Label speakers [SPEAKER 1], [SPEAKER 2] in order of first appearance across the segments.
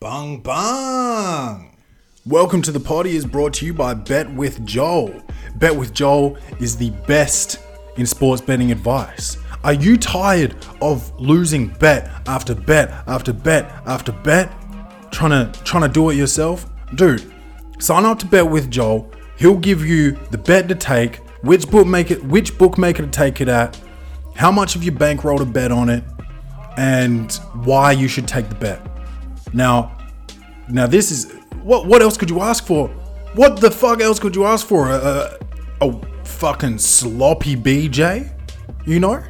[SPEAKER 1] Bung bung.
[SPEAKER 2] Welcome to the Party is brought to you by Bet with Joel. Bet with Joel is the best in sports betting advice. Are you tired of losing bet after bet after bet after bet? Trying to trying to do it yourself? Dude, sign up to Bet with Joel. He'll give you the bet to take, which bookmaker which bookmaker to take it at, how much of your bankroll to bet on it, and why you should take the bet. Now, now this is what what else could you ask for? What the fuck else could you ask for? A, a, a fucking sloppy BJ, you know?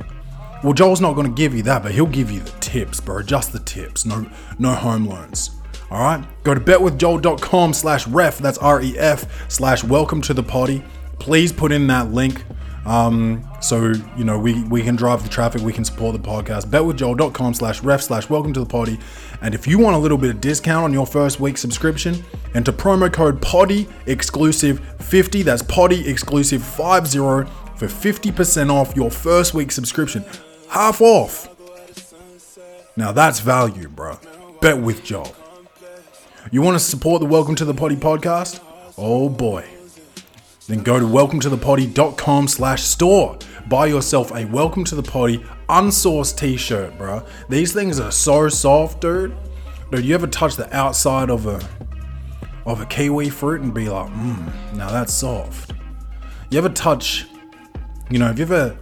[SPEAKER 2] Well, Joel's not gonna give you that, but he'll give you the tips, bro. Just the tips. No, no home loans. All right. Go to betwithjoel.com slash ref. That's R E F slash welcome to the party. Please put in that link. Um, so you know we we can drive the traffic, we can support the podcast. Betwithjoel.com slash ref slash welcome to the party. And if you want a little bit of discount on your first week subscription, enter promo code potty exclusive 50. That's potty exclusive 50 for 50% off your first week subscription. Half off. Now that's value, bro. Bet with Joel. You want to support the Welcome to the Potty podcast? Oh boy then go to welcometothepotty.com slash store. Buy yourself a Welcome to the Potty unsourced t-shirt, bruh. These things are so soft, dude. Dude, you ever touch the outside of a of a kiwi fruit and be like, mmm, now that's soft. You ever touch, you know, have you ever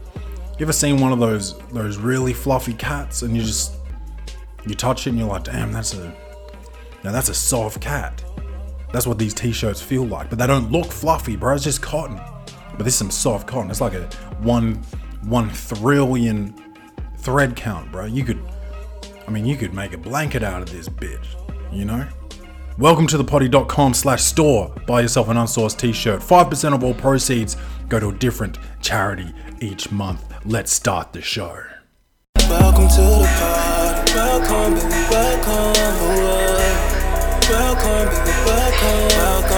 [SPEAKER 2] you ever seen one of those those really fluffy cats and you just you touch it and you're like, damn, that's a now that's a soft cat. That's what these t-shirts feel like, but they don't look fluffy, bro. It's just cotton. But this is some soft cotton. It's like a one one trillion thread count, bro. You could, I mean, you could make a blanket out of this bitch, you know? Welcome to the potty.com slash store. Buy yourself an unsourced t-shirt. 5% of all proceeds go to a different charity each month. Let's start the show.
[SPEAKER 3] Welcome to the party. Welcome, baby, welcome. oh, uh, Welcome, baby,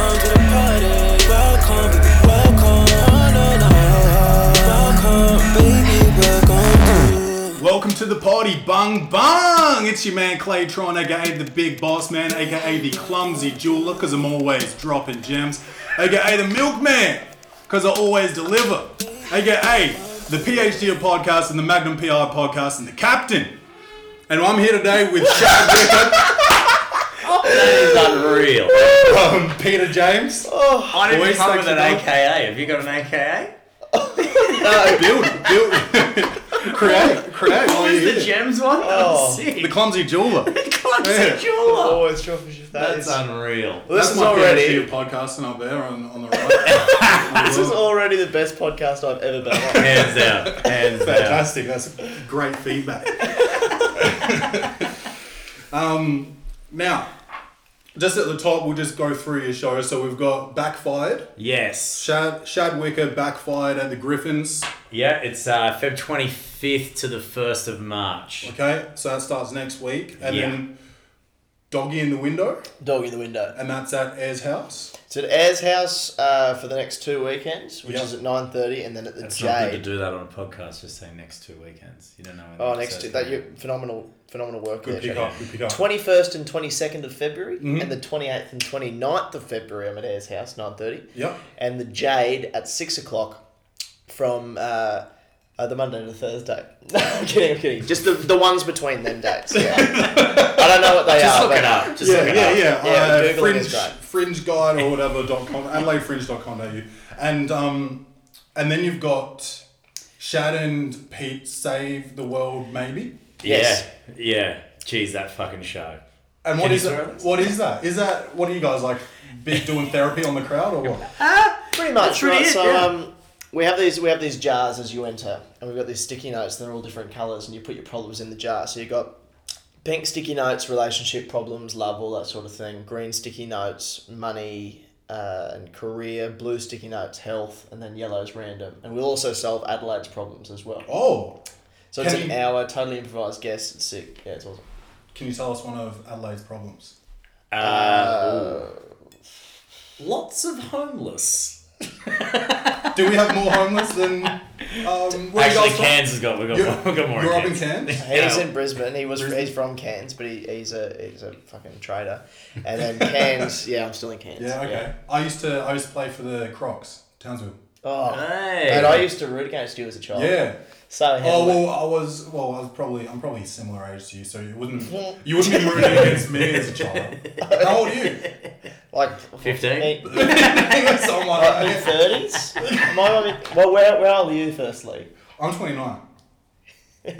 [SPEAKER 3] welcome. Welcome to the party. Welcome, baby, welcome. Oh, no, no. Welcome, baby, welcome to.
[SPEAKER 2] Welcome to the party, bung bung! It's your man Claytron, aka the big boss man, aka the clumsy jeweler, because I'm always dropping gems, aka the milkman, because I always deliver, aka the PhD of podcasts and the Magnum PR podcast and the captain. And I'm here today with Shaq Griffin,
[SPEAKER 4] It's unreal.
[SPEAKER 2] um, Peter James.
[SPEAKER 4] I didn't
[SPEAKER 2] Boys,
[SPEAKER 4] come with an
[SPEAKER 2] thank you,
[SPEAKER 4] AKA. Have you got an AKA?
[SPEAKER 2] Build, build, create, create. while
[SPEAKER 4] What
[SPEAKER 2] you're
[SPEAKER 4] is the
[SPEAKER 2] here.
[SPEAKER 4] gems one? Oh, sick.
[SPEAKER 2] The clumsy jeweler.
[SPEAKER 4] clumsy
[SPEAKER 2] Yeah.
[SPEAKER 4] jeweler.
[SPEAKER 5] Oh, it's Joffrey Shaftat.
[SPEAKER 4] That's unreal.
[SPEAKER 5] This is
[SPEAKER 2] my PhD
[SPEAKER 5] already
[SPEAKER 2] of podcasting up there on, on the right.
[SPEAKER 5] this is already the best podcast I've ever been on.
[SPEAKER 4] Hands down. Hands down.
[SPEAKER 2] Fantastic. That's great feedback. um, now, just at the top, we'll just go through your show. So we've got Backfired,
[SPEAKER 4] Yes.
[SPEAKER 2] Shad, Shad Wicker, Backfired at the Griffins.
[SPEAKER 4] Yeah, it's uh, Feb 25th to the 1st of March.
[SPEAKER 2] Okay, so that starts next week. And
[SPEAKER 4] Yeah.
[SPEAKER 2] then Doggy in the Window,
[SPEAKER 5] Dog in the window.
[SPEAKER 2] and that's at Air's house.
[SPEAKER 5] It's at Air's house uh, for the next two weekends, which
[SPEAKER 2] Yep.
[SPEAKER 5] is at nine thirty, and then at the
[SPEAKER 4] It's not good to
[SPEAKER 5] Jade.
[SPEAKER 4] do that on a podcast, just say next two weekends. You don't know when
[SPEAKER 5] Oh,
[SPEAKER 4] the
[SPEAKER 5] next to
[SPEAKER 4] episode's
[SPEAKER 5] that,
[SPEAKER 4] gonna
[SPEAKER 5] you phenomenal, phenomenal work
[SPEAKER 2] Good
[SPEAKER 5] there.
[SPEAKER 2] pick up, good Mm-hmm. pick up.
[SPEAKER 5] Twenty first and twenty second of February, and the 28th and 29th of February. I'm at Air's house, nine thirty.
[SPEAKER 2] Yep.
[SPEAKER 5] And the Jade at six o'clock, from. Uh, uh, the Monday to Thursday. No, I'm kidding, I'm kidding. Just the, the ones between them dates. Yeah. I don't know what they
[SPEAKER 4] Just
[SPEAKER 5] are.
[SPEAKER 4] look
[SPEAKER 5] but
[SPEAKER 4] it up. Just
[SPEAKER 2] Yeah,
[SPEAKER 4] look it
[SPEAKER 2] yeah,
[SPEAKER 4] up.
[SPEAKER 2] yeah.
[SPEAKER 5] Yeah,
[SPEAKER 2] uh,
[SPEAKER 5] Googling
[SPEAKER 2] fringe,
[SPEAKER 5] is great.
[SPEAKER 2] fringe guide or whatever dot com, AdelaideFringe.com.au. And um, and then you've got Shad and Pete save the world maybe.
[SPEAKER 5] Yes.
[SPEAKER 4] Yeah. Yeah. Jeez, that fucking show.
[SPEAKER 2] And what
[SPEAKER 4] you
[SPEAKER 2] is
[SPEAKER 4] swear on
[SPEAKER 2] that?
[SPEAKER 4] this?
[SPEAKER 2] What is that? Is that what are you guys like? Be doing therapy on the crowd or what?
[SPEAKER 5] Pretty much,
[SPEAKER 4] really
[SPEAKER 5] right?
[SPEAKER 4] it,
[SPEAKER 5] so
[SPEAKER 4] yeah.
[SPEAKER 5] um, we have these we have these jars as you enter, and we've got these sticky notes, and they're all different colours, and you put your problems in the jar. So you've got pink sticky notes, relationship problems, love, all that sort of thing. Green sticky notes, money. Uh, and career, blue sticky notes, health, and then yellow's random. And we'll also solve Adelaide's problems as well.
[SPEAKER 2] Oh,
[SPEAKER 5] so it's
[SPEAKER 2] can
[SPEAKER 5] an
[SPEAKER 2] you-
[SPEAKER 5] hour, totally improvised guest. It's sick. Yeah, it's awesome.
[SPEAKER 2] can you tell us one of Adelaide's problems?
[SPEAKER 4] Uh, ooh. lots of homeless.
[SPEAKER 2] Do we have more homeless than
[SPEAKER 1] Um, where you
[SPEAKER 4] Actually,
[SPEAKER 1] guys from?
[SPEAKER 4] Cairns has got we got
[SPEAKER 1] You're,
[SPEAKER 4] more, we got more.
[SPEAKER 1] you're up in
[SPEAKER 4] in Cairns.
[SPEAKER 1] Cairns?
[SPEAKER 5] He's
[SPEAKER 4] Yeah.
[SPEAKER 5] in Brisbane. He was he's from Cairns, but he, he's a he's a fucking trader. And then Cairns, yeah, I'm still in Cairns.
[SPEAKER 2] Yeah, okay. I used to I used to play for the Crocs, Townsville.
[SPEAKER 5] Oh,
[SPEAKER 4] Hey.
[SPEAKER 5] and I used to root against you as a child.
[SPEAKER 2] Yeah.
[SPEAKER 5] So
[SPEAKER 2] Oh
[SPEAKER 5] heavily.
[SPEAKER 2] well, I was well. I was probably I'm probably similar age to you, so you wouldn't you wouldn't be rooting against me as a child. How old are you?
[SPEAKER 5] like
[SPEAKER 4] 15?
[SPEAKER 2] Someone,
[SPEAKER 5] Mid
[SPEAKER 2] I-
[SPEAKER 5] thirties. Well, where where are you? Firstly,
[SPEAKER 2] I'm 29,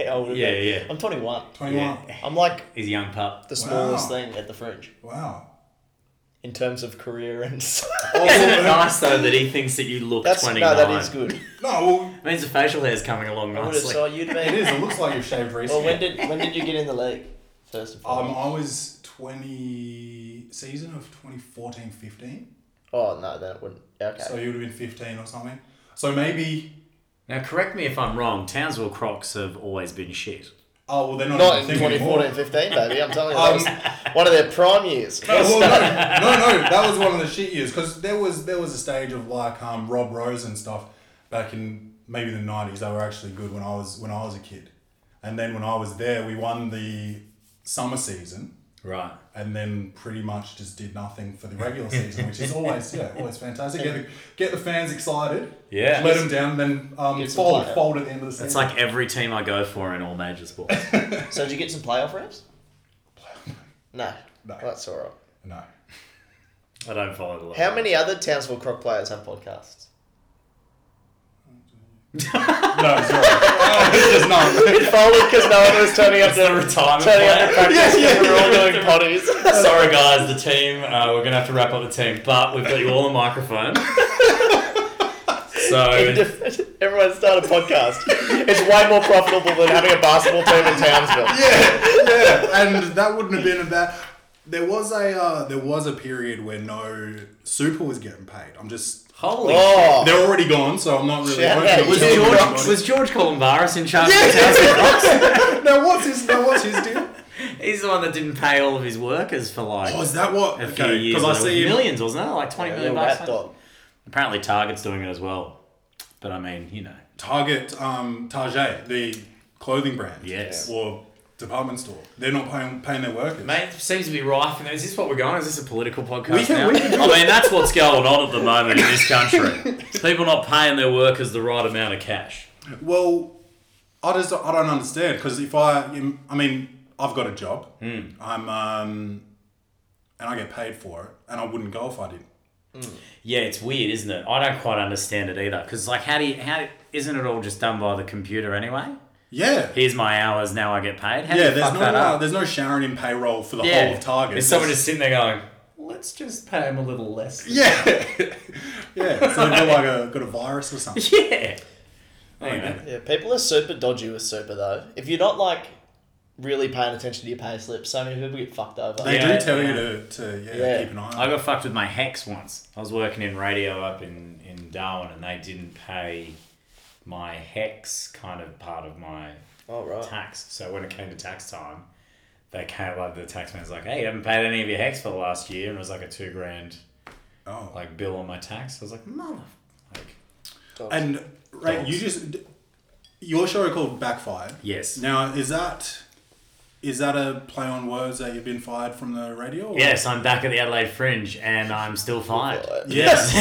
[SPEAKER 5] Older
[SPEAKER 4] Yeah,
[SPEAKER 5] than-
[SPEAKER 4] yeah.
[SPEAKER 5] I'm 21.
[SPEAKER 2] 21.
[SPEAKER 5] I'm like
[SPEAKER 4] He's a young pup.
[SPEAKER 5] the smallest
[SPEAKER 2] Wow.
[SPEAKER 5] thing at the fringe
[SPEAKER 2] Wow.
[SPEAKER 5] in terms of career and.
[SPEAKER 4] Isn't it
[SPEAKER 2] Oh.
[SPEAKER 4] nice though that he thinks that you look
[SPEAKER 5] That's
[SPEAKER 4] twenty nine?
[SPEAKER 5] no, that is good.
[SPEAKER 2] No, well,
[SPEAKER 4] It means the facial hair's coming along
[SPEAKER 5] I would have
[SPEAKER 4] nicely.
[SPEAKER 5] saw you to
[SPEAKER 2] it
[SPEAKER 5] be.
[SPEAKER 2] is. It looks like you've shaved
[SPEAKER 5] Well,
[SPEAKER 2] recently.
[SPEAKER 5] when did when did you get in the league? First of all.
[SPEAKER 2] um, I was 20 season of 2014 15,
[SPEAKER 5] oh no, then it wouldn't. Yeah, Okay.
[SPEAKER 2] so you would have been 15 or something. So maybe.
[SPEAKER 4] Now, correct me if I'm wrong. Townsville Crocs have always been shit.
[SPEAKER 2] Oh well, they're not,
[SPEAKER 5] Not in
[SPEAKER 2] even a thing anymore.
[SPEAKER 5] 2014 15, baby. I'm telling you,
[SPEAKER 2] Um,
[SPEAKER 5] that was one of their prime years.
[SPEAKER 2] Oh, well, no, no, no, that was one of the shit years because there was there was a stage of like um, Rob Rose and stuff back in maybe the nineties. They were actually good when I was when I was a kid, and then when I was there, we won the summer season,
[SPEAKER 4] Right.
[SPEAKER 2] and then pretty much just did nothing for the regular season, which is always yeah always fantastic. Get the, get the fans excited,
[SPEAKER 4] Yeah.
[SPEAKER 2] let them down, then um,
[SPEAKER 5] Get some
[SPEAKER 2] fold
[SPEAKER 5] player.
[SPEAKER 2] fold at the end of the season.
[SPEAKER 4] It's like every team I go for in all major sports.
[SPEAKER 5] So did you get some playoff reps? No.
[SPEAKER 2] No.
[SPEAKER 5] Well, that's all right.
[SPEAKER 2] no.
[SPEAKER 4] I don't follow the. level.
[SPEAKER 5] How many other Townsville Croc players have podcasts?
[SPEAKER 2] No, sorry. There's none.
[SPEAKER 5] Probably because no one was turning up
[SPEAKER 4] It's the
[SPEAKER 5] to
[SPEAKER 4] retirement
[SPEAKER 5] turning up
[SPEAKER 4] plan.
[SPEAKER 5] to practice. Yeah, We're all doing potties.
[SPEAKER 4] Sorry, guys, the team. Uh, we're gonna have to wrap up the team, but we've got you all a microphone. so
[SPEAKER 5] Everyone start a podcast. It's way more profitable than having a basketball team in Townsville.
[SPEAKER 2] yeah, yeah, and that wouldn't have been a bad. There was a uh, there was a period where no super was getting paid. I'm just
[SPEAKER 4] holy.
[SPEAKER 5] Oh,
[SPEAKER 2] they're already gone, so I'm not really.
[SPEAKER 5] Shout
[SPEAKER 2] working
[SPEAKER 5] out
[SPEAKER 2] with
[SPEAKER 4] Was
[SPEAKER 5] George-
[SPEAKER 2] them.
[SPEAKER 4] George was George Columbaris in charge of the
[SPEAKER 2] Yeah.
[SPEAKER 4] Townsville Crocs?
[SPEAKER 2] now what's his now what's his deal?
[SPEAKER 4] He's the one that didn't pay all of his workers for like
[SPEAKER 2] Oh, is that what?
[SPEAKER 4] a few
[SPEAKER 2] Okay,
[SPEAKER 4] years.
[SPEAKER 2] because I
[SPEAKER 4] ago. It was
[SPEAKER 2] see him.
[SPEAKER 4] millions, wasn't it? Like twenty
[SPEAKER 5] Yeah,
[SPEAKER 4] million
[SPEAKER 5] little rat
[SPEAKER 4] bucks.
[SPEAKER 5] dog.
[SPEAKER 4] Apparently, Target's doing it as well. But I mean, you know,
[SPEAKER 2] Target um, Target, the clothing brand,
[SPEAKER 4] Yes.
[SPEAKER 2] or department store. They're not paying paying their workers.
[SPEAKER 4] mate, it seems to be rife. And is this what we're going? Is this a political podcast
[SPEAKER 2] We can-
[SPEAKER 4] now?
[SPEAKER 2] we can do
[SPEAKER 4] I mean, that's what's going on at the moment in this country. People not paying their workers the right amount of cash.
[SPEAKER 2] Well, I just I don't understand because if I I mean I've got a job.
[SPEAKER 4] Hmm.
[SPEAKER 2] I'm um, and I get paid for it, and I wouldn't go if I didn't.
[SPEAKER 4] Yeah, it's weird, isn't it? I don't quite understand it either. Because like, how do you, how isn't it all just done by the computer anyway?
[SPEAKER 2] Yeah.
[SPEAKER 4] Here's my hours. Now I get paid. How do
[SPEAKER 2] Yeah,
[SPEAKER 4] you
[SPEAKER 2] there's
[SPEAKER 4] fuck
[SPEAKER 2] no
[SPEAKER 4] that
[SPEAKER 2] uh,
[SPEAKER 4] up?
[SPEAKER 2] there's no Sharon in payroll for the whole of Target.
[SPEAKER 4] Is someone just sitting there going, "Let's just pay him a little less"?
[SPEAKER 2] yeah, yeah. So they've got like a got a virus or something.
[SPEAKER 4] Yeah. Anyway.
[SPEAKER 5] Yeah, people are super dodgy with super though. If you're not like really paying attention to your pay slip, so many people get fucked over.
[SPEAKER 2] They
[SPEAKER 4] Yeah,
[SPEAKER 2] do tell
[SPEAKER 4] yeah.
[SPEAKER 2] you to, to yeah,
[SPEAKER 5] Yeah.
[SPEAKER 2] keep an eye.
[SPEAKER 4] I
[SPEAKER 2] on it.
[SPEAKER 4] got fucked with my hex once. I was working in radio up in, in Darwin and they didn't pay my hex kind of part of my
[SPEAKER 5] Oh right.
[SPEAKER 4] tax. So when it came to tax time, they came like the tax man's like, Hey, you haven't paid any of your hex for the last year and it was like a two grand
[SPEAKER 2] Oh,
[SPEAKER 4] like bill on my tax. I was like, Mother like
[SPEAKER 2] and right, you just your show called Backfired.
[SPEAKER 4] Yes.
[SPEAKER 2] Now is that is that a play on words that you've been fired from the radio? Or?
[SPEAKER 4] Yes, I'm back at the Adelaide Fringe and I'm still fired.
[SPEAKER 2] Yes.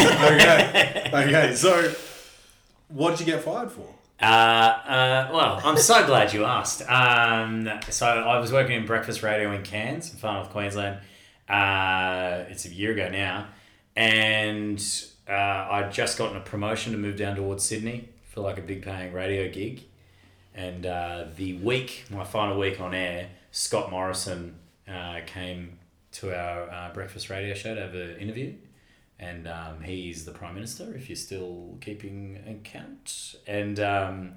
[SPEAKER 2] okay. Okay. So, what did you get fired for?
[SPEAKER 4] Uh, uh, well, I'm so glad you asked. Um, so I was working in breakfast radio in Cairns, in far north Queensland. Uh, it's a year ago now, and uh, I'd just gotten a promotion to move down towards Sydney for like a big paying radio gig. And uh, the week, my final week on air, Scott Morrison uh, came to our uh, breakfast radio show to have an interview. And um, he's the Prime Minister, if you're still keeping account. And um,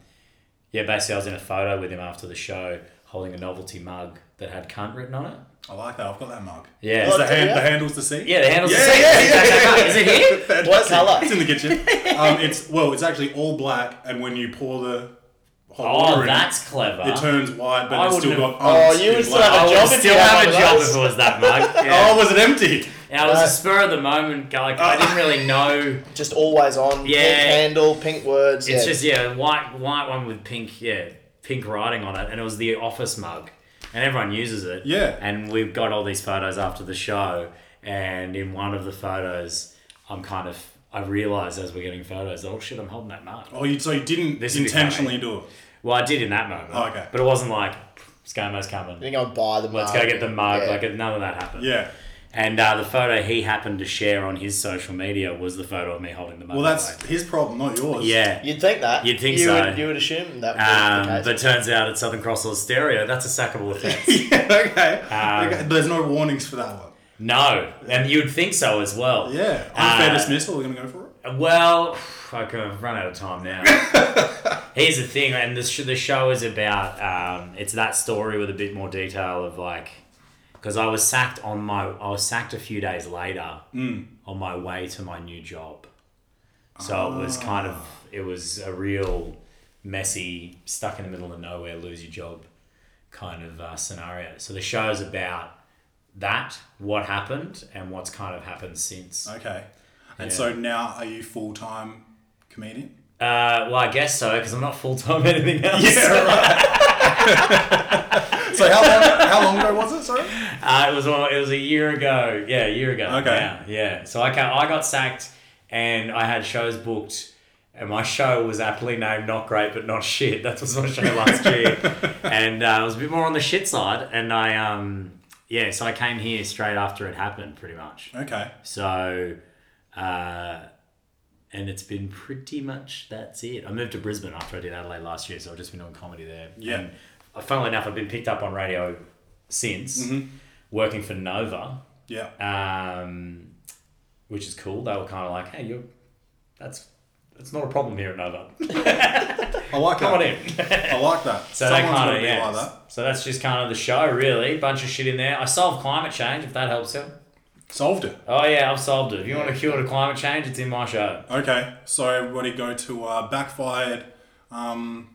[SPEAKER 4] yeah, basically, I was in a photo with him after the show holding a novelty mug that had cunt written on it.
[SPEAKER 2] I like that. I've got that mug.
[SPEAKER 4] Yeah.
[SPEAKER 2] Is
[SPEAKER 5] Oh,
[SPEAKER 2] the, hand,
[SPEAKER 5] yeah?
[SPEAKER 2] the handles to see?
[SPEAKER 4] yeah, the handle's
[SPEAKER 2] Yeah,
[SPEAKER 4] the same.
[SPEAKER 2] yeah,
[SPEAKER 4] It's
[SPEAKER 2] yeah,
[SPEAKER 4] that
[SPEAKER 2] yeah.
[SPEAKER 4] cunt. Is it here?
[SPEAKER 5] What colour?
[SPEAKER 2] It's in the kitchen. Um, it's well, it's actually all black, and when you pour the hot water
[SPEAKER 4] Oh,
[SPEAKER 2] in,
[SPEAKER 4] that's clever.
[SPEAKER 2] it turns white, but
[SPEAKER 4] I
[SPEAKER 2] it's still
[SPEAKER 4] wouldn't
[SPEAKER 2] got.
[SPEAKER 5] Oh,
[SPEAKER 2] umps
[SPEAKER 5] you
[SPEAKER 2] in
[SPEAKER 5] would still
[SPEAKER 2] black.
[SPEAKER 5] have
[SPEAKER 4] I
[SPEAKER 5] a job
[SPEAKER 4] would
[SPEAKER 5] if
[SPEAKER 4] still
[SPEAKER 5] you had
[SPEAKER 4] have a
[SPEAKER 5] one of
[SPEAKER 4] job
[SPEAKER 5] those.
[SPEAKER 4] if it was that mug. Yeah.
[SPEAKER 2] Oh, was it empty?
[SPEAKER 4] And I was
[SPEAKER 5] No.
[SPEAKER 4] a spur of the moment. go- Like I didn't really know.
[SPEAKER 5] Just always on.
[SPEAKER 4] Yeah.
[SPEAKER 5] Pink handle, pink words.
[SPEAKER 4] It's
[SPEAKER 5] yeah.
[SPEAKER 4] just yeah, white white one with pink yeah pink writing on it, and it was the office mug, and everyone uses it.
[SPEAKER 2] Yeah.
[SPEAKER 4] And we've got all these photos after the show, and in one of the photos, I'm kind of I realised as we're getting photos, oh shit, I'm holding that mug.
[SPEAKER 2] Oh, you, so you didn't
[SPEAKER 4] This would be
[SPEAKER 2] intentionally do it.
[SPEAKER 4] Well, I did in that moment.
[SPEAKER 2] Oh, okay.
[SPEAKER 4] But it wasn't like ScoMo's coming.
[SPEAKER 5] Then go and buy the mug.
[SPEAKER 4] Let's go get the mug.
[SPEAKER 5] Yeah.
[SPEAKER 4] Like none of that happened.
[SPEAKER 2] Yeah.
[SPEAKER 4] And uh, the photo he happened to share on his social media was the photo of me holding the mug.
[SPEAKER 2] Well,
[SPEAKER 4] that
[SPEAKER 2] that's
[SPEAKER 4] way.
[SPEAKER 2] his problem, not yours.
[SPEAKER 4] yeah.
[SPEAKER 5] You'd think that.
[SPEAKER 4] You'd think
[SPEAKER 5] you
[SPEAKER 4] so.
[SPEAKER 5] Would, you would assume that would
[SPEAKER 4] Um,
[SPEAKER 5] be the
[SPEAKER 4] but
[SPEAKER 5] case.
[SPEAKER 4] turns out at Southern Cross or Stereo, that's a sackable offence.
[SPEAKER 2] Yeah, okay.
[SPEAKER 4] Um,
[SPEAKER 2] okay. There's no warnings for that one.
[SPEAKER 4] no, and you'd think so as well.
[SPEAKER 2] Yeah. Unfair
[SPEAKER 4] Uh,
[SPEAKER 2] dismissal. We're going to go for it.
[SPEAKER 4] Well, fuck, I've run out of time now. Here's the thing, and this the show is about um, it's that story with a bit more detail of like because I was sacked on my I was sacked a few days later on my way to my new job, so it was kind of it was a real messy, stuck in the middle of nowhere, lose your job kind of uh, scenario. So the show is about that, what happened, and what's kind of happened since.
[SPEAKER 2] Okay. And
[SPEAKER 4] Yeah.
[SPEAKER 2] so now are you full time comedian?
[SPEAKER 4] Uh, well, I guess so because I'm not full time anything else.
[SPEAKER 2] so how long, how long ago was it? Sorry?
[SPEAKER 4] uh, it was all- it was a year ago. Yeah, a year ago.
[SPEAKER 2] Okay.
[SPEAKER 4] Yeah, yeah. So I ca I got sacked, and I had shows booked, and my show was aptly named "Not Great But Not Shit." That was my show last year, and uh, I was a bit more on the shit side. And I um yeah, so I came here straight after it happened, pretty much.
[SPEAKER 2] Okay.
[SPEAKER 4] So, uh, and it's been pretty much that's it. I moved to Brisbane after I did Adelaide last year, so I've just been doing comedy there.
[SPEAKER 2] Yeah.
[SPEAKER 4] And uh, funnily enough, I've been picked up on radio since
[SPEAKER 2] Mm-hmm.
[SPEAKER 4] working for Nova,
[SPEAKER 2] Yeah.
[SPEAKER 4] um, which is cool. They were kind of like, "Hey, you, that's that's not a problem here at Nova.
[SPEAKER 2] I like
[SPEAKER 4] Come on
[SPEAKER 2] that.
[SPEAKER 4] in."
[SPEAKER 2] I like that.
[SPEAKER 4] So
[SPEAKER 2] Someone's
[SPEAKER 4] that
[SPEAKER 2] got
[SPEAKER 4] kind
[SPEAKER 2] to
[SPEAKER 4] of
[SPEAKER 2] be
[SPEAKER 4] yeah.
[SPEAKER 2] like that.
[SPEAKER 4] So that's just kind of the show, really. Bunch of shit in there. I solved climate change, if that helps you.
[SPEAKER 2] Solved it.
[SPEAKER 4] Oh yeah, I've solved it. If you want to cure to climate change, it's in my show.
[SPEAKER 2] Okay. So everybody go to uh, backfired um,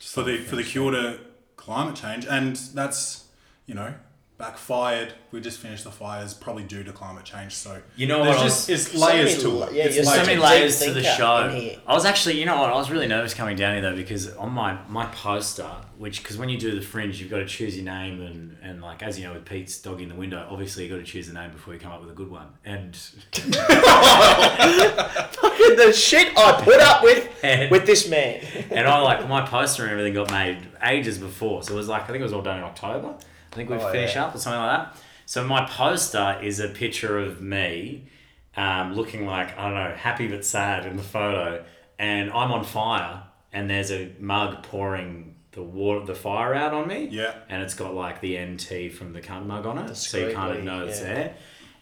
[SPEAKER 2] for the for the cure to climate change, and that's you know backfired. We just finished the fires, probably due to climate change. So
[SPEAKER 4] You know
[SPEAKER 2] there's
[SPEAKER 4] what
[SPEAKER 2] just
[SPEAKER 4] else?
[SPEAKER 2] it's layers
[SPEAKER 5] many
[SPEAKER 2] to
[SPEAKER 5] la-
[SPEAKER 2] it.
[SPEAKER 5] yeah,
[SPEAKER 2] It's
[SPEAKER 5] you're so
[SPEAKER 4] so
[SPEAKER 2] layers.
[SPEAKER 4] many
[SPEAKER 5] Like a
[SPEAKER 4] layers to
[SPEAKER 5] big
[SPEAKER 4] the
[SPEAKER 5] thinker
[SPEAKER 4] show.
[SPEAKER 5] in here.
[SPEAKER 4] I was actually, you know what? I was really nervous coming down here though because on my my poster, which because when you do the fringe, you've got to choose your name and and like as you know with Pete's dog in the window, obviously you have got to choose the name before you come up with a good one. And
[SPEAKER 5] the shit I put up
[SPEAKER 4] And-
[SPEAKER 5] with with this man.
[SPEAKER 4] and I like my poster and everything got made ages before, so it was like I think it was all done in October. I think we
[SPEAKER 5] Oh,
[SPEAKER 4] would finish
[SPEAKER 5] yeah.
[SPEAKER 4] up or something like that. So my poster is a picture of me, um, looking like I don't know, happy but sad in the photo, and I'm on fire, and there's a mug pouring the water, the fire out on me.
[SPEAKER 2] Yeah.
[SPEAKER 4] and it's got like the NT from the cunt mug on it, so you
[SPEAKER 5] squiggly,
[SPEAKER 4] kind of know it's
[SPEAKER 5] yeah.
[SPEAKER 4] there.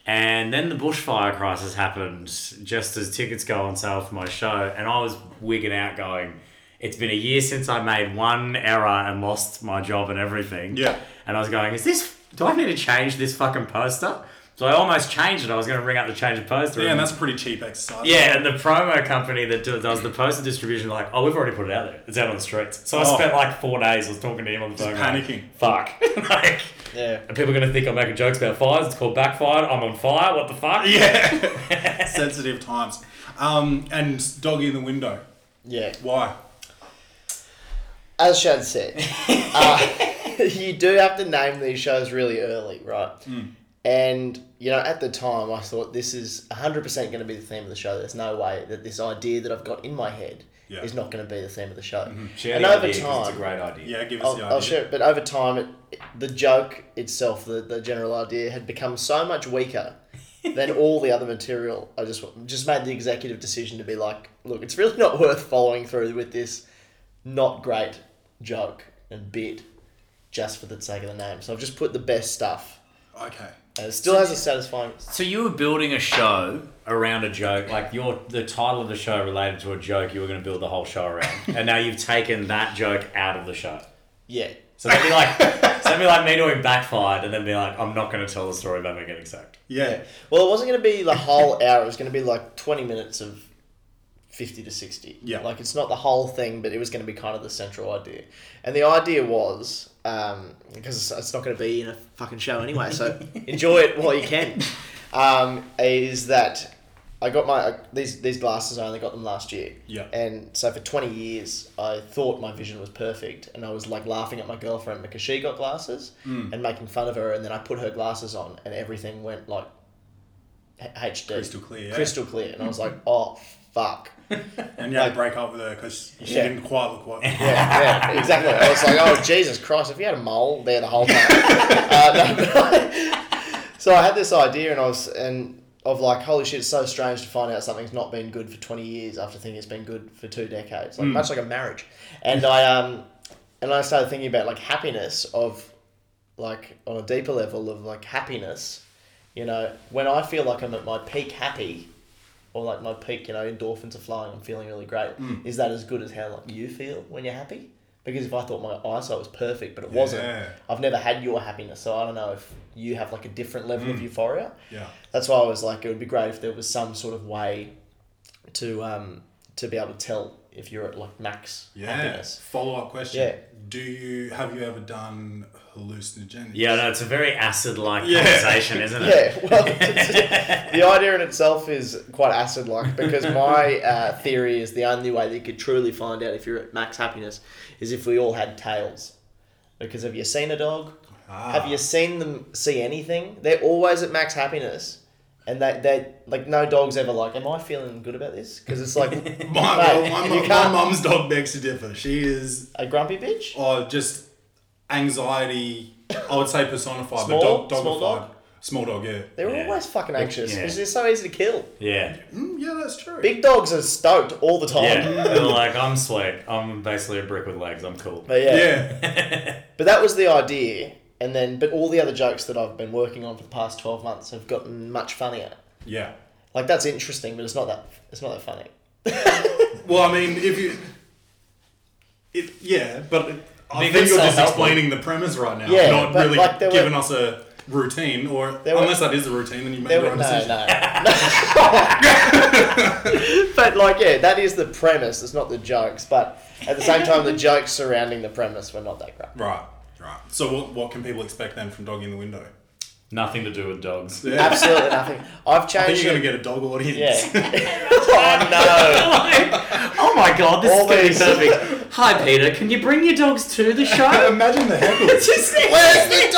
[SPEAKER 4] And then the bushfire crisis happened just as tickets go on sale for my show, and I was wigging out going, It's been a year since I made one error and lost my job and everything.
[SPEAKER 2] Yeah.
[SPEAKER 4] And I was going, Is this, do I need to change this fucking poster? So I almost changed it. I was going to ring up the change of poster.
[SPEAKER 2] Yeah, and that's a pretty cheap exercise.
[SPEAKER 4] Yeah, and the promo company that do- does the poster distribution, like, oh, we've already put it out there. It's out on the streets. So I
[SPEAKER 2] Oh.
[SPEAKER 4] spent like four days. I was talking to him on the phone, like,
[SPEAKER 2] panicking.
[SPEAKER 4] Fuck, like,
[SPEAKER 5] Yeah.
[SPEAKER 4] are people going to think I'm making jokes about fires? It's called backfire. I'm on fire. What the fuck?
[SPEAKER 2] Yeah. Sensitive times. Um, and doggy in the window.
[SPEAKER 5] Yeah.
[SPEAKER 2] Why?
[SPEAKER 5] As Shad said, uh, you do have to name these shows really early, right?
[SPEAKER 4] Hmm.
[SPEAKER 5] And, you know, at the time I thought this is 100% going to be the theme of the show. There's no way that this idea that I've got in my head
[SPEAKER 2] Yeah.
[SPEAKER 5] is not going to be the theme of the show.
[SPEAKER 4] Share
[SPEAKER 5] And
[SPEAKER 4] Mm-hmm. the
[SPEAKER 5] over
[SPEAKER 4] idea, 'cause
[SPEAKER 5] time,
[SPEAKER 4] it's a great idea.
[SPEAKER 2] Yeah, give us
[SPEAKER 5] I'll,
[SPEAKER 2] the idea.
[SPEAKER 5] I'll share it, but over time, it, it- the joke itself, the, the general idea, had become so much weaker than all the other material. I just just made the executive decision to be like, look, it's really not worth following through with this not great joke and bit just for the sake of the name. So I've just put the best stuff,
[SPEAKER 2] Okay.
[SPEAKER 5] and it still has a satisfying.
[SPEAKER 4] So you were building a show around a joke, like your the title of the show related to a joke. You were going to build the whole show around, and now you've taken that joke out of the show.
[SPEAKER 5] Yeah,
[SPEAKER 4] So that'd be like, so that'd be like me doing backfired, and then be like, I'm not going to tell the story about me getting sacked.
[SPEAKER 2] Yeah.
[SPEAKER 5] Well, it wasn't going to be the whole hour. It was going to be like 20 minutes of 50 to 60.
[SPEAKER 2] Yeah.
[SPEAKER 5] Like, it's not the whole thing, but it was going to be kind of the central idea. And the idea was, um, because it's not going to be in a fucking show anyway, so enjoy it while you can. um, is that I got my uh, these these glasses. I only got them last year.
[SPEAKER 2] Yeah.
[SPEAKER 5] And so for twenty years, I thought my vision was perfect, and I was like laughing at my girlfriend because she got glasses
[SPEAKER 2] Hmm.
[SPEAKER 5] and making fun of her, and then I put her glasses on, and everything went like h- HD,
[SPEAKER 2] Crystal clear, yeah.
[SPEAKER 5] crystal clear, and I was like, oh fuck.
[SPEAKER 2] And you had to break up with her because she
[SPEAKER 5] Yeah.
[SPEAKER 2] didn't quite look what.
[SPEAKER 5] Yeah, yeah, exactly. I was like, oh Jesus Christ! If you had a mole there the whole time. uh, no, but- so I had this idea, and I was and of like, holy shit, it's so strange to find out something's not been good for twenty years after thinking it's been good for two decades,
[SPEAKER 2] Hmm.
[SPEAKER 5] like much like a marriage. And I um, and I started thinking about like happiness of, like on a deeper level of like happiness, you know, when I feel like I'm at my peak happy. Or like my peak, you know, endorphins are flowing. I'm feeling really great.
[SPEAKER 2] Mm.
[SPEAKER 5] Is that as good as how like you feel when you're happy? Because if I thought my eyesight was perfect, but it wasn't,
[SPEAKER 2] Yeah.
[SPEAKER 5] I've never had your happiness, so I don't know if you have like a different level of euphoria.
[SPEAKER 2] Mm. Yeah.
[SPEAKER 5] That's why I was like, it would be great if there was some sort of way to um to be able to tell if you're at like max happiness.
[SPEAKER 2] Follow up question.
[SPEAKER 5] Yeah.
[SPEAKER 2] Do you have you ever done hallucinogens?
[SPEAKER 4] Yeah, no, it's a very acid like
[SPEAKER 2] Yeah.
[SPEAKER 4] conversation, isn't it?
[SPEAKER 5] Yeah, well, the idea in itself is quite acid like because my uh, theory is the only way that you could truly find out if you're at max happiness is if we all had tails. Because have you seen a dog?
[SPEAKER 2] Ah.
[SPEAKER 5] Have you seen them see anything? They're always at max happiness. And they, they like no dog's ever like, am I feeling good about this? Because it's like
[SPEAKER 2] My,
[SPEAKER 5] mate,
[SPEAKER 2] well, my,
[SPEAKER 5] you
[SPEAKER 2] mum- my
[SPEAKER 5] can't-
[SPEAKER 2] mum's dog begs to differ. She is
[SPEAKER 5] a grumpy bitch.
[SPEAKER 2] or just anxiety. I would say personified,
[SPEAKER 5] Small-
[SPEAKER 2] but dog, dogified.
[SPEAKER 5] small dog?
[SPEAKER 2] Small dog, yeah.
[SPEAKER 5] They're
[SPEAKER 4] Yeah.
[SPEAKER 5] always fucking anxious
[SPEAKER 4] Yeah.
[SPEAKER 5] because they're so easy to kill.
[SPEAKER 4] Yeah.
[SPEAKER 2] Mm, yeah, that's true.
[SPEAKER 5] Big dogs are stoked all the time.
[SPEAKER 4] Yeah. They're like, I'm sweet. I'm basically a brick with legs. I'm cool.
[SPEAKER 5] But yeah,
[SPEAKER 2] yeah.
[SPEAKER 5] But that was the idea, and then but all the other jokes that I've been working on for the past twelve months have gotten much funnier.
[SPEAKER 2] yeah.
[SPEAKER 5] Like that's interesting, but it's not that it's not that funny.
[SPEAKER 2] Well, I mean, if you. It, yeah, but it, I
[SPEAKER 5] Think
[SPEAKER 2] think
[SPEAKER 5] it's
[SPEAKER 2] you're
[SPEAKER 5] so
[SPEAKER 2] just
[SPEAKER 5] helpful.
[SPEAKER 2] explaining the premise right now,
[SPEAKER 5] Yeah,
[SPEAKER 2] not
[SPEAKER 5] but,
[SPEAKER 2] really
[SPEAKER 5] like, there were-
[SPEAKER 2] giving us a routine, or
[SPEAKER 5] There were-
[SPEAKER 2] unless that is a routine, then you made
[SPEAKER 5] There
[SPEAKER 2] your
[SPEAKER 5] were-
[SPEAKER 2] own
[SPEAKER 5] no,
[SPEAKER 2] decision.
[SPEAKER 5] no. but like yeah, that is the premise. It's not the jokes, but at the same time, the jokes surrounding the premise were not that great.
[SPEAKER 2] Right, right. So what, what can people expect then from Doggy in the Window?
[SPEAKER 4] Nothing to do with dogs.
[SPEAKER 2] Yeah.
[SPEAKER 5] Absolutely nothing. I've
[SPEAKER 2] I
[SPEAKER 5] changed.
[SPEAKER 2] think you're
[SPEAKER 5] it.
[SPEAKER 2] going to get a dog audience.
[SPEAKER 5] yeah. oh no.
[SPEAKER 4] oh my god, this
[SPEAKER 5] All
[SPEAKER 4] is
[SPEAKER 5] these-
[SPEAKER 4] going to be perfect. Hi, Peter. Can you bring your dogs to the show?
[SPEAKER 2] Imagine the heckles.
[SPEAKER 5] Where's the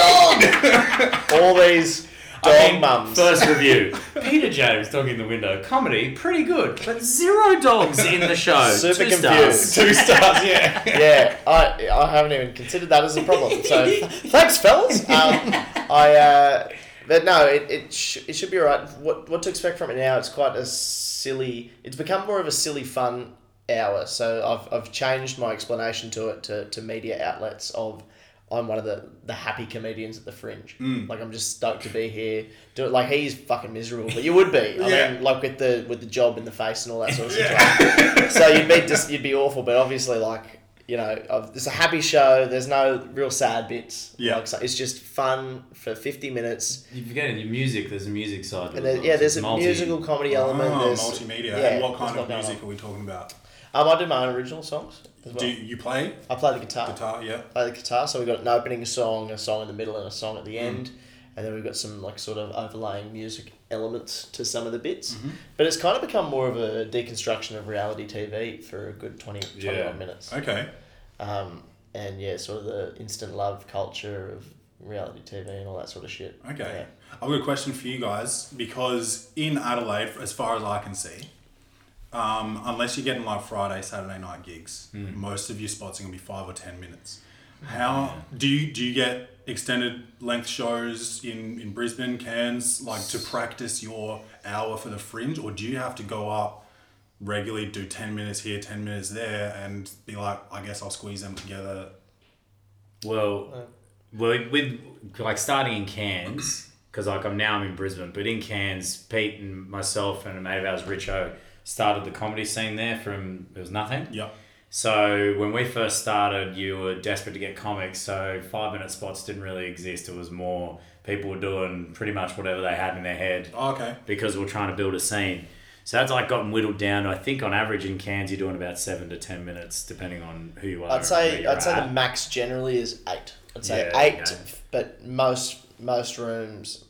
[SPEAKER 5] dog? All these dog mums.
[SPEAKER 4] First review. Peter James, dog in the window. Comedy, pretty good, but zero dogs in the show.
[SPEAKER 5] Super
[SPEAKER 4] Two
[SPEAKER 5] confused.
[SPEAKER 4] Stars.
[SPEAKER 2] Two stars, yeah.
[SPEAKER 5] yeah, I, I haven't even considered that as a problem. So th- thanks, fellas. Um, I uh, but no, it, it, sh- it should be alright. What what to expect from it now? It's quite a silly. It's become more of a silly fun hour. So I've, I've changed my explanation to it to, to media outlets of. I'm one of the, the happy comedians at the fringe.
[SPEAKER 2] Mm.
[SPEAKER 5] Like I'm just stoked to be here. Do it like he's fucking miserable, but you would be. I
[SPEAKER 2] Yeah.
[SPEAKER 5] mean, like with the with the job in the face and all that sort of situation. so you'd be just you'd be awful, but obviously like you know, of- it's a happy show. There's no real sad bits.
[SPEAKER 2] Yeah.
[SPEAKER 5] Like, so it's just fun for 50 minutes.
[SPEAKER 4] You forget in your music, there's a music side. to it.
[SPEAKER 5] And there, yeah, there's a
[SPEAKER 4] Multi-
[SPEAKER 5] musical comedy element.
[SPEAKER 2] Oh,
[SPEAKER 5] there's,
[SPEAKER 2] multimedia.
[SPEAKER 5] yeah,
[SPEAKER 2] and what
[SPEAKER 5] there's
[SPEAKER 2] kind
[SPEAKER 5] a
[SPEAKER 2] of
[SPEAKER 5] lot going
[SPEAKER 2] music are we talking about?
[SPEAKER 5] on. Um, I do my own original songs as well.
[SPEAKER 2] Do you, you play
[SPEAKER 5] I play the guitar.
[SPEAKER 2] guitar? Yeah.
[SPEAKER 5] Play the guitar. So we've got an opening song, a song in the middle, and a song at the
[SPEAKER 2] Hmm.
[SPEAKER 5] end. And then we've got some like sort of overlaying music elements to some of the bits.
[SPEAKER 2] Mm-hmm.
[SPEAKER 5] But it's kind of become more of a deconstruction of reality TV for a good 20, 21
[SPEAKER 4] Yeah.
[SPEAKER 5] minutes.
[SPEAKER 2] Okay.
[SPEAKER 5] Um, and yeah, sort of the instant love culture of reality TV and all that sort of shit.
[SPEAKER 2] Okay. I've got a question for you guys because in Adelaide, as far as I can see, um, unless you're getting like Friday, Saturday night gigs, most of your spots are gonna be five or ten minutes. How do you do you get extended length shows in, in Brisbane, Cairns, like to practice your hour for the fringe, or do you have to go up regularly, do ten minutes here, ten minutes there, and be like, I guess I'll squeeze them together?
[SPEAKER 5] Oh.
[SPEAKER 4] Well, well, with like starting in Cairns, because like I'm now I'm in Brisbane, but in Cairns, Pete and myself and a mate of ours, Richo, started the comedy scene there from it was nothing.
[SPEAKER 2] Yep.
[SPEAKER 4] So when we first started, you were desperate to get comics, so five minute spots didn't really exist. It was more people were doing pretty much whatever they had in their head
[SPEAKER 2] Oh, okay.
[SPEAKER 4] because we're trying to build a scene. So that's like gotten whittled down. to, I think on average in Cairns, you're doing about seven to ten minutes, depending on who you are. and
[SPEAKER 5] I'd
[SPEAKER 4] where
[SPEAKER 5] say
[SPEAKER 4] you're
[SPEAKER 5] I'd say
[SPEAKER 4] at.
[SPEAKER 5] the max generally is eight. I'd say
[SPEAKER 4] Yeah,
[SPEAKER 5] eight,
[SPEAKER 4] okay.
[SPEAKER 5] but most most rooms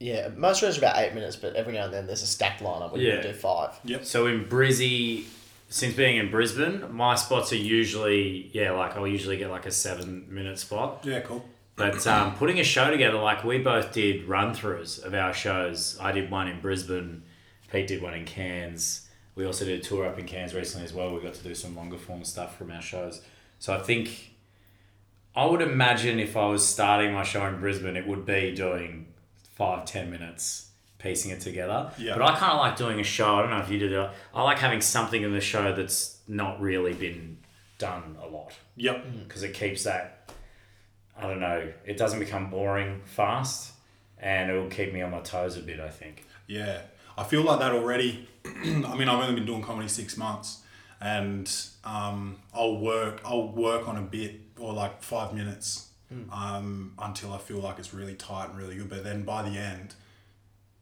[SPEAKER 5] Yeah, most rounds are about eight minutes, but every now and then there's a stacked lineup where
[SPEAKER 4] Yeah.
[SPEAKER 5] you can do five.
[SPEAKER 2] Yep.
[SPEAKER 4] So in Brizzy, since being in Brisbane, my spots are usually yeah, like I'll usually get like a seven minute spot.
[SPEAKER 2] Yeah, cool.
[SPEAKER 4] But um, putting a show together, like we both did run throughs of our shows. I did one in Brisbane, Pete did one in Cairns. We also did a tour up in Cairns recently as well. We got to do some longer form stuff from our shows. So I think I would imagine if I was starting my show in Brisbane, it would be doing five, ten minutes, piecing it together.
[SPEAKER 2] Yeah.
[SPEAKER 4] But I kind of like doing a show. I don't know if you do that. I like having something in the show that's not really been done a lot
[SPEAKER 2] Yep.
[SPEAKER 4] because it keeps that I don't know, it doesn't become boring fast and it'll keep me on my toes a bit, I think.
[SPEAKER 2] Yeah, I feel like that already. I mean, I've only been doing comedy six months, and um, I'll work. I'll work on a bit or like five minutes
[SPEAKER 4] Hmm.
[SPEAKER 2] um, until I feel like it's really tight and really good. But then by the end,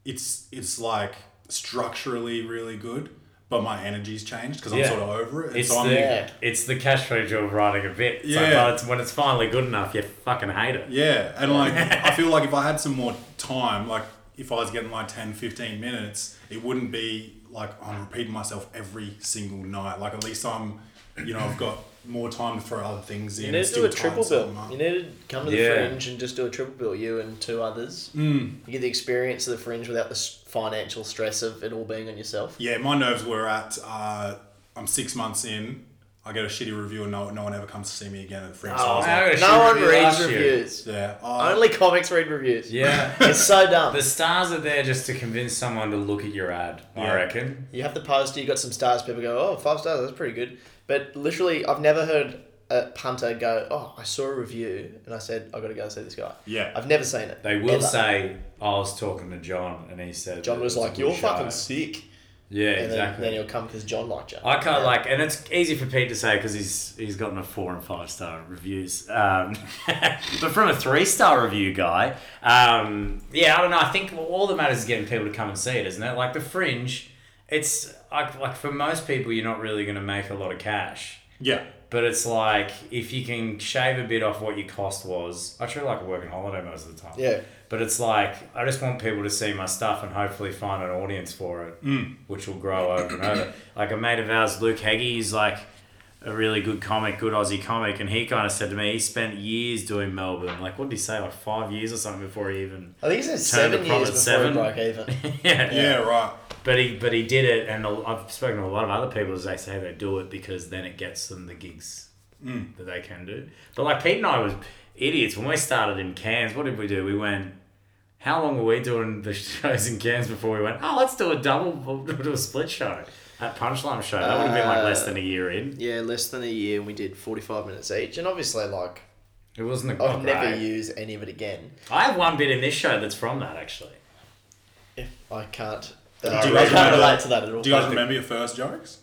[SPEAKER 2] it's it's like structurally really good, but my energy's changed because I'm
[SPEAKER 4] Yeah.
[SPEAKER 2] sort of over it. And
[SPEAKER 4] It's
[SPEAKER 2] so I'm,
[SPEAKER 4] the
[SPEAKER 5] Yeah.
[SPEAKER 4] it's the catchphrase of writing a bit. It's like,
[SPEAKER 2] Yeah.
[SPEAKER 4] oh, it's, when it's finally good enough, you fucking hate it.
[SPEAKER 2] Yeah, and like I feel like if I had some more time, like if I was getting like 10, 15 minutes, it wouldn't be like I'm repeating myself every single night. Like at least I'm, you know, I've got more time to throw other things in.
[SPEAKER 5] You need to do a triple bill. You
[SPEAKER 2] You
[SPEAKER 5] need to come to the
[SPEAKER 4] Yeah.
[SPEAKER 5] fringe and just do a triple bill, you and two others. Mm. You get the experience of the fringe without the s- financial stress of it all being on yourself.
[SPEAKER 2] yeah, my nerves were at. Uh, I'm six months in. I get a shitty review, and no, no one ever comes to see me again at the Fringe. so I was like,
[SPEAKER 5] No one reads reviews.
[SPEAKER 2] yeah, oh,
[SPEAKER 5] Oh, Only comics read reviews.
[SPEAKER 4] Yeah.
[SPEAKER 5] It's so dumb.
[SPEAKER 4] the stars are there just to convince someone to look at your ad, I
[SPEAKER 2] Yeah.
[SPEAKER 4] reckon.
[SPEAKER 5] You have the poster, you got some stars, people go, oh, five stars, that's pretty good. But literally, I've never heard a punter go, oh, I saw a review and I said, I've got to go see this guy.
[SPEAKER 2] Yeah.
[SPEAKER 5] I've never seen it.
[SPEAKER 4] They will
[SPEAKER 5] Ever.
[SPEAKER 4] say, I was talking to John and he said
[SPEAKER 5] John
[SPEAKER 4] that
[SPEAKER 5] was
[SPEAKER 4] it a
[SPEAKER 5] like,
[SPEAKER 4] good
[SPEAKER 5] you're
[SPEAKER 4] show."
[SPEAKER 5] fucking sick.
[SPEAKER 4] Yeah,
[SPEAKER 5] And then,
[SPEAKER 4] exactly.
[SPEAKER 5] then he'll come because John liked you.
[SPEAKER 4] I kind of like, and it's easy for Pete to say because he's he's gotten a four and five star reviews, um, but from a three star review guy, um, yeah, I don't know. I think all that matters is getting people to come and see it, isn't it? Like the Fringe, it's like like for most people, you're not really going to make a lot of cash,
[SPEAKER 2] yeah,
[SPEAKER 4] but it's like if you can shave a bit off what your cost was. I truly like working holiday most of the time.
[SPEAKER 5] Yeah.
[SPEAKER 4] But it's like I just want people to see my stuff and hopefully find an audience for it, which will grow over and over. Like a mate of ours, Luke Heggie, is like a really good comic, good Aussie comic, and he kind of said to me he spent years doing Melbourne. Like what did he say? Like five years or something before he even.
[SPEAKER 5] I think it's been
[SPEAKER 4] Turned the
[SPEAKER 5] seven years
[SPEAKER 4] profit
[SPEAKER 5] before
[SPEAKER 4] seven.
[SPEAKER 5] he broke even.
[SPEAKER 4] yeah.
[SPEAKER 2] yeah, right.
[SPEAKER 4] But he but he did it, and a- I've spoken to a lot of other people as they say they do it because then it gets them the gigs
[SPEAKER 5] Mm.
[SPEAKER 4] that they can do. But like Pete and I was idiots when we started in Cairns. What did we do? We went. How long were we doing the shows in Cairns before we went? Oh, let's do a double, we'll do a split show, that punchline show. That would have been like less than a year in.
[SPEAKER 5] yeah, less than a year and we did 45 minutes each. And obviously, like,
[SPEAKER 4] It wasn't. A,
[SPEAKER 5] I've Oh, never
[SPEAKER 4] Oh, great-
[SPEAKER 5] used any of it again.
[SPEAKER 4] I have one bit in this show that's from that actually.
[SPEAKER 5] I can't. uh,
[SPEAKER 2] Do you
[SPEAKER 5] I
[SPEAKER 2] guys
[SPEAKER 5] can't
[SPEAKER 2] remember-
[SPEAKER 5] relate to that at all.
[SPEAKER 2] Do you guys remember your first jokes?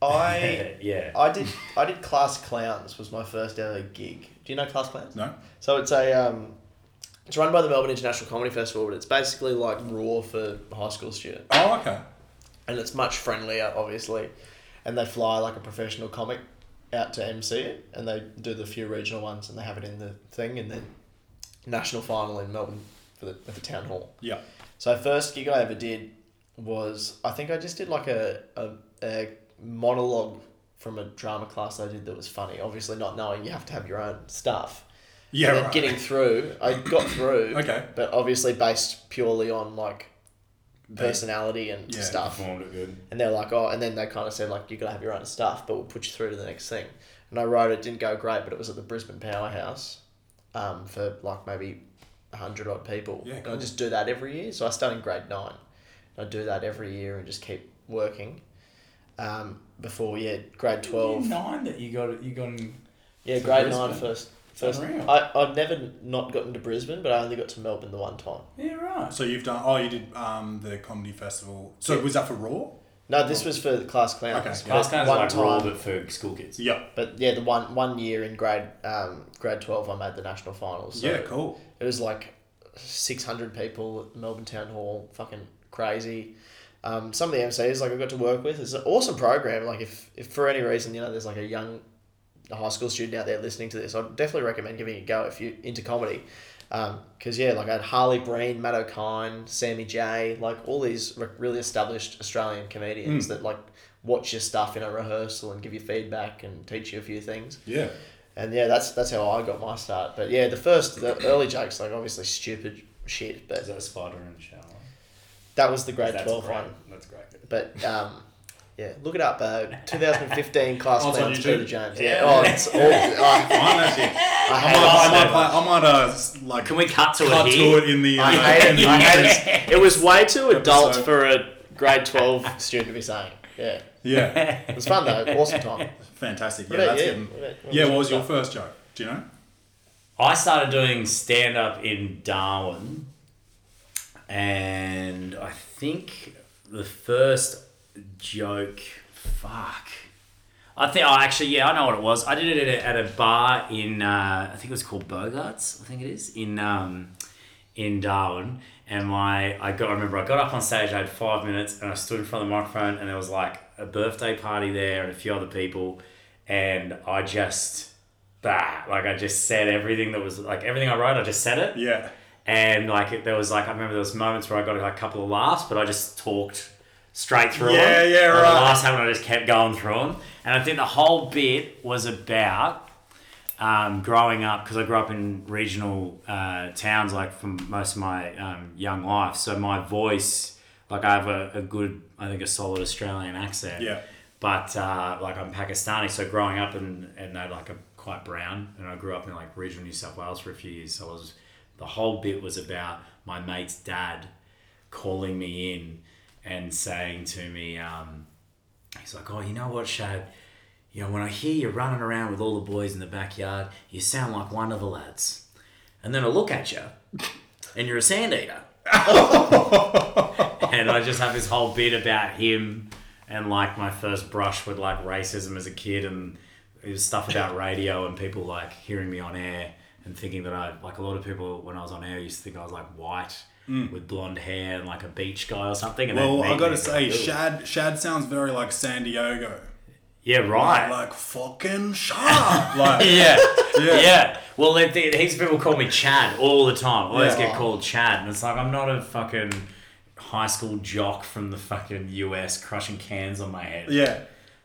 [SPEAKER 5] I
[SPEAKER 4] yeah.
[SPEAKER 5] I did I did Class Clowns was my first ever gig. Do you know Class Clowns?
[SPEAKER 2] No.
[SPEAKER 5] So it's a um, it's run by the Melbourne International Comedy Festival, but it's basically like Raw for high school students,
[SPEAKER 2] Oh, okay.
[SPEAKER 5] and it's much friendlier, obviously. And they fly like a professional comic out to MC it, and they do the few regional ones, and they have it in the thing, and then national final in Melbourne for the at the town hall.
[SPEAKER 2] Yeah.
[SPEAKER 5] So first gig I ever did was I think I just did like a, a, a monologue from a drama class I did that was funny. Obviously not knowing you have to have your own stuff.
[SPEAKER 2] Yeah.
[SPEAKER 5] And then
[SPEAKER 2] right.
[SPEAKER 5] getting through, I got through.
[SPEAKER 2] Okay.
[SPEAKER 5] But obviously based purely on like
[SPEAKER 2] They-
[SPEAKER 5] personality and
[SPEAKER 2] Yeah.
[SPEAKER 5] stuff.
[SPEAKER 4] Performed it good.
[SPEAKER 5] And they're like, oh, and then they kind of said like, you gotta have your own stuff, but we'll put you through to the next thing. And I wrote it. Didn't go great, but it was at the Brisbane Powerhouse, um, for like maybe hundred odd people.
[SPEAKER 2] Yeah,
[SPEAKER 5] and I
[SPEAKER 2] cool.
[SPEAKER 5] just do that every year. So I start in grade nine. And I do that every year and just keep working. Um, before yeah, grade twelve.
[SPEAKER 4] Nine that you got. You got. In,
[SPEAKER 5] Yeah,
[SPEAKER 4] to
[SPEAKER 5] grade
[SPEAKER 4] Brisbane.
[SPEAKER 5] nine first. First,
[SPEAKER 4] Unreal.
[SPEAKER 5] I I'd never not gotten to Brisbane, but I only got to Melbourne the one time.
[SPEAKER 4] yeah, right.
[SPEAKER 2] So you've done. Oh, you did um, the comedy festival. So was that for Raw?
[SPEAKER 5] No, this was for the class clowns.
[SPEAKER 2] Okay,
[SPEAKER 5] but
[SPEAKER 4] Last kind of
[SPEAKER 5] one
[SPEAKER 4] like
[SPEAKER 5] time-
[SPEAKER 4] raw, but for school kids.
[SPEAKER 2] Yeah.
[SPEAKER 5] But yeah, the one one year in grade um, grade twelve, I made the national finals. So
[SPEAKER 2] yeah. Cool.
[SPEAKER 5] It was like six hundred people at Melbourne Town Hall, fucking crazy. Um, some of the MCs like I got to work with. It's an awesome program. Like if, if for any reason you know there's like a young high school student out there listening to this, I'd definitely recommend giving it a go if you're into comedy. Because, yeah, like I had Harley Breen, Matt O'Kine, Sammy J, like all these re- really established Australian comedians that like watch your stuff in a rehearsal and give you feedback and teach you a few things.
[SPEAKER 2] Yeah.
[SPEAKER 5] And yeah, that's that's how I got my start. But yeah, the first, the early jokes, like obviously stupid shit,
[SPEAKER 4] Is
[SPEAKER 5] but
[SPEAKER 4] that a spider in the shower?
[SPEAKER 5] that was the grade
[SPEAKER 4] That's
[SPEAKER 5] 12
[SPEAKER 4] great.
[SPEAKER 5] one.
[SPEAKER 4] That's great.
[SPEAKER 5] But um, yeah, look it up. Uh, 2015 class
[SPEAKER 2] Oh, it's on
[SPEAKER 5] clowns
[SPEAKER 2] YouTube?
[SPEAKER 5] Peter James. Yeah.
[SPEAKER 4] Yeah.
[SPEAKER 5] Oh, it's all. I,
[SPEAKER 2] Mine actually.
[SPEAKER 5] I
[SPEAKER 2] I
[SPEAKER 5] hate
[SPEAKER 2] might, I
[SPEAKER 5] it.
[SPEAKER 2] might, play, I might uh, s- like
[SPEAKER 4] Can we cut to
[SPEAKER 2] cut
[SPEAKER 4] it
[SPEAKER 2] to
[SPEAKER 4] here?
[SPEAKER 2] it in the. Uh,
[SPEAKER 5] I
[SPEAKER 2] in
[SPEAKER 5] hate
[SPEAKER 2] the
[SPEAKER 5] it. I
[SPEAKER 2] minutes.
[SPEAKER 5] hate it. It was way too adult
[SPEAKER 2] Episode.
[SPEAKER 5] for a grade 12 student to be saying. Yeah.
[SPEAKER 2] Yeah,
[SPEAKER 5] It was fun though. Awesome time.
[SPEAKER 2] fantastic. Yeah,
[SPEAKER 5] What about
[SPEAKER 2] that's
[SPEAKER 5] you?
[SPEAKER 2] getting-
[SPEAKER 5] What about- what
[SPEAKER 2] Yeah,
[SPEAKER 5] was
[SPEAKER 2] what was
[SPEAKER 5] your
[SPEAKER 2] your first joke? Do you know?
[SPEAKER 4] I started doing stand up in Darwin, and I think the first joke, fuck. I think, oh, actually, yeah, I know what it was. I did it at a, at a bar in, uh, I think it was called Bogart's, I think it is, in um, in Darwin. And my, I got, I remember I got up on stage, I had five minutes, and I stood in front of the microphone, and there was like a birthday party there and a few other people, and I just, that, like I just said everything that was, like everything I wrote, I just said it.
[SPEAKER 2] Yeah.
[SPEAKER 4] And like it, there was like I remember there was moments where I got like, a couple of laughs, but I just talked straight through
[SPEAKER 2] Yeah,
[SPEAKER 4] them.
[SPEAKER 2] yeah,
[SPEAKER 4] And
[SPEAKER 2] right.
[SPEAKER 4] The last time I just kept going through them, and I think the whole bit was about um, growing up because I grew up in regional uh, towns like for most of my um, young life. So my voice, like I have a, a good, I think a solid Australian accent.
[SPEAKER 2] Yeah.
[SPEAKER 4] But uh, like I'm Pakistani, so growing up and and I like I'm quite brown, and I grew up in like regional New South Wales for a few years. So I was the whole bit was about my mate's dad calling me in and saying to me, um, he's like, oh, you know what, Shad? You know, when I hear you running around with all the boys in the backyard, you sound like one of the lads. And then I look at you, and you're a sand eater. and I just have this whole bit about him and like my first brush with like racism as a kid and it was stuff about radio and people like hearing me on air and thinking that I like a lot of people when I was on air used to think I was like white with blonde hair and like a beach guy or something. And
[SPEAKER 2] Mm. Well,
[SPEAKER 4] they'd
[SPEAKER 2] I
[SPEAKER 4] meet me
[SPEAKER 2] gotta
[SPEAKER 4] and
[SPEAKER 2] say,
[SPEAKER 4] go, "Ooh."
[SPEAKER 2] Shad Shad sounds very like San Diego.
[SPEAKER 4] yeah, right.
[SPEAKER 2] Like fucking sharp. Like
[SPEAKER 4] yeah.
[SPEAKER 2] Yeah.
[SPEAKER 4] yeah. Well, they, they, heaps of people call me Chad all the time. I always
[SPEAKER 5] Yeah.
[SPEAKER 4] get called Chad. And it's like, I'm not a fucking high school jock from the fucking US crushing cans on my head.
[SPEAKER 2] yeah.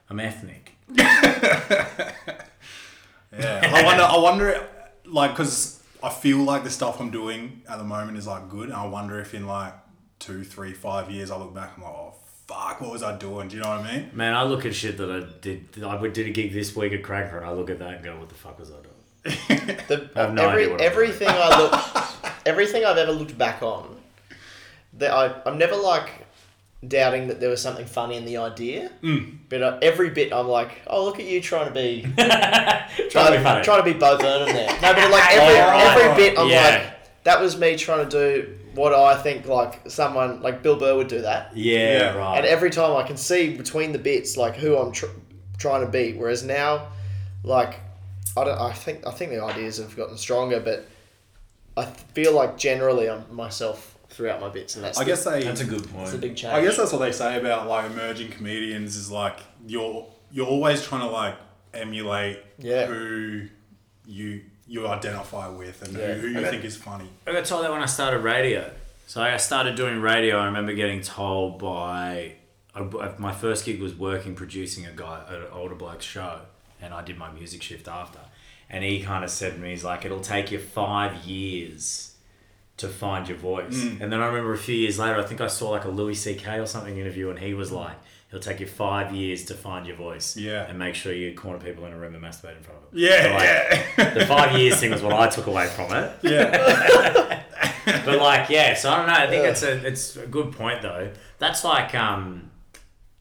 [SPEAKER 4] I'm ethnic.
[SPEAKER 2] Yeah. I wonder. I wonder. Like, cause I feel like the stuff I'm doing at the moment is like good. And I wonder if in like two, three, five years, I look back, I'm like, oh fuck, what was I doing? Do you know what I mean?
[SPEAKER 4] Man, I look at shit that I did. I would- did a gig this week at Cracker and I look at that and go, what the fuck was I doing?
[SPEAKER 5] The,
[SPEAKER 4] I have no
[SPEAKER 5] every,
[SPEAKER 4] idea what I'm
[SPEAKER 5] everything I look, everything I've ever looked back on, that I I'm never like doubting that there was something funny in the idea.
[SPEAKER 4] Mm.
[SPEAKER 5] But uh, every bit I'm like, oh look at you trying to be
[SPEAKER 4] Trying to be funny.
[SPEAKER 5] trying to be Bo Burnham there. No, but like every,
[SPEAKER 4] Oh, right.
[SPEAKER 5] every bit I'm
[SPEAKER 4] Yeah.
[SPEAKER 5] like, that was me trying to do what I think like someone like Bill Burr would do that.
[SPEAKER 4] yeah,
[SPEAKER 2] Yeah.
[SPEAKER 4] right.
[SPEAKER 5] And every time I can see between the bits like who I'm tr- trying to be. Whereas now, like I don't, I think I think the ideas have gotten stronger, but I th- feel like generally I'm myself throughout my bits, and that's
[SPEAKER 2] I guess they.
[SPEAKER 4] That's a good point.
[SPEAKER 5] that's a big change.
[SPEAKER 2] I guess that's what they say about like emerging comedians is like you're you're always trying to like emulate
[SPEAKER 5] Yeah.
[SPEAKER 2] who you you identify with and
[SPEAKER 5] Yeah.
[SPEAKER 2] who, who you
[SPEAKER 4] Okay.
[SPEAKER 2] think is funny.
[SPEAKER 4] I got told that when I started radio. So I started doing radio. I remember getting told by I, I- my first gig was working producing a guy, an older bloke's show, and I did my music shift after. And he kind of said to me, he's like, "It'll take you five years to find your voice."
[SPEAKER 2] Mm.
[SPEAKER 4] And then I remember a few years later, I think I saw like a Louis C.K. or something interview, and he was like, "It'll take you five years to find your voice,
[SPEAKER 2] Yeah.
[SPEAKER 4] and make sure you corner people in a room and masturbate in front of them." So, like,
[SPEAKER 2] Yeah, yeah,
[SPEAKER 4] the five years thing was what I took away from it.
[SPEAKER 2] yeah.
[SPEAKER 4] But like, yeah, so I don't know. I think it's a it's a good point though. That's like um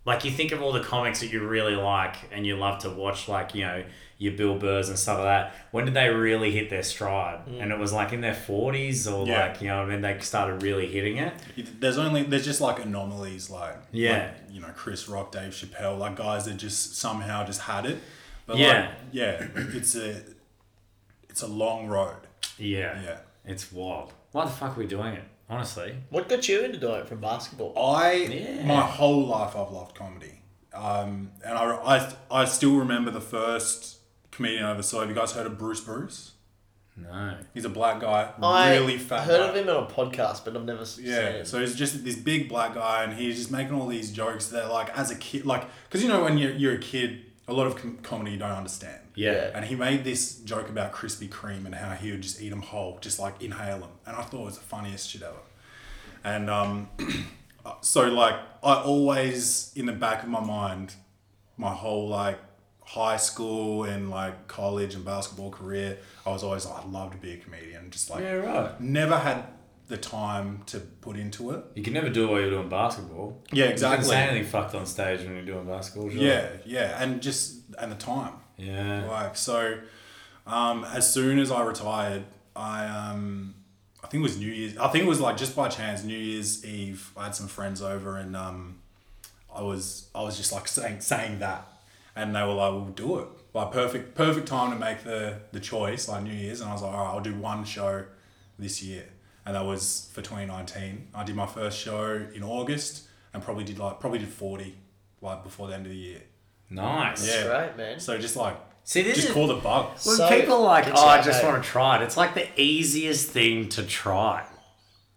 [SPEAKER 4] like you think of all the comics that you really like and you love to watch, like, you know, your Bill Burrs and stuff like that. When did they really hit their stride? And it was like in their forties or
[SPEAKER 2] Mm. Yeah.
[SPEAKER 4] like, you know, when they started really hitting it.
[SPEAKER 2] There's only there's just like anomalies like
[SPEAKER 4] Yeah.
[SPEAKER 2] like, you know Chris Rock, Dave Chappelle, like guys that just somehow just had it. But like,
[SPEAKER 4] Yeah.
[SPEAKER 2] yeah, it's a it's a long road.
[SPEAKER 4] Yeah.
[SPEAKER 2] Yeah.
[SPEAKER 4] It's wild. Why the fuck are we doing it? Honestly.
[SPEAKER 5] what got you into doing it from basketball?
[SPEAKER 2] I
[SPEAKER 4] Yeah.
[SPEAKER 2] my whole life I've loved comedy, um, and I, I I still remember the first comedian I ever saw. Have you guys heard of Bruce Bruce?
[SPEAKER 4] No.
[SPEAKER 2] He's a black guy,
[SPEAKER 5] I
[SPEAKER 2] really fat.
[SPEAKER 5] heard
[SPEAKER 2] guy.
[SPEAKER 5] of him on a podcast, but I've never s- seen
[SPEAKER 2] Yeah,
[SPEAKER 5] him.
[SPEAKER 2] so he's just this big black guy, and he's just making all these jokes that, like, as a kid, like, because you know, when you're, you're a kid, a lot of com- comedy you don't understand.
[SPEAKER 4] Yeah.
[SPEAKER 2] And he made this joke about Krispy Kreme and how he would just eat them whole, just like inhale them. And I thought it was the funniest shit ever. And um, so, like, I always, in the back of my mind, my whole, like, high school and, like, college and basketball career, I was always like, I'd love to be a comedian. Just like,
[SPEAKER 4] Yeah, right.
[SPEAKER 2] never had the time to put into it.
[SPEAKER 4] You can never do what you're doing basketball.
[SPEAKER 2] Yeah,
[SPEAKER 4] You
[SPEAKER 2] exactly.
[SPEAKER 4] can say anything fucked on stage when you're doing basketball. Sure.
[SPEAKER 2] Yeah, yeah, and just and the time.
[SPEAKER 4] Yeah.
[SPEAKER 2] Like so, um, as soon as I retired, I um, I think it was New Year's. I think it was like just by chance New Year's Eve. I had some friends over, and um, I was I was just like saying saying that, and they were like, "We'll do it." Like perfect perfect time to make the the choice, like New Year's, and I was like, "All right, I'll do one show this year," and that was for 2019. I did my first show in August, and probably did like probably did 40 like before the end of the year.
[SPEAKER 4] Nice.
[SPEAKER 2] Yeah.
[SPEAKER 5] Great, man.
[SPEAKER 2] So just like
[SPEAKER 4] See, this
[SPEAKER 2] just
[SPEAKER 4] is
[SPEAKER 2] call the bug.
[SPEAKER 4] when
[SPEAKER 5] So-
[SPEAKER 4] people are like,
[SPEAKER 5] It's
[SPEAKER 4] oh, I
[SPEAKER 5] like,
[SPEAKER 4] just
[SPEAKER 5] hey."
[SPEAKER 4] want to try it. It's like the easiest thing to try.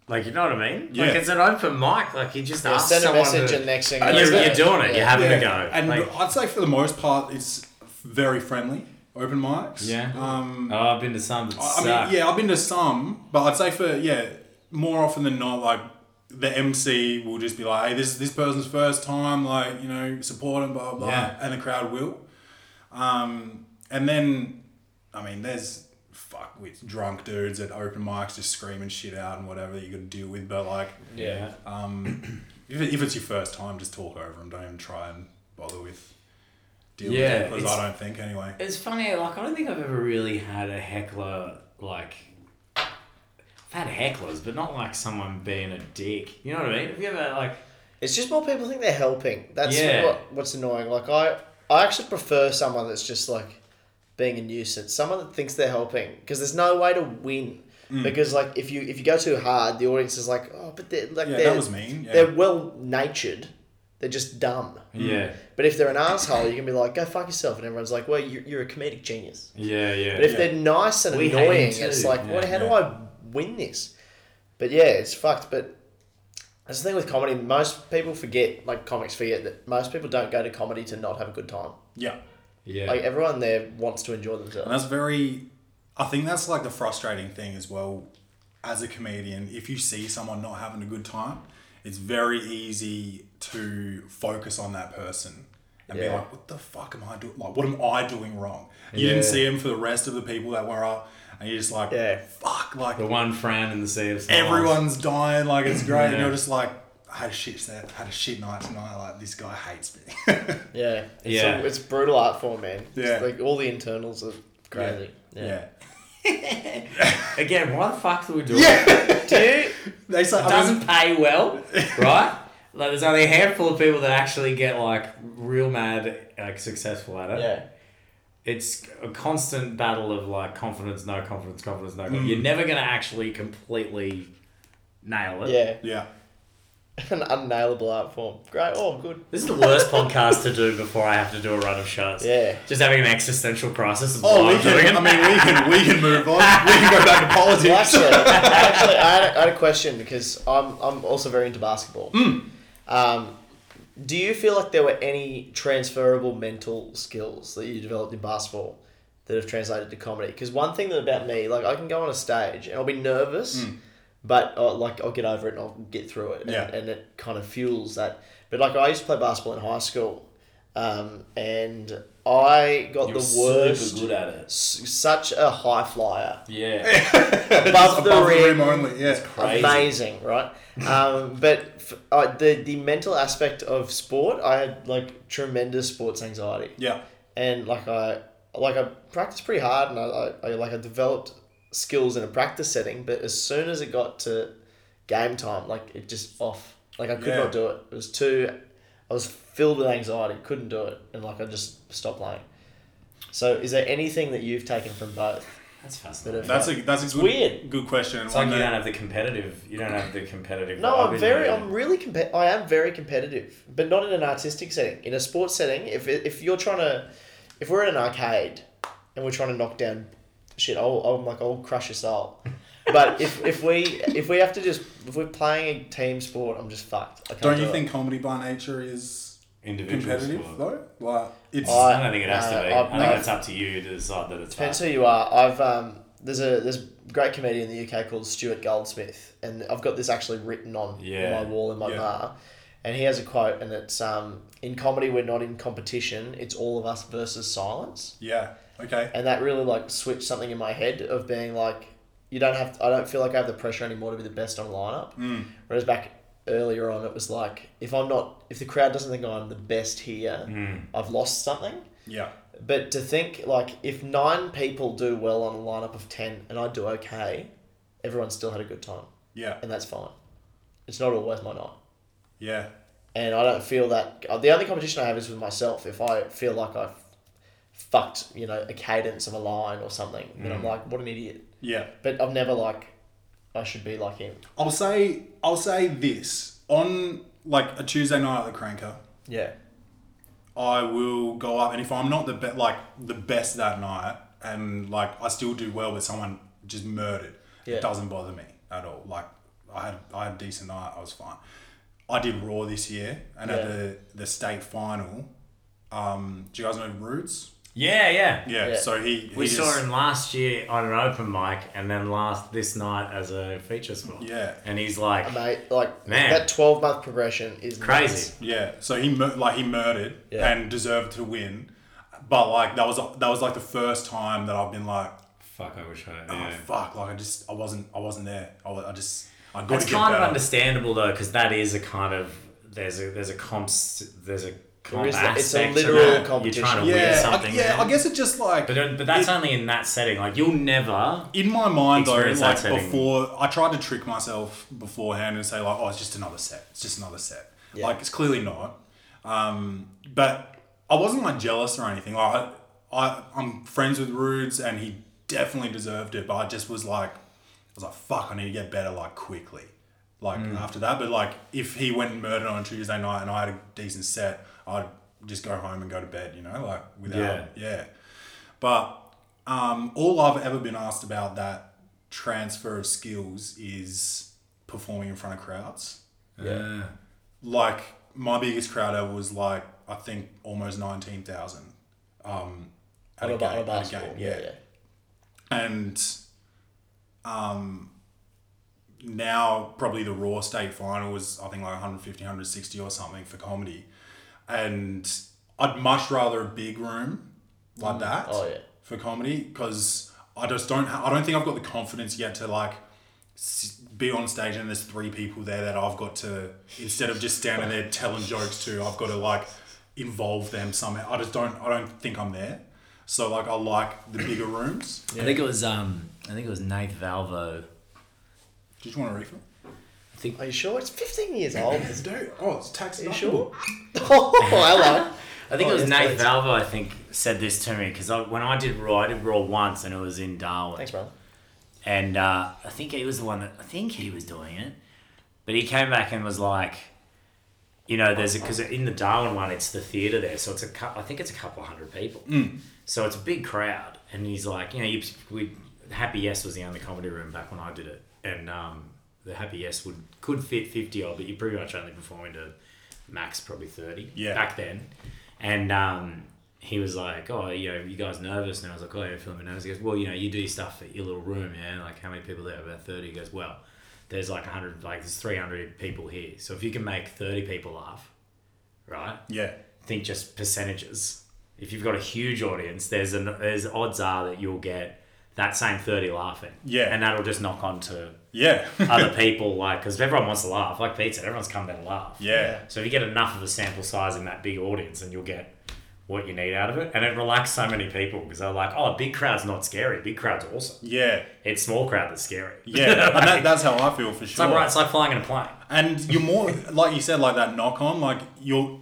[SPEAKER 4] Like you know what I mean?
[SPEAKER 2] Yeah.
[SPEAKER 4] Like it's an open mic. Like you just ask
[SPEAKER 5] send a
[SPEAKER 4] someone
[SPEAKER 5] message
[SPEAKER 4] to-
[SPEAKER 5] and next thing
[SPEAKER 4] and
[SPEAKER 5] you
[SPEAKER 4] you're,
[SPEAKER 5] know,
[SPEAKER 4] you're doing it. You're having a go.
[SPEAKER 2] And
[SPEAKER 4] Like-
[SPEAKER 2] I'd say for the most part, it's very friendly open mics.
[SPEAKER 4] Yeah.
[SPEAKER 2] Um,
[SPEAKER 4] oh, I've been to some that
[SPEAKER 2] I
[SPEAKER 4] suck.
[SPEAKER 2] mean, yeah, I've been to some, but I'd say for yeah, more often than not, like the MC will just be like, "Hey, this is this person's first time. Like, you know, support them, blah blah."
[SPEAKER 4] Yeah.
[SPEAKER 2] blah And the crowd will. Um, and then, I mean, there's fuck with drunk dudes at open mics just screaming shit out and whatever that you got to deal with, but like.
[SPEAKER 4] Yeah.
[SPEAKER 2] If, it- if it's your first time, just talk over them. Don't even try and bother with dealing
[SPEAKER 4] Yeah,
[SPEAKER 2] with it because
[SPEAKER 4] it's-
[SPEAKER 2] I don't think anyway.
[SPEAKER 4] It's funny, like, I don't think I've ever really had a heckler, like, I've had hecklers, but not like someone being a dick. You know what I mean? Have you ever, like,
[SPEAKER 5] It's just more people think they're helping. That's
[SPEAKER 4] Yeah.
[SPEAKER 5] what, what's annoying. Like I, I actually prefer someone that's just like being a nuisance. Someone that thinks they're helping because there's no way to win.
[SPEAKER 4] Mm.
[SPEAKER 5] Because like if you if you go too hard, the audience is like, oh, but they're like
[SPEAKER 2] Yeah,
[SPEAKER 5] they're,
[SPEAKER 2] that was mean. Yeah.
[SPEAKER 5] They're well natured. They're just dumb.
[SPEAKER 4] yeah,
[SPEAKER 5] But if they're an asshole, you can be like, go fuck yourself, and everyone's like, well, you're, you're a comedic genius.
[SPEAKER 4] yeah, yeah.
[SPEAKER 5] But if
[SPEAKER 2] Yeah.
[SPEAKER 5] they're nice and
[SPEAKER 4] We hate
[SPEAKER 5] annoying,
[SPEAKER 4] them
[SPEAKER 5] it's
[SPEAKER 4] too.
[SPEAKER 5] like,
[SPEAKER 4] Yeah,
[SPEAKER 5] what? How do
[SPEAKER 2] yeah.
[SPEAKER 5] I win this? But yeah, it's fucked. But that's the thing with comedy. Most people forget, like comics forget that most people don't go to comedy to not have a good time.
[SPEAKER 2] yeah,
[SPEAKER 4] yeah.
[SPEAKER 5] Like everyone there wants to enjoy
[SPEAKER 2] and
[SPEAKER 5] themselves.
[SPEAKER 2] that's very. I think that's like the frustrating thing as well. As a comedian, if you see someone not having a good time, it's very easy to focus on that person and be
[SPEAKER 5] Yeah.
[SPEAKER 2] like, "What the fuck am I doing? Like, what am I doing wrong?" You didn't
[SPEAKER 4] Yeah.
[SPEAKER 2] see him for the rest of the people that were up, and you're just like,
[SPEAKER 5] Yeah.
[SPEAKER 2] "Fuck!" Like,
[SPEAKER 4] the one friend in the sea of stars.
[SPEAKER 2] everyone's dying, like it's great, and
[SPEAKER 4] Oh. Yeah.
[SPEAKER 2] you're just like, I had a shit set, had a shit night tonight, like this guy hates me.
[SPEAKER 5] Yeah, it's
[SPEAKER 4] Yeah.
[SPEAKER 5] a- it's a brutal art form, man. It's
[SPEAKER 2] Yeah.
[SPEAKER 5] like all the internals are crazy. Yeah.
[SPEAKER 2] yeah.
[SPEAKER 4] Again, why the fuck do we do it? Dude,
[SPEAKER 2] They say,
[SPEAKER 4] it doesn't pay well, right? Like, there's only a handful of people that actually get, like, real mad, like, successful at it.
[SPEAKER 5] Yeah.
[SPEAKER 4] it's a constant battle of like confidence, no confidence, confidence, no confidence. You're never gonna actually completely nail it.
[SPEAKER 5] Yeah.
[SPEAKER 2] yeah.
[SPEAKER 5] An unnailable art form. Great. Oh, good.
[SPEAKER 4] This is the worst podcast to do before I have to do a run of shows.
[SPEAKER 5] Yeah.
[SPEAKER 4] Just having an existential crisis. Is
[SPEAKER 2] Oh,
[SPEAKER 4] why
[SPEAKER 2] we
[SPEAKER 4] I'm doing
[SPEAKER 2] can.
[SPEAKER 4] it.
[SPEAKER 2] I mean, we can. We can move on. We can go back to
[SPEAKER 5] Well,
[SPEAKER 2] politics.
[SPEAKER 5] actually, actually I, had a, I had a question because I'm, I'm also very into basketball.
[SPEAKER 4] Hmm.
[SPEAKER 5] Um, do you feel like there were any transferable mental skills that you developed in basketball that have translated to comedy? Because one thing that about me, like I can go on a stage and I'll be nervous,
[SPEAKER 4] Hmm.
[SPEAKER 5] but i like I'll get over it and I'll get through it, and,
[SPEAKER 2] Yeah.
[SPEAKER 5] and it kind of fuels that. But like I used to play basketball in high school, um, and I got
[SPEAKER 4] You're
[SPEAKER 5] the
[SPEAKER 4] super
[SPEAKER 5] worst.
[SPEAKER 4] good at it.
[SPEAKER 5] s- Such a high flyer
[SPEAKER 4] Yeah.
[SPEAKER 5] above the
[SPEAKER 2] Above the rim
[SPEAKER 5] rim,
[SPEAKER 2] only. Yeah.
[SPEAKER 4] Crazy.
[SPEAKER 5] amazing, right? Um, but f- uh, the the mental aspect of sport, I had like tremendous sports anxiety,
[SPEAKER 2] Yeah.
[SPEAKER 5] and like I like I practiced pretty hard, and I, I, I like I developed skills in a practice setting, but as soon as it got to game time, like it just off, like I could
[SPEAKER 2] Yeah.
[SPEAKER 5] not do it. It was too, I was filled with anxiety, couldn't do it, and like I just stopped playing. So, is there anything that you've taken from both?
[SPEAKER 4] That's
[SPEAKER 5] Bit
[SPEAKER 4] fascinating.
[SPEAKER 5] of-
[SPEAKER 2] That's a that's a good,
[SPEAKER 5] weird.
[SPEAKER 2] good question.
[SPEAKER 4] it's like you
[SPEAKER 2] One
[SPEAKER 4] don't
[SPEAKER 2] that-
[SPEAKER 4] have the competitive. You don't have the competitive.
[SPEAKER 5] No,
[SPEAKER 4] vibe
[SPEAKER 5] I'm
[SPEAKER 4] in
[SPEAKER 5] very,
[SPEAKER 4] you.
[SPEAKER 5] I'm really compet. I am very competitive, but not in an artistic setting. In a sports setting, if if you're trying to, if we're in an arcade, and we're trying to knock down shit, I'll, I'll, like, I'll crush your soul. But if, if we if we have to just if we're playing a team sport, I'm just fucked. I can't
[SPEAKER 2] Don't
[SPEAKER 5] do
[SPEAKER 2] you
[SPEAKER 5] it.
[SPEAKER 2] think comedy by nature is
[SPEAKER 4] Individual
[SPEAKER 2] competitive
[SPEAKER 4] sport.
[SPEAKER 2] though? Like it's
[SPEAKER 5] I-
[SPEAKER 4] I don't think it has
[SPEAKER 5] Uh,
[SPEAKER 4] to be.
[SPEAKER 5] I've-
[SPEAKER 4] I think
[SPEAKER 5] I've-
[SPEAKER 4] it's up to you to decide that it's
[SPEAKER 5] Depends
[SPEAKER 4] hard.
[SPEAKER 5] who you are. I've um, there's a there's a great comedian in the UK called Stuart Goldsmith, and I've got this actually written on
[SPEAKER 4] Yeah.
[SPEAKER 5] my wall in my
[SPEAKER 2] Yeah.
[SPEAKER 5] bar, and he has a quote, and it's um, in comedy we're not in competition, it's all of us versus silence,
[SPEAKER 2] yeah. Okay.
[SPEAKER 5] and that really like switched something in my head of being like, you don't have, I don't feel like I have the pressure anymore to be the best on lineup, whereas back earlier on it was like if I'm not, if the crowd doesn't think I'm the best here, I've lost something.
[SPEAKER 2] Yeah.
[SPEAKER 5] But to think, like, if nine people do well on a lineup of 10 and I do okay, everyone still had a good time.
[SPEAKER 2] Yeah.
[SPEAKER 5] And that's fine. It's not always my night.
[SPEAKER 2] Yeah.
[SPEAKER 5] And I don't feel that. uh, The only competition I have is with myself. If I feel like I've fucked, you know, a cadence of a line or something, then I'm like, what an idiot.
[SPEAKER 2] Yeah.
[SPEAKER 5] But I've never, like, I should be like him.
[SPEAKER 2] I'll say I'll say this on like a Tuesday night at the Cranker.
[SPEAKER 5] Yeah.
[SPEAKER 2] I will go up, and if I'm not the be- like the best that night, and like I still do well, but someone just murdered,
[SPEAKER 5] Yeah.
[SPEAKER 2] it doesn't bother me at all. Like I had I had a decent night, I was fine. I did Raw this year, and
[SPEAKER 5] Yeah.
[SPEAKER 2] at the the state final, um, do you guys know Roots?
[SPEAKER 4] Yeah, yeah.
[SPEAKER 2] Yeah,
[SPEAKER 5] Yeah.
[SPEAKER 2] so he, he
[SPEAKER 4] We
[SPEAKER 2] just-
[SPEAKER 4] saw him last year on an open mic, and then last this night as a feature spot.
[SPEAKER 2] Yeah.
[SPEAKER 4] and he's like,
[SPEAKER 5] Mate, like,
[SPEAKER 4] Man.
[SPEAKER 5] that 12 month progression is
[SPEAKER 4] crazy.
[SPEAKER 2] Yeah, so he mur- like he murdered
[SPEAKER 5] Yeah.
[SPEAKER 2] and deserved to win, but like that was that was like the first time that I've been like,
[SPEAKER 4] Fuck, I wish I.
[SPEAKER 2] oh
[SPEAKER 4] Yeah.
[SPEAKER 2] fuck, like I just I wasn't I wasn't there. I, wa- I just I got
[SPEAKER 4] It's
[SPEAKER 2] to get
[SPEAKER 4] kind of
[SPEAKER 2] better.
[SPEAKER 4] understandable though, because that is a kind of there's a there's a comps there's a comp
[SPEAKER 5] is that- it's a
[SPEAKER 4] aspect to
[SPEAKER 5] literal
[SPEAKER 4] that.
[SPEAKER 5] competition.
[SPEAKER 4] You're trying to win
[SPEAKER 2] Yeah, I,
[SPEAKER 4] something.
[SPEAKER 2] yeah.
[SPEAKER 4] man.
[SPEAKER 2] I guess it just like
[SPEAKER 4] But, don't- but that's
[SPEAKER 2] it-
[SPEAKER 4] only in that setting. Like you'll never.
[SPEAKER 2] in my mind though.
[SPEAKER 4] Experience that
[SPEAKER 2] Like
[SPEAKER 4] setting.
[SPEAKER 2] before, I tried to trick myself beforehand and say like, oh, it's just another set. It's just another set. Like it's clearly not. Um, but I wasn't like jealous or anything. Like I, I, I'm friends with Rudes and he definitely deserved it. But I just was like, I was like, fuck, I need to get better like quickly. Like after that, but like if he went and murdered on a Tuesday night and I had a decent set, I'd just go home and go to bed. You know, like without yeah. But um, all I've ever been asked about that transfer of skills is performing in front of crowds.
[SPEAKER 4] Yeah.
[SPEAKER 2] Like my biggest crowd ever was like I think almost nineteen thousand. Um, at
[SPEAKER 5] On a,
[SPEAKER 2] a,
[SPEAKER 5] ba-
[SPEAKER 2] game,
[SPEAKER 5] on a
[SPEAKER 2] at a
[SPEAKER 5] basketball.
[SPEAKER 2] game,
[SPEAKER 5] yeah,
[SPEAKER 2] yeah.
[SPEAKER 5] yeah.
[SPEAKER 2] And um, now probably the Raw state final was I think like 150, 160 or something for comedy, and I'd much rather a big room like that
[SPEAKER 5] Oh, yeah.
[SPEAKER 2] for comedy because I just don't ha- I don't think I've got the confidence yet to like s- be on stage and there's three people there that I've got to instead of just standing there telling jokes to I've got to like involve them somehow I just don't I don't think I'm there so like I like the bigger rooms
[SPEAKER 4] I think it was um I think it was Nate Valvo.
[SPEAKER 2] did you want a refill
[SPEAKER 4] I think
[SPEAKER 5] Are you sure? It's 15 years old.
[SPEAKER 2] dude oh it's tax
[SPEAKER 5] you sure? oh, hello.
[SPEAKER 4] I think
[SPEAKER 5] Oh,
[SPEAKER 4] it was
[SPEAKER 5] yes,
[SPEAKER 4] Nate
[SPEAKER 5] please.
[SPEAKER 4] Valvo. I think said this to me because I, when I did Raw, I did Raw once, and it was in Darwin.
[SPEAKER 5] Thanks, brother.
[SPEAKER 4] and uh, I think he was the one that I think he was doing it, but he came back and was like, you know, there's because in the Darwin one, it's the theater there, so it's a cou- I think it's a couple hundred people,
[SPEAKER 5] Mm.
[SPEAKER 4] so it's a big crowd, and he's like, you know, you, we Happy Yes was the only comedy room back when I did it, and um, the Happy Yes would could fit fifty odd, but you pretty much only performing to max probably thirty
[SPEAKER 2] Yeah.
[SPEAKER 4] back then, and um, he was like, "Oh, you know, you guys nervous?" And I was like, "Oh, yeah, feeling a bit nervous." He goes, "Well, you know, you do your stuff at your little room, yeah. Like, how many people there? About 30. He goes, "Well, there's like hundred, like there's three hundred people here. So if you can make thirty people laugh, right?
[SPEAKER 2] yeah
[SPEAKER 4] Think just percentages. If you've got a huge audience, there's an there's odds are that you'll get that same thirty laughing.
[SPEAKER 2] Yeah.
[SPEAKER 4] and that'll just knock on to
[SPEAKER 2] yeah
[SPEAKER 4] other people, like because everyone wants to laugh. Like Pete said, everyone's come there to laugh.
[SPEAKER 2] yeah
[SPEAKER 4] So if you get enough of a sample size in that big audience, and you'll get what you need out of it, and it relaxed so many people because they're like, "Oh, big crowd's not scary. Big crowd's awesome.
[SPEAKER 2] yeah
[SPEAKER 4] It's small crowd that's scary."
[SPEAKER 2] yeah and that, that's how I feel for sure
[SPEAKER 4] it's like right. It's like flying in a plane.
[SPEAKER 2] And you're more like you said, like that knock on, like you're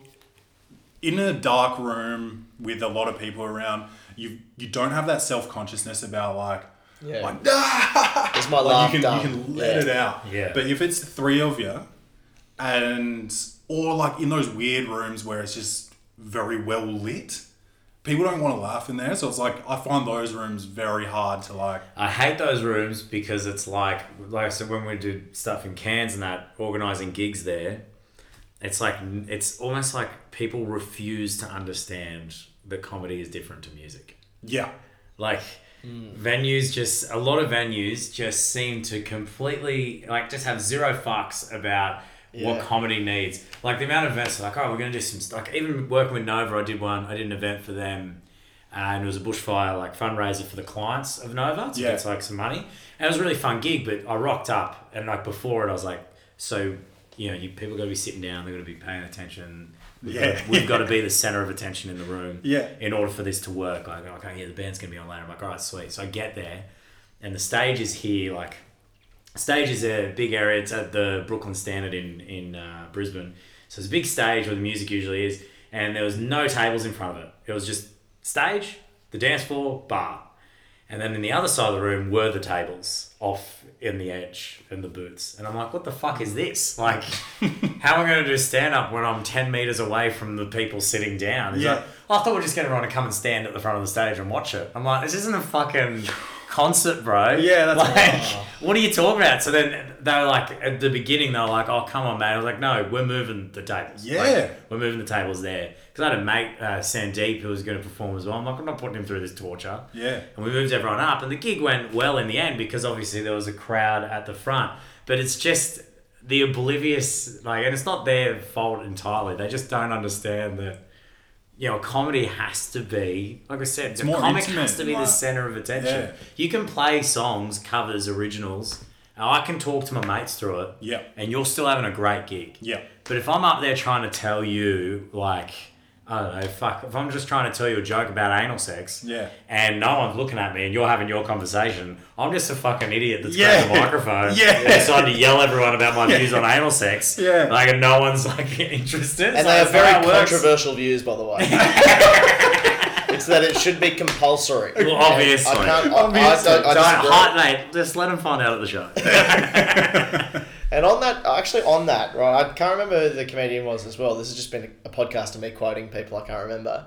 [SPEAKER 2] in a dark room with a lot of people around. You you don't have that self consciousness about like
[SPEAKER 5] Yeah.
[SPEAKER 2] like ah!
[SPEAKER 5] It's my
[SPEAKER 2] like
[SPEAKER 5] laugh
[SPEAKER 2] you can
[SPEAKER 5] done.
[SPEAKER 2] you can let
[SPEAKER 5] Yeah.
[SPEAKER 2] it out.
[SPEAKER 4] Yeah.
[SPEAKER 2] But if it's three of you, and or like in those weird rooms where it's just very well lit, people don't want to laugh in there, so it's like I find those rooms very hard to like.
[SPEAKER 4] I hate those rooms because it's like, like I said, when we do stuff in Cairns and that, organizing gigs there, it's like, it's almost like people refuse to understand that comedy is different to music.
[SPEAKER 2] Yeah,
[SPEAKER 4] Like venues just a lot of venues just seem to completely like just have zero fucks about
[SPEAKER 5] Yeah.
[SPEAKER 4] what comedy needs. Like the amount of events like, oh we're gonna do some stuff like even working with Nova I did one, I did an event for them uh, and it was a bushfire like fundraiser for the clients of Nova to
[SPEAKER 2] Yeah.
[SPEAKER 4] get like some money. And it was a really fun gig, but I rocked up and like before it I was like, so you know, you people gotta be sitting down, they're gonna be paying attention. We've
[SPEAKER 2] Yeah.
[SPEAKER 4] gotta- we've got to be the center of attention in the room
[SPEAKER 2] Yeah.
[SPEAKER 4] in order for this to work. Like, okay, yeah, the band's gonna be on later. I'm like, all right, sweet. So I get there, and the stage is here. Like, stage is a big area. It's at the Brooklyn Standard in in uh, Brisbane. So it's a big stage where the music usually is, and there was no tables in front of it. It was just stage, the dance floor, bar, and then in the other side of the room were the tables off in the edge and the booths. And I'm like, what the fuck is this? Like, how am I going to do stand up when I'm 10 meters away from the people sitting down? He's
[SPEAKER 2] Yeah.
[SPEAKER 4] like, "Oh, I thought we are just getting everyone to come and stand at the front of the stage and watch it. I'm like, this isn't a fucking concert, bro.
[SPEAKER 2] Yeah, that's-
[SPEAKER 4] like, what are you talking about? So then they're like, at the beginning, they're like, oh, come on, man. I was like, no, we're moving the tables. Like,
[SPEAKER 2] Yeah.
[SPEAKER 4] we're moving the tables there. Because I had a mate, uh, Sandeep, who was going to perform as well. I'm like, I'm not putting him through this torture.
[SPEAKER 2] Yeah.
[SPEAKER 4] And we moved everyone up, and the gig went well in the end because obviously there was a crowd at the front. But it's just the oblivious, like, and it's not their fault entirely. They just don't understand that, you know, comedy has to be, like I said, the
[SPEAKER 2] more
[SPEAKER 4] comic
[SPEAKER 2] intimate,
[SPEAKER 4] has to be the
[SPEAKER 2] like-
[SPEAKER 4] center of attention.
[SPEAKER 2] Yeah.
[SPEAKER 4] You can play songs, covers, originals. and I can talk to my mates through it.
[SPEAKER 2] Yeah.
[SPEAKER 4] And you're still having a great gig.
[SPEAKER 2] yeah,
[SPEAKER 4] But if I'm up there trying to tell you, like, I don't know, fuck, if I'm just trying to tell you a joke about anal sex,
[SPEAKER 2] Yeah.
[SPEAKER 4] and no one's looking at me and you're having your conversation, I'm just a fucking idiot that's
[SPEAKER 2] Yeah.
[SPEAKER 4] grabbed a microphone
[SPEAKER 2] Yeah.
[SPEAKER 4] and decided to yell everyone about my views on anal sex.
[SPEAKER 2] Yeah.
[SPEAKER 4] Like, and no one's, like, interested.
[SPEAKER 5] And
[SPEAKER 4] So
[SPEAKER 5] they have
[SPEAKER 4] that's how
[SPEAKER 5] very
[SPEAKER 4] it works.
[SPEAKER 5] controversial views, by the way. it's that it should be compulsory.
[SPEAKER 4] Well, obviously.
[SPEAKER 5] I can't. I-
[SPEAKER 2] Obviously.
[SPEAKER 5] I, don't, I
[SPEAKER 4] Don't
[SPEAKER 5] disagree.
[SPEAKER 4] hide, mate. Just let them find out at the show.
[SPEAKER 5] And on that, actually, on that, right? I can't remember who the comedian was as well. This has just been a podcast of me quoting people. I can't remember.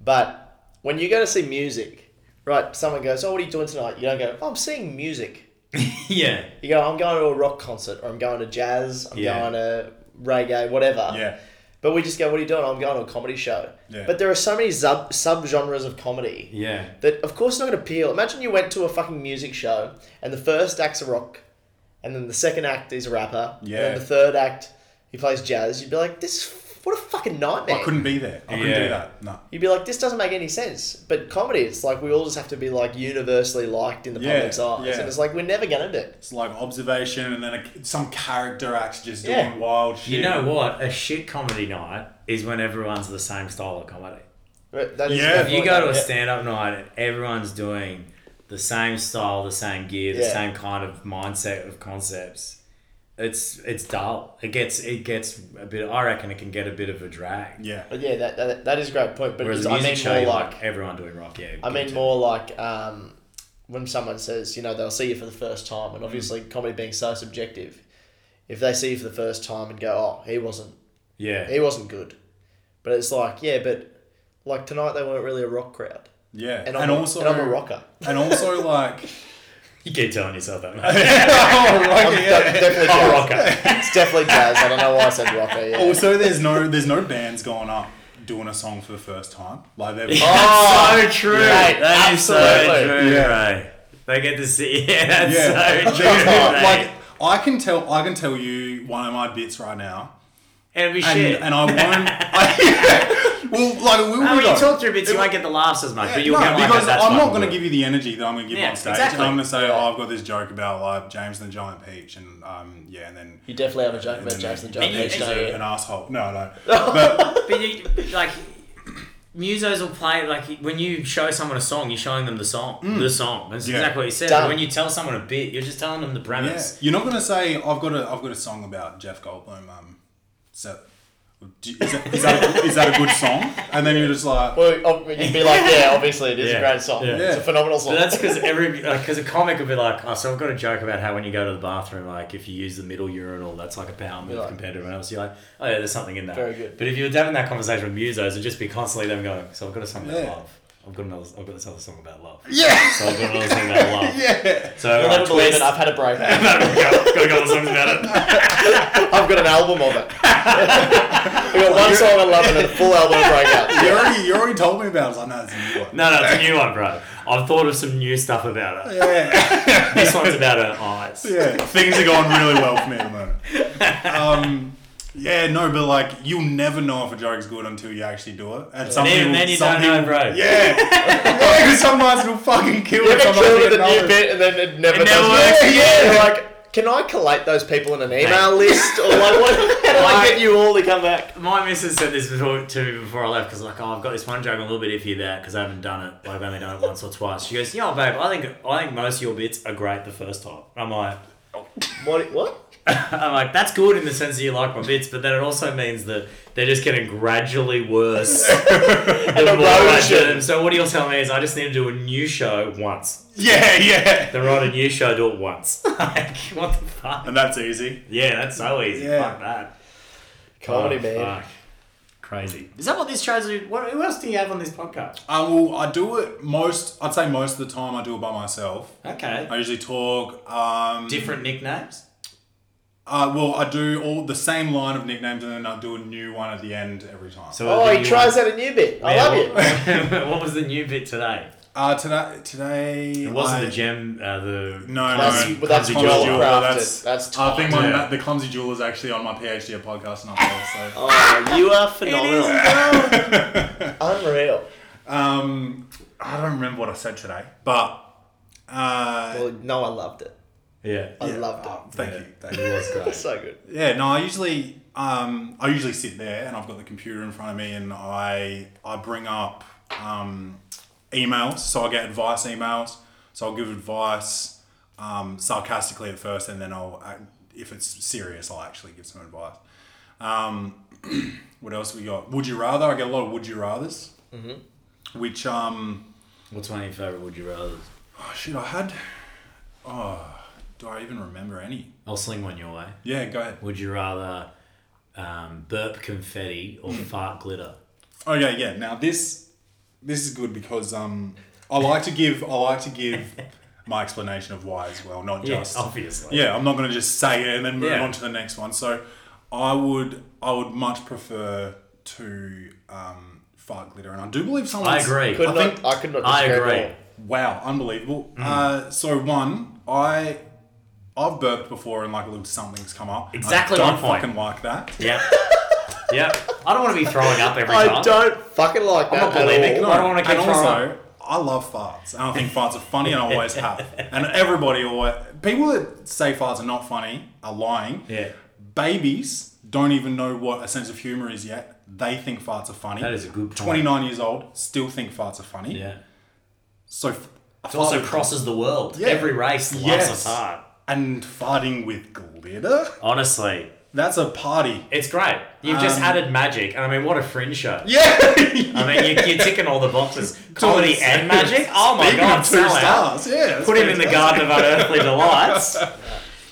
[SPEAKER 5] But when you go to see music, right? Someone goes, "Oh, what are you doing tonight?" You don't go, oh, "I'm seeing music."
[SPEAKER 4] yeah.
[SPEAKER 5] You go, "I'm going to a rock concert," or "I'm going to jazz," "I'm
[SPEAKER 4] Yeah.
[SPEAKER 5] going to reggae," whatever.
[SPEAKER 2] yeah,
[SPEAKER 5] But we just go, "What are you doing?" "I'm going to a comedy show."
[SPEAKER 2] Yeah.
[SPEAKER 5] But there are so many sub subgenres of comedy.
[SPEAKER 4] Yeah.
[SPEAKER 5] that of course it's not going to appeal. Imagine you went to a fucking music show and the first act's a rock, and then the second act is a rapper, and
[SPEAKER 2] Yeah.
[SPEAKER 5] then the third act he plays jazz. You'd be like, this what a fucking nightmare.
[SPEAKER 2] I couldn't be there. I couldn't do
[SPEAKER 4] Yeah.
[SPEAKER 2] that. No.
[SPEAKER 5] You'd be like, this doesn't make any sense. But comedy, it's like we all just have to be like universally liked in the
[SPEAKER 2] Yeah,
[SPEAKER 5] public's eyes,
[SPEAKER 2] yeah.
[SPEAKER 5] and it's like we're never gonna do. it.
[SPEAKER 2] It's like observation, and then a, some character acts just
[SPEAKER 5] Yeah.
[SPEAKER 2] doing wild shit.
[SPEAKER 4] You know what? A shit comedy night is when everyone's the same style of comedy.
[SPEAKER 5] But that is
[SPEAKER 2] Yeah.
[SPEAKER 5] definitely-
[SPEAKER 4] If you go to a
[SPEAKER 5] yeah.
[SPEAKER 4] stand up night and everyone's doing the same style, the same gear, the
[SPEAKER 5] Yeah.
[SPEAKER 4] same kind of mindset of concepts, it's it's dull. It gets it gets a bit. I reckon it can get a bit of a drag.
[SPEAKER 2] Yeah.
[SPEAKER 5] But yeah, that, that that is a great point. But
[SPEAKER 4] Whereas
[SPEAKER 5] it's-
[SPEAKER 4] a
[SPEAKER 5] I
[SPEAKER 4] music
[SPEAKER 5] mean
[SPEAKER 4] show,
[SPEAKER 5] more
[SPEAKER 4] you're
[SPEAKER 5] like
[SPEAKER 4] like everyone doing rock. Yeah.
[SPEAKER 5] I
[SPEAKER 4] give it
[SPEAKER 5] mean
[SPEAKER 4] to
[SPEAKER 5] more like um, when someone says, you know, they'll see you for the first time,
[SPEAKER 4] Mm.
[SPEAKER 5] and obviously comedy being so subjective, if they see you for the first time and go, oh, he wasn't,
[SPEAKER 4] me. Yeah.
[SPEAKER 5] he wasn't good, but it's like, yeah, but like tonight they weren't really a rock crowd,
[SPEAKER 2] Yeah.
[SPEAKER 5] and I'm, a-
[SPEAKER 2] also,
[SPEAKER 5] and I'm a rocker.
[SPEAKER 2] And also, like,
[SPEAKER 4] You keep telling yourself that. mate.
[SPEAKER 5] I'm de-
[SPEAKER 4] I'm a
[SPEAKER 5] definitely jazz.
[SPEAKER 4] rocker.
[SPEAKER 5] It's definitely jazz. I don't know why I said rocker. Yeah.
[SPEAKER 2] also, there's no there's no bands going up doing a song for the first time. Like they're
[SPEAKER 4] Oh, so true.
[SPEAKER 5] mate,
[SPEAKER 4] that is so
[SPEAKER 5] absolutely.
[SPEAKER 4] true.
[SPEAKER 2] Yeah.
[SPEAKER 4] Right. They get to see. Yeah, that's
[SPEAKER 2] yeah.
[SPEAKER 4] so true. mate.
[SPEAKER 2] like I can tell I can tell you one of my bits right now,
[SPEAKER 4] It'll be
[SPEAKER 2] and,
[SPEAKER 4] shit.
[SPEAKER 2] and I won't. I, well, like it will
[SPEAKER 4] No,
[SPEAKER 2] be
[SPEAKER 4] when you
[SPEAKER 2] though.
[SPEAKER 4] talk through bits, you won't get the laughs as much, but you'll
[SPEAKER 2] no,
[SPEAKER 4] get like
[SPEAKER 2] because
[SPEAKER 4] that's
[SPEAKER 2] I'm not
[SPEAKER 4] fucking
[SPEAKER 2] going to
[SPEAKER 4] good.
[SPEAKER 2] give you the energy that I'm going to give
[SPEAKER 4] Yeah,
[SPEAKER 2] on stage.
[SPEAKER 4] exactly.
[SPEAKER 2] I'm going to say, oh, I've got this joke about like James and the Giant Peach, and um, yeah, and then
[SPEAKER 5] You definitely have a joke
[SPEAKER 2] and
[SPEAKER 5] about
[SPEAKER 2] then
[SPEAKER 5] James and
[SPEAKER 2] they-
[SPEAKER 5] the Giant
[SPEAKER 4] And you-
[SPEAKER 5] Peach,
[SPEAKER 4] and
[SPEAKER 5] don't
[SPEAKER 4] you-
[SPEAKER 5] you?
[SPEAKER 2] an asshole. No, no, but
[SPEAKER 4] But you, like, musos will play like when you show someone a song, you're showing them the song, the song. That's
[SPEAKER 2] Mm. Yeah.
[SPEAKER 4] exactly what you said.
[SPEAKER 5] Done.
[SPEAKER 4] But When you tell someone a bit, you're just telling them the
[SPEAKER 2] yeah,
[SPEAKER 4] premise.
[SPEAKER 2] you're not going to say I've got a I've got a song about Jeff Goldblum. Um, so Do- Is that, is, that a, is that a good song? And then you're just like,
[SPEAKER 5] Well, ob- you'd be like, yeah, obviously, it is
[SPEAKER 4] Yeah.
[SPEAKER 5] a great song.
[SPEAKER 4] Yeah.
[SPEAKER 5] It's a phenomenal song.
[SPEAKER 4] But that's because every because a comic would be like, oh, so I've got a joke about how when you go to the bathroom, like if you use the middle urinal, that's like a power move
[SPEAKER 5] Yeah.
[SPEAKER 4] compared to everyone else. You're like, oh yeah, there's something in that.
[SPEAKER 5] Very good.
[SPEAKER 4] But if you were having that conversation with musos, it'd just be constantly them going, so I've got a song about
[SPEAKER 2] Yeah.
[SPEAKER 4] love. I've got another. I've got this other song about love.
[SPEAKER 2] yeah,
[SPEAKER 4] So I've got another song about love.
[SPEAKER 2] yeah.
[SPEAKER 4] So
[SPEAKER 5] You'll
[SPEAKER 4] I
[SPEAKER 5] never believe
[SPEAKER 4] twist-
[SPEAKER 5] it. I've had a breakup.
[SPEAKER 4] I've got a couple songs about it.
[SPEAKER 5] I've got an album of it. we got one song I love and a full album of breakups.
[SPEAKER 2] You already, you already told me about it. I was like, no, it's a new one.
[SPEAKER 4] No, no, it's a new one, bro. I've thought of some new stuff about it.
[SPEAKER 2] Yeah.
[SPEAKER 4] This one's about her eyes.
[SPEAKER 2] yeah, things are going really well for me at the moment. Um, yeah, no, but like you'll never know if a joke's good until you actually do it. And some
[SPEAKER 4] And
[SPEAKER 2] people,
[SPEAKER 4] even then you
[SPEAKER 2] some
[SPEAKER 4] don't know,
[SPEAKER 2] people-
[SPEAKER 4] bro.
[SPEAKER 2] Yeah, yeah, because some lines will fucking kill
[SPEAKER 5] You
[SPEAKER 2] it.
[SPEAKER 5] ever
[SPEAKER 2] some
[SPEAKER 5] kill
[SPEAKER 2] lines
[SPEAKER 5] with a
[SPEAKER 2] get
[SPEAKER 5] new
[SPEAKER 2] nothing.
[SPEAKER 5] bit and then it never,
[SPEAKER 4] It never
[SPEAKER 5] does
[SPEAKER 4] works.
[SPEAKER 5] work?
[SPEAKER 4] Yeah.
[SPEAKER 5] You're like, can I collate those people in an email list? Or like, what, how do I
[SPEAKER 4] Right.
[SPEAKER 5] get you all to come back?
[SPEAKER 4] My missus said this before, to me before I left because like oh I've got this one joke I'm a little bit iffy about because I haven't done it like I've only done it once or twice. She goes, you know, babe, I think I think most of your bits are great the first time. I'm like,
[SPEAKER 5] What? what?
[SPEAKER 4] I'm like that's good in the sense that you like my bits, but then it also means that they're just getting gradually worse. and the more I do
[SPEAKER 5] erosion.
[SPEAKER 4] them. So what you're telling me is I just need to do a new show once.
[SPEAKER 2] Yeah, yeah,
[SPEAKER 4] Then write a new show, do it once. like what the fuck?
[SPEAKER 2] and that's easy.
[SPEAKER 4] Yeah, that's so easy.
[SPEAKER 2] Yeah.
[SPEAKER 4] Fuck that.
[SPEAKER 5] Comedy,
[SPEAKER 4] Oh,
[SPEAKER 5] man.
[SPEAKER 4] fuck. Crazy. Is that what this shows? What, who else do you have on this podcast?
[SPEAKER 2] I will. I do it most. I'd say most of the time I do it by myself.
[SPEAKER 4] Okay.
[SPEAKER 2] I usually talk. Um,
[SPEAKER 4] Different nicknames.
[SPEAKER 2] uh, well, I do all the same line of nicknames, and then I do a new one at the end every time.
[SPEAKER 4] So
[SPEAKER 5] Oh, he tries out a new bit. I love it.
[SPEAKER 4] it. what was the new bit today?
[SPEAKER 2] uh, today, today
[SPEAKER 4] It wasn't
[SPEAKER 2] I-
[SPEAKER 4] the gem. Uh, the
[SPEAKER 2] No,
[SPEAKER 5] That's-
[SPEAKER 2] no,
[SPEAKER 5] but that's
[SPEAKER 2] Clumsy
[SPEAKER 5] well
[SPEAKER 2] Jeweler,
[SPEAKER 5] crafted. That's
[SPEAKER 2] I think my,
[SPEAKER 4] tight.
[SPEAKER 2] the clumsy jewel is actually on my PhD at podcast and I'm so.
[SPEAKER 5] Oh, you are phenomenal. Unreal.
[SPEAKER 2] um, I don't remember what I said today, but uh,
[SPEAKER 5] Well, no, I loved it.
[SPEAKER 4] Yeah.
[SPEAKER 5] I loved it.
[SPEAKER 2] thank
[SPEAKER 4] yeah.
[SPEAKER 2] you. Thank you.
[SPEAKER 5] That's so good.
[SPEAKER 2] yeah, no, I usually um, I usually sit there and I've got the computer in front of me and I I bring up um, emails, so I get advice emails, so I'll give advice um, sarcastically at first, and then I'll uh, if it's serious, I'll actually give some advice. Um, what else we got? Would you rather? I get a lot of would you rather's, mm-hmm. which um.
[SPEAKER 4] What's one of your favorite would you rather?
[SPEAKER 2] Oh, shit, I had. Oh, do I even remember any?
[SPEAKER 4] I'll sling one your way.
[SPEAKER 2] Yeah, go ahead.
[SPEAKER 4] Would you rather um, burp confetti
[SPEAKER 5] Hmm.
[SPEAKER 4] or fart glitter?
[SPEAKER 2] Oh yeah, yeah. Now this, this is good because um, I like to give I like to give my explanation of why as well, not
[SPEAKER 4] Yeah,
[SPEAKER 2] just
[SPEAKER 4] obviously.
[SPEAKER 2] yeah. I'm not going to just say it and then move
[SPEAKER 4] Yeah.
[SPEAKER 2] on to the next one. So I would I would much prefer to um, fart glitter, and I do believe someone.
[SPEAKER 4] I agree.
[SPEAKER 5] Could
[SPEAKER 2] I
[SPEAKER 5] not,
[SPEAKER 2] think-
[SPEAKER 5] I could not
[SPEAKER 4] I
[SPEAKER 5] disagree
[SPEAKER 4] agree.
[SPEAKER 5] more.
[SPEAKER 2] Wow, unbelievable.
[SPEAKER 4] Mm.
[SPEAKER 2] Uh, so one, I I've burped before and like a little something's come up. I
[SPEAKER 4] Exactly
[SPEAKER 2] don't
[SPEAKER 4] my point.
[SPEAKER 2] fucking like that.
[SPEAKER 4] Yeah. yeah. I don't want to be throwing up every time.
[SPEAKER 5] I don't fucking like that
[SPEAKER 4] not
[SPEAKER 5] at
[SPEAKER 4] bulimic,
[SPEAKER 5] all.
[SPEAKER 4] no. I don't wanna keep
[SPEAKER 2] And also,
[SPEAKER 4] throwing
[SPEAKER 2] I love farts. And I think farts are funny and I always have. And everybody always people that say farts are not funny are lying.
[SPEAKER 4] Yeah.
[SPEAKER 2] Babies don't even know what a sense of humor is yet. They think farts are funny.
[SPEAKER 4] That is a good point.
[SPEAKER 2] 29 years old, still think farts are funny.
[SPEAKER 4] Yeah.
[SPEAKER 2] So f-
[SPEAKER 4] It also crosses the world.
[SPEAKER 2] Yeah.
[SPEAKER 4] Every race loves
[SPEAKER 2] Yes.
[SPEAKER 4] a fart.
[SPEAKER 2] and farting with glitter.
[SPEAKER 4] Honestly,
[SPEAKER 2] That's a party.
[SPEAKER 4] it's great. You've just
[SPEAKER 2] Um,
[SPEAKER 4] added magic. And I mean, what a fringe show.
[SPEAKER 2] Yeah.
[SPEAKER 4] I mean, you, you're ticking all the boxes. Comedy
[SPEAKER 2] Totally
[SPEAKER 4] and
[SPEAKER 2] serious.
[SPEAKER 4] magic? Oh my
[SPEAKER 2] Speaking
[SPEAKER 4] god,
[SPEAKER 2] of two
[SPEAKER 4] sell out.
[SPEAKER 2] stars. Yeah. that's
[SPEAKER 4] Put him in the
[SPEAKER 2] fantastic.
[SPEAKER 4] Garden of Unearthly Delights.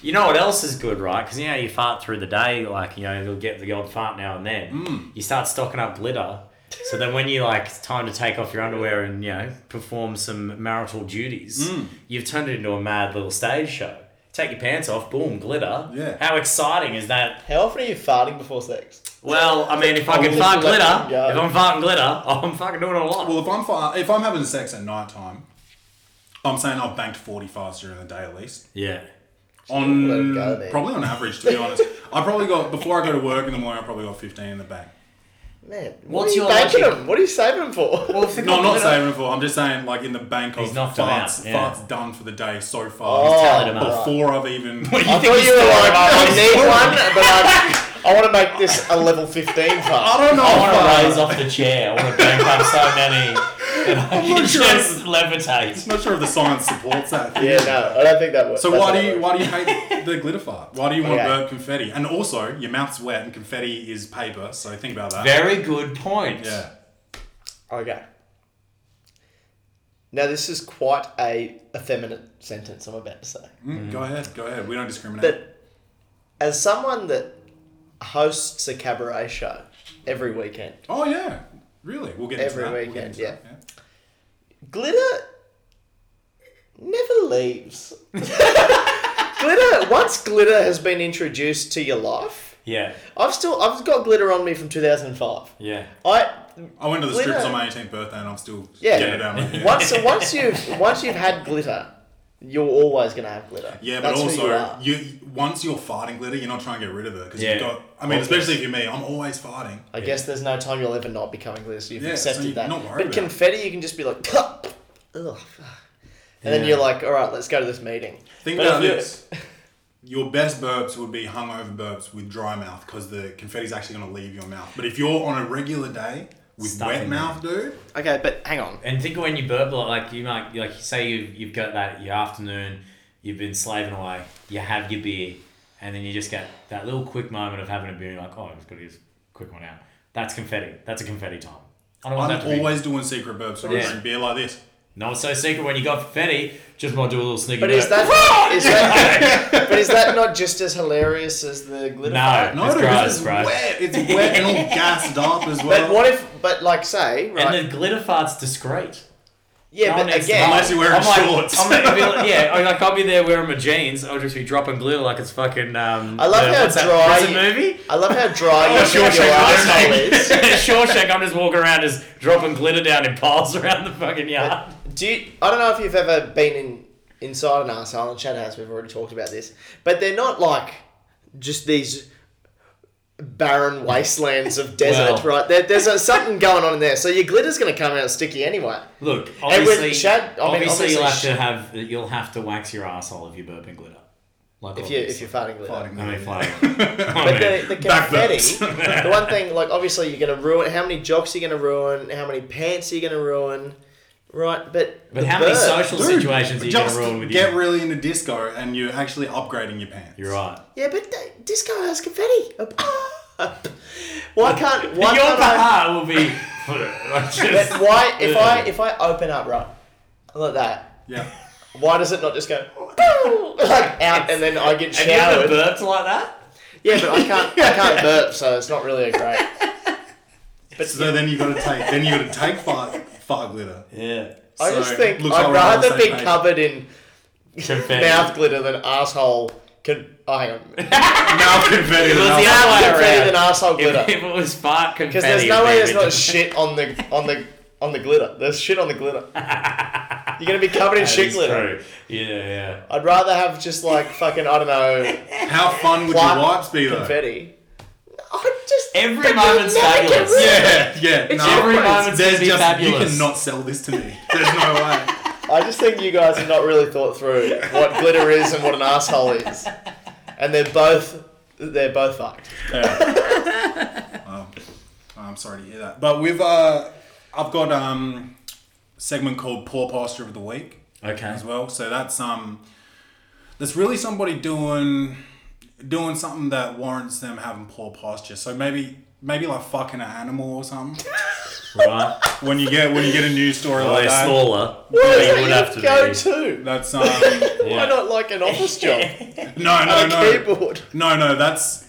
[SPEAKER 4] You know what else is good, right? Because you know you fart through the day, like you know you'll get the odd fart now and then.
[SPEAKER 2] Mm.
[SPEAKER 4] You start stocking up glitter, so then when you like it's time to take off your underwear and you know perform some marital duties,
[SPEAKER 2] Mm.
[SPEAKER 4] you've turned it into a mad little stage show. Take your pants off, boom, glitter.
[SPEAKER 2] Yeah.
[SPEAKER 4] How exciting is that?
[SPEAKER 5] How often are you farting before sex?
[SPEAKER 4] Well, I mean, if I can
[SPEAKER 5] wouldn't
[SPEAKER 4] fart
[SPEAKER 5] let
[SPEAKER 4] glitter,
[SPEAKER 5] them go.
[SPEAKER 4] if I'm farting glitter, I'm fucking doing it a lot.
[SPEAKER 2] Well, if I'm far, if I'm having sex at night time, I'm saying I've banked 40 farts during the day at least.
[SPEAKER 4] yeah.
[SPEAKER 2] On
[SPEAKER 5] Let it go, mate.
[SPEAKER 2] probably on average, to be honest. I probably got before I go to work in the morning. I probably got 15 in the bank.
[SPEAKER 5] Man,
[SPEAKER 4] What's
[SPEAKER 5] what are
[SPEAKER 4] your
[SPEAKER 5] you banking
[SPEAKER 4] logic?
[SPEAKER 5] them? What are you saving them for?
[SPEAKER 2] No, I'm not saving for. I'm just saying, like in the bank of
[SPEAKER 4] He's knocked them out,
[SPEAKER 2] farts,
[SPEAKER 4] yeah.
[SPEAKER 2] farts done for the day so
[SPEAKER 5] Oh,
[SPEAKER 2] far.
[SPEAKER 4] Tally them up.
[SPEAKER 2] Before I've even
[SPEAKER 5] I thought you were like,
[SPEAKER 4] "Oh,
[SPEAKER 5] I need one, but I, I want to make this a level 15 fart.
[SPEAKER 2] I don't know.
[SPEAKER 4] I want
[SPEAKER 2] if
[SPEAKER 4] to
[SPEAKER 2] I-
[SPEAKER 4] raise off the chair. I want to bank up so many. I'm
[SPEAKER 2] not sure.
[SPEAKER 4] Just levitate.
[SPEAKER 2] not sure if the science supports that.
[SPEAKER 5] Yeah, no, I don't think that works.
[SPEAKER 2] So
[SPEAKER 5] That's
[SPEAKER 2] why
[SPEAKER 5] not
[SPEAKER 2] do you
[SPEAKER 5] work.
[SPEAKER 2] why do you hate the glitter fart? Why do you want
[SPEAKER 5] Okay.
[SPEAKER 2] burnt confetti? And also, your mouth's wet and confetti is paper, so think about that.
[SPEAKER 4] Very good point.
[SPEAKER 2] yeah.
[SPEAKER 5] Okay. Now this is quite a effeminate sentence I'm about to say.
[SPEAKER 2] Mm, Go ahead, go ahead. We don't discriminate.
[SPEAKER 5] But as someone that hosts a cabaret show every weekend,
[SPEAKER 2] oh yeah, really? We'll get
[SPEAKER 5] Every
[SPEAKER 2] into that. We'll get
[SPEAKER 5] weekend,
[SPEAKER 2] into that,
[SPEAKER 5] glitter never leaves. glitter once glitter has been introduced to your life,
[SPEAKER 4] Yeah.
[SPEAKER 5] I've still I've got glitter on me from 2005.
[SPEAKER 4] Yeah.
[SPEAKER 5] I
[SPEAKER 2] I went to the
[SPEAKER 5] Glitter-
[SPEAKER 2] strippers on my 18th birthday, and I'm still
[SPEAKER 5] Yeah.
[SPEAKER 2] getting it down with it. yeah.
[SPEAKER 5] once once you've once you've had glitter, you're always gonna have glitter.
[SPEAKER 2] Yeah, but
[SPEAKER 5] That's who you
[SPEAKER 2] also
[SPEAKER 5] are.
[SPEAKER 2] you, once you're farting glitter, you're not trying to get rid of it because
[SPEAKER 4] Yeah.
[SPEAKER 2] you've got. I mean,
[SPEAKER 4] Obvious.
[SPEAKER 2] especially if you're me, I'm always farting.
[SPEAKER 5] I guess there's no time you'll ever not be coming glitter, so you've
[SPEAKER 2] Yeah, so
[SPEAKER 5] accepted
[SPEAKER 2] you're
[SPEAKER 5] that.
[SPEAKER 2] not worried
[SPEAKER 5] but
[SPEAKER 2] about it.
[SPEAKER 5] confetti, you can just be like, ugh, and then
[SPEAKER 4] Yeah.
[SPEAKER 5] you're like, all right, let's go to this meeting.
[SPEAKER 2] Think
[SPEAKER 5] But
[SPEAKER 2] about
[SPEAKER 5] if you-
[SPEAKER 2] this. Your best burps would be hungover burps with dry mouth because the confetti's actually going to leave your mouth. But if you're on a regular day with
[SPEAKER 4] Stuff
[SPEAKER 2] wet
[SPEAKER 4] in
[SPEAKER 2] mouth, dude,
[SPEAKER 5] Okay, but hang on.
[SPEAKER 4] And think of when you burp, like you might, like you say you you've got that your afternoon, you've been slaving away, you have your beer, and then you just get that little quick moment of having a beer, and you're like, oh, I've just got to use a quick one out. That's confetti. That's a confetti time. I don't want that to
[SPEAKER 2] I'm
[SPEAKER 4] be.
[SPEAKER 2] always doing secret burps when I
[SPEAKER 4] Yeah.
[SPEAKER 2] drink beer like this.
[SPEAKER 4] No, it's so secret when you got confetti. Just want to do a little sneaky.
[SPEAKER 5] But is
[SPEAKER 4] burp.
[SPEAKER 5] that, is that but is that not just as hilarious as the glitter?
[SPEAKER 4] No.
[SPEAKER 5] fart?
[SPEAKER 2] No,
[SPEAKER 4] It's
[SPEAKER 2] dude,
[SPEAKER 4] gross,
[SPEAKER 2] this is
[SPEAKER 4] gross.
[SPEAKER 2] wet. It's wet and all gassed up as well.
[SPEAKER 5] But what if? But like, say right?
[SPEAKER 4] And the glitter fart's discreet.
[SPEAKER 5] yeah,
[SPEAKER 4] No one
[SPEAKER 5] but
[SPEAKER 4] needs to
[SPEAKER 5] again,
[SPEAKER 4] know.
[SPEAKER 2] Unless you're wearing
[SPEAKER 4] I'm like,
[SPEAKER 2] shorts.
[SPEAKER 4] I'm like, be like- yeah, I- like I'll be there wearing my jeans. I'll just be dropping glitter like it's fucking. Um,
[SPEAKER 5] I love
[SPEAKER 4] the-
[SPEAKER 5] how
[SPEAKER 4] what's that
[SPEAKER 5] dry
[SPEAKER 4] prison
[SPEAKER 5] you-
[SPEAKER 4] movie. Oh,
[SPEAKER 5] I love how dry your, your
[SPEAKER 4] Shawshank
[SPEAKER 5] asshole is.
[SPEAKER 4] Redemption. Shawshank, I'm just walking around just dropping glitter down in piles around the fucking yard.
[SPEAKER 5] Do you, I don't know if you've ever been in inside an arsehole and Chad has, we've already talked about this. But they're not like just these barren wastelands of desert,
[SPEAKER 4] Well.
[SPEAKER 5] right? There, there's a, something going on in there. So your glitter's going to come out sticky anyway.
[SPEAKER 4] Look,
[SPEAKER 5] when
[SPEAKER 4] obviously,
[SPEAKER 5] Shad- I mean,
[SPEAKER 4] obviously, you'll have
[SPEAKER 5] obviously
[SPEAKER 4] to have you'll have to wax your asshole if you're burping glitter. Like
[SPEAKER 5] If, you, if you're farting glitter.
[SPEAKER 2] Farting
[SPEAKER 4] I mean,
[SPEAKER 2] glitter.
[SPEAKER 4] flying.
[SPEAKER 5] But the, the
[SPEAKER 2] Back
[SPEAKER 5] confetti,
[SPEAKER 2] burps.
[SPEAKER 5] the one thing, like, obviously you're going to ruin, how many jocks are you going to ruin? How many pants are you going to ruin? Right, but
[SPEAKER 4] But
[SPEAKER 5] the
[SPEAKER 4] how many
[SPEAKER 5] burp-
[SPEAKER 4] social
[SPEAKER 2] Dude,
[SPEAKER 4] situations are you gonna
[SPEAKER 2] just
[SPEAKER 4] ruin with
[SPEAKER 2] get
[SPEAKER 4] you?
[SPEAKER 2] really into disco and you're actually upgrading your pants.
[SPEAKER 4] You're right.
[SPEAKER 5] Yeah, but the disco has confetti. why can't why
[SPEAKER 4] Your
[SPEAKER 5] can't I,
[SPEAKER 4] part will be. like,
[SPEAKER 5] but
[SPEAKER 4] just-
[SPEAKER 5] why if I
[SPEAKER 4] Yeah.
[SPEAKER 5] if I open up right like that,
[SPEAKER 2] Yeah.
[SPEAKER 5] why does it not just go like out and then I get
[SPEAKER 4] Have you ever
[SPEAKER 5] showered?
[SPEAKER 4] burped like that?
[SPEAKER 5] Yeah, but I can't I can't burp, so it's not really a great.
[SPEAKER 2] So then you got to take then you got to take fart fart glitter.
[SPEAKER 4] Yeah.
[SPEAKER 5] I
[SPEAKER 2] So,
[SPEAKER 5] just think
[SPEAKER 2] looks like
[SPEAKER 5] I'd
[SPEAKER 2] we're on the
[SPEAKER 5] rather be
[SPEAKER 2] same page.
[SPEAKER 5] covered in
[SPEAKER 4] Confetti.
[SPEAKER 5] mouth glitter than asshole. Con- oh, hang on.
[SPEAKER 2] Mouth confetti.
[SPEAKER 4] It was
[SPEAKER 2] than alcohol.
[SPEAKER 4] the other way
[SPEAKER 5] Mouth confetti
[SPEAKER 4] around.
[SPEAKER 5] than asshole glitter.
[SPEAKER 4] If, if it was fart confetti,
[SPEAKER 5] uh, Because there's
[SPEAKER 4] it'd
[SPEAKER 5] no
[SPEAKER 4] be
[SPEAKER 5] way
[SPEAKER 4] a
[SPEAKER 5] there's
[SPEAKER 4] bit
[SPEAKER 5] not
[SPEAKER 4] different.
[SPEAKER 5] shit on the on the on the glitter. There's shit on the glitter. You're gonna be covered in
[SPEAKER 4] That
[SPEAKER 5] shit
[SPEAKER 4] is
[SPEAKER 5] glitter.
[SPEAKER 4] true. Yeah, yeah.
[SPEAKER 5] I'd rather have just like fucking I don't know
[SPEAKER 2] How fun would
[SPEAKER 5] Plot
[SPEAKER 2] your wipes be though?
[SPEAKER 5] confetti. I just
[SPEAKER 4] Every
[SPEAKER 5] but you'll
[SPEAKER 4] moment's
[SPEAKER 5] never get
[SPEAKER 4] fabulous.
[SPEAKER 5] rid of it.
[SPEAKER 2] Yeah, yeah. No,
[SPEAKER 4] every
[SPEAKER 2] it's-
[SPEAKER 4] moment's
[SPEAKER 2] there's
[SPEAKER 4] gonna be
[SPEAKER 2] just you
[SPEAKER 4] fabulous.
[SPEAKER 2] cannot sell this to me. There's no way. Oh,
[SPEAKER 5] I just think you guys have not really thought through what glitter is and what an asshole is, and they're both they're both fucked.
[SPEAKER 2] Wow. I'm sorry to hear that. But we've uh, I've got um, a segment called Poor Posture of the Week.
[SPEAKER 4] Okay.
[SPEAKER 2] as well. So that's um, that's really somebody doing doing something that warrants them having poor posture. So maybe maybe like fucking an animal or something.
[SPEAKER 4] Right.
[SPEAKER 2] when you get when you get a news story
[SPEAKER 4] Well,
[SPEAKER 2] like
[SPEAKER 4] they're
[SPEAKER 2] that,
[SPEAKER 4] smaller.
[SPEAKER 5] What
[SPEAKER 4] they
[SPEAKER 5] is
[SPEAKER 4] would
[SPEAKER 5] that
[SPEAKER 4] have to
[SPEAKER 5] you go
[SPEAKER 4] be.
[SPEAKER 5] to?
[SPEAKER 2] that's um, no
[SPEAKER 5] Why
[SPEAKER 4] Yeah.
[SPEAKER 5] not like an office job?
[SPEAKER 2] no
[SPEAKER 5] a
[SPEAKER 2] no
[SPEAKER 5] keyboard.
[SPEAKER 2] no no that's.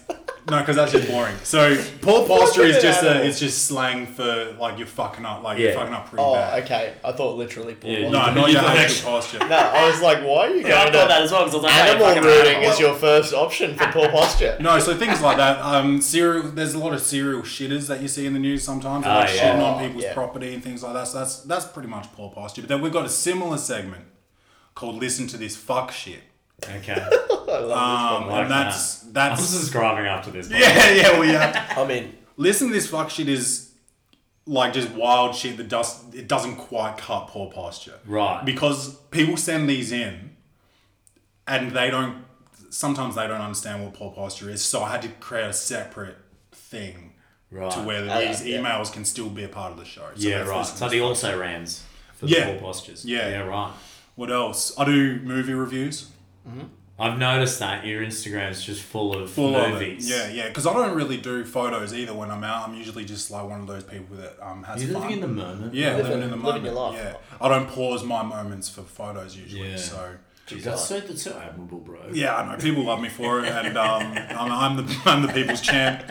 [SPEAKER 2] No, because that's just boring. So poor posture
[SPEAKER 5] Fucking
[SPEAKER 2] is just
[SPEAKER 5] animal.
[SPEAKER 2] a, it's just slang for like you're fucking up, like you're
[SPEAKER 4] Yeah.
[SPEAKER 2] fucking up pretty
[SPEAKER 5] Oh,
[SPEAKER 2] bad.
[SPEAKER 5] okay. I thought literally. Paul
[SPEAKER 4] Yeah,
[SPEAKER 5] Walker.
[SPEAKER 2] No, not your
[SPEAKER 4] You're like-
[SPEAKER 2] actual posture.
[SPEAKER 5] No, I was like, why are you going
[SPEAKER 4] Yeah, I
[SPEAKER 5] to
[SPEAKER 4] thought that as well because I was like, hey,
[SPEAKER 5] animal
[SPEAKER 4] fucking
[SPEAKER 5] rooting
[SPEAKER 4] animal.
[SPEAKER 5] is your first option for poor posture?
[SPEAKER 2] No, so things like that. Um, serial. There's a lot of serial shitters that you see in the news sometimes,
[SPEAKER 4] Oh,
[SPEAKER 2] like
[SPEAKER 4] yeah.
[SPEAKER 2] shitting on
[SPEAKER 5] Oh,
[SPEAKER 2] people's
[SPEAKER 5] yeah.
[SPEAKER 2] property and things like that. So that's that's pretty much poor posture. But then we've got a similar segment called "Listen to This Fuck Shit,"
[SPEAKER 4] Okay.
[SPEAKER 5] I love
[SPEAKER 2] um,
[SPEAKER 4] like
[SPEAKER 2] and that's
[SPEAKER 4] I'm
[SPEAKER 2] that's
[SPEAKER 4] subscribing after this. one.
[SPEAKER 2] yeah, yeah. We have
[SPEAKER 5] this. I mean,
[SPEAKER 2] listen to this fuck shit is like just wild shit that does it doesn't quite cut poor posture,
[SPEAKER 4] Right.
[SPEAKER 2] Because people send these in, and they don't. Sometimes they don't understand what poor posture is, so I had to create a separate thing
[SPEAKER 4] Right.
[SPEAKER 2] to where
[SPEAKER 5] Yeah,
[SPEAKER 2] these
[SPEAKER 5] yeah.
[SPEAKER 2] emails can still be a part of the show. So
[SPEAKER 4] Oh, yeah,
[SPEAKER 2] that's
[SPEAKER 4] right.
[SPEAKER 2] this-
[SPEAKER 4] So the also rans for
[SPEAKER 2] Yeah.
[SPEAKER 4] the four postures.
[SPEAKER 2] Yeah.
[SPEAKER 4] Yeah, right.
[SPEAKER 2] What else? I do movie reviews.
[SPEAKER 4] I've noticed that your Instagram's just full of
[SPEAKER 2] Full
[SPEAKER 4] movies.
[SPEAKER 2] of it. Yeah, yeah. Because I don't really do photos either when I'm out. I'm usually just like one of those people that um, has
[SPEAKER 4] You're
[SPEAKER 2] fun.
[SPEAKER 4] living in the moment.
[SPEAKER 2] yeah,
[SPEAKER 5] Living-
[SPEAKER 2] living, in the
[SPEAKER 5] living
[SPEAKER 2] moment.
[SPEAKER 5] your
[SPEAKER 2] Yeah,
[SPEAKER 5] life.
[SPEAKER 2] I don't pause my moments for photos usually.
[SPEAKER 4] Yeah.
[SPEAKER 2] So
[SPEAKER 4] Jeez, that's so, that's so admirable, bro.
[SPEAKER 2] yeah, I know people love me for it, and um, I'm, I'm the I'm the people's champ.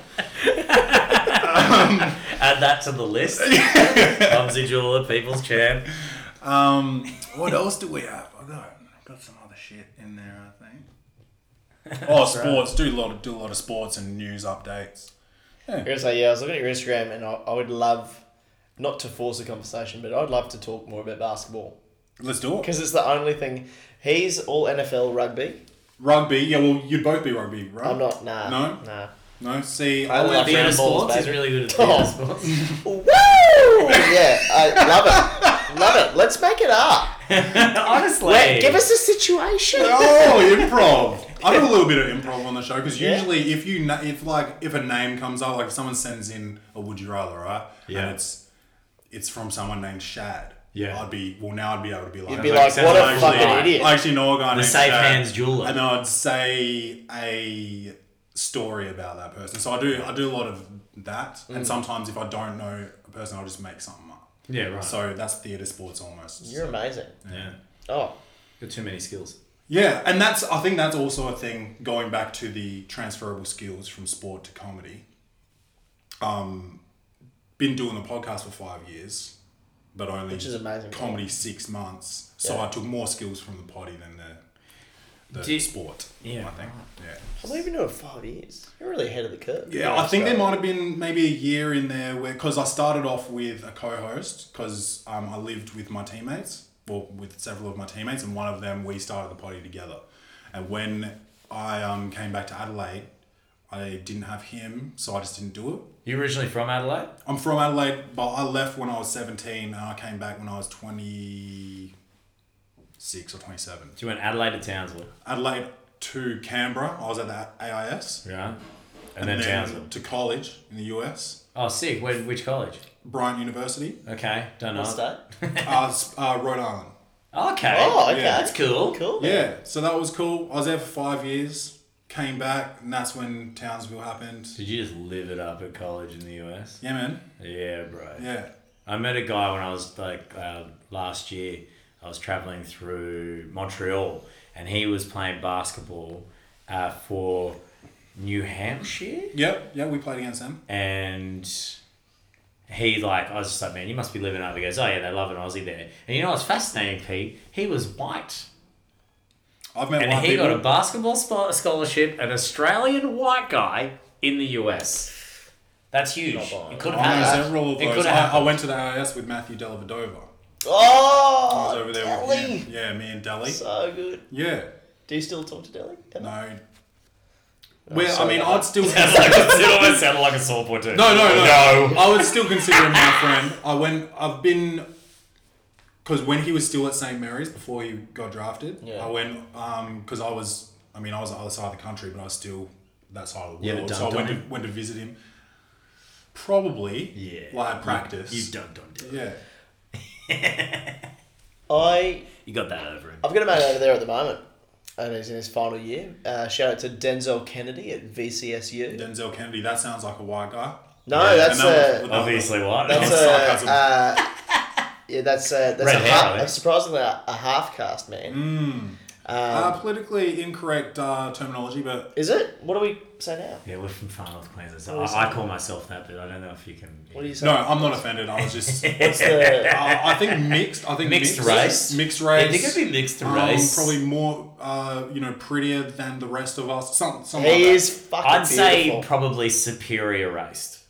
[SPEAKER 4] Add that to the list. Bumsy Jeweler, People's Champ.
[SPEAKER 2] Um, what else do we have? I got got some other shit in there. I think. Oh, sports. Do a lot of do a lot of sports and news updates.
[SPEAKER 5] I was gonna say, yeah, I was looking at your Instagram and I, I would love, not to force the conversation, but I'd love to talk more about basketball.
[SPEAKER 2] Let's do it.
[SPEAKER 5] Because it's the only thing. He's all NFL rugby.
[SPEAKER 2] Rugby. Yeah, well, you'd both be rugby, right?
[SPEAKER 5] I'm not, nah.
[SPEAKER 2] No?
[SPEAKER 5] Nah.
[SPEAKER 2] No. See,
[SPEAKER 5] I
[SPEAKER 2] I
[SPEAKER 5] love
[SPEAKER 2] went
[SPEAKER 4] Theatre
[SPEAKER 5] Round balls,
[SPEAKER 4] sports. He's
[SPEAKER 5] baby.
[SPEAKER 4] really good at
[SPEAKER 5] Oh.
[SPEAKER 4] theatre sports.
[SPEAKER 5] Woo! yeah, I love it. Love it. Let's make it up.
[SPEAKER 4] Honestly.
[SPEAKER 5] Wait, give us a situation.
[SPEAKER 2] Oh, improv! I do a little bit of improv on the show because
[SPEAKER 5] Yeah.
[SPEAKER 2] usually if you na- if like if a name comes up, like if someone sends in a would you rather, right?
[SPEAKER 4] Yeah.
[SPEAKER 2] And it's it's from someone named Shad.
[SPEAKER 4] Yeah.
[SPEAKER 2] I'd be well now. I'd be able to be like.
[SPEAKER 5] You'd be
[SPEAKER 4] Sounds like-
[SPEAKER 5] like, what a
[SPEAKER 4] sounds
[SPEAKER 5] fucking
[SPEAKER 4] like actually-
[SPEAKER 5] idiot.
[SPEAKER 2] I actually know a guy
[SPEAKER 4] The
[SPEAKER 2] named
[SPEAKER 4] safe
[SPEAKER 2] Shad,
[SPEAKER 4] hands jeweler.
[SPEAKER 2] And I'd say a story about that person. So I do I do a lot of that,
[SPEAKER 5] Mm.
[SPEAKER 2] and sometimes if I don't know a person, I'll just make something up.
[SPEAKER 4] Yeah, right.
[SPEAKER 2] So that's theatre sports almost.
[SPEAKER 5] You're amazing.
[SPEAKER 4] Yeah.
[SPEAKER 5] Oh,
[SPEAKER 4] Got too many skills.
[SPEAKER 2] Yeah, and that's I think that's also a thing going back to the transferable skills from sport to comedy. Um, been doing the podcast for five years, but only
[SPEAKER 5] Which is amazing.
[SPEAKER 2] comedy six months. So
[SPEAKER 5] Yeah.
[SPEAKER 2] I took more skills from the potty than the the
[SPEAKER 4] Do you-
[SPEAKER 2] sport.
[SPEAKER 4] Yeah,
[SPEAKER 2] I think. Yeah.
[SPEAKER 5] I've only been doing it five years. You're really ahead of the curve.
[SPEAKER 2] Yeah, I think there might have been maybe a year in there where because I started off with a co-host because um, I lived with my teammates, well, with several of my teammates, and one of them we started the potty together. And when I um, came back to Adelaide, I didn't have him, so I just didn't do it.
[SPEAKER 4] You originally from Adelaide?
[SPEAKER 2] I'm from Adelaide, but I left when I was 17, and I came back when I was 26 or 27.
[SPEAKER 4] So you went Adelaide to Townsville.
[SPEAKER 2] Adelaide to Canberra, I was at the AIS,
[SPEAKER 4] Yeah. And, then, Townsville.
[SPEAKER 2] to college in the US,
[SPEAKER 4] Oh, sick. Where, which college?
[SPEAKER 2] Bryant University.
[SPEAKER 4] Okay. Don't know.
[SPEAKER 5] State.
[SPEAKER 2] uh, s- uh, Rhode Island.
[SPEAKER 4] Okay.
[SPEAKER 5] Oh, okay.
[SPEAKER 2] Yeah.
[SPEAKER 4] That's cool.
[SPEAKER 5] Cool.
[SPEAKER 2] Yeah, so that was cool. I was there for five years, came back, and that's when Townsville happened.
[SPEAKER 4] Did you just live it up at college in the US?
[SPEAKER 2] Yeah, man.
[SPEAKER 4] Yeah, bro.
[SPEAKER 2] Yeah.
[SPEAKER 4] I met a guy when I was like uh, last year. I was traveling through Montreal, and he was playing basketball uh, for New Hampshire,
[SPEAKER 2] Yep. Yeah, we played against them.
[SPEAKER 4] and he like I was just like, man, you must be living up. He goes, oh yeah, they love an Aussie there. And you know what's fascinating, Pete? He was white,
[SPEAKER 2] I've met
[SPEAKER 4] and
[SPEAKER 2] white
[SPEAKER 4] he
[SPEAKER 2] people.
[SPEAKER 4] got a basketball spo- scholarship, an Australian white guy in the US. That's huge.
[SPEAKER 5] bad.
[SPEAKER 4] It could have
[SPEAKER 2] I know
[SPEAKER 4] happened.
[SPEAKER 2] several of
[SPEAKER 4] It
[SPEAKER 2] those.
[SPEAKER 4] could
[SPEAKER 2] I,
[SPEAKER 4] have
[SPEAKER 2] I went to the AIS with Matthew Dellavedova. I
[SPEAKER 5] Oh,
[SPEAKER 2] was over there
[SPEAKER 5] Delhi.
[SPEAKER 2] with him. Yeah, me and Delhi.
[SPEAKER 5] So good.
[SPEAKER 2] Yeah.
[SPEAKER 5] Do you still talk to Delhi?
[SPEAKER 2] No. Well, I
[SPEAKER 5] sorry
[SPEAKER 2] mean,
[SPEAKER 5] about
[SPEAKER 2] I'd still.
[SPEAKER 4] it almost sounded like a sore point too.
[SPEAKER 2] No, no, no. I would still consider him my friend. I went. I've been. Because when he was still at St Mary's before he got drafted,
[SPEAKER 5] Yeah.
[SPEAKER 2] I went. Um, because I was. I mean, I was on the other side of the country, but I was still that side of the
[SPEAKER 4] You ever
[SPEAKER 2] world. So I
[SPEAKER 4] dunked
[SPEAKER 2] went
[SPEAKER 4] on
[SPEAKER 2] to, went to visit him. Probably.
[SPEAKER 4] Yeah.
[SPEAKER 2] While I practice.
[SPEAKER 4] You dunked on Dylan.
[SPEAKER 2] Yeah.
[SPEAKER 5] I
[SPEAKER 4] You got that over him.
[SPEAKER 5] I've got a mate over there at the moment, and he's in his final year. Uh, shout out to Denzel Kennedy at VCSU.
[SPEAKER 2] Denzel Kennedy. That sounds like a white guy.
[SPEAKER 5] No,
[SPEAKER 2] and
[SPEAKER 5] that's
[SPEAKER 2] that
[SPEAKER 5] a-
[SPEAKER 2] was-
[SPEAKER 4] Obviously, what?
[SPEAKER 5] That's
[SPEAKER 2] sarcasm.
[SPEAKER 5] a uh, yeah. That's a that's
[SPEAKER 4] Red
[SPEAKER 5] a
[SPEAKER 4] hair,
[SPEAKER 5] half,
[SPEAKER 4] I think.
[SPEAKER 5] surprisingly a, a half caste man.
[SPEAKER 2] Mm.
[SPEAKER 4] Um,
[SPEAKER 2] uh, politically incorrect uh, terminology, but
[SPEAKER 5] Is it? What do we say now?
[SPEAKER 4] yeah, we're from far north Queensland. So I, I call myself that, but I don't know if you can.
[SPEAKER 5] What do you say?
[SPEAKER 2] no, I'm not offended. I was just.
[SPEAKER 5] It's the,
[SPEAKER 2] I I think mixed. I think
[SPEAKER 4] Mixed race?
[SPEAKER 2] Mixed
[SPEAKER 4] I
[SPEAKER 2] race.
[SPEAKER 4] think it'd be mixed
[SPEAKER 2] um,
[SPEAKER 4] race.
[SPEAKER 2] Probably more, uh, you know, prettier than the rest of us. Some, some like
[SPEAKER 5] he
[SPEAKER 2] that.
[SPEAKER 5] is fucking
[SPEAKER 4] I'd say
[SPEAKER 5] beautiful.
[SPEAKER 4] probably superior raced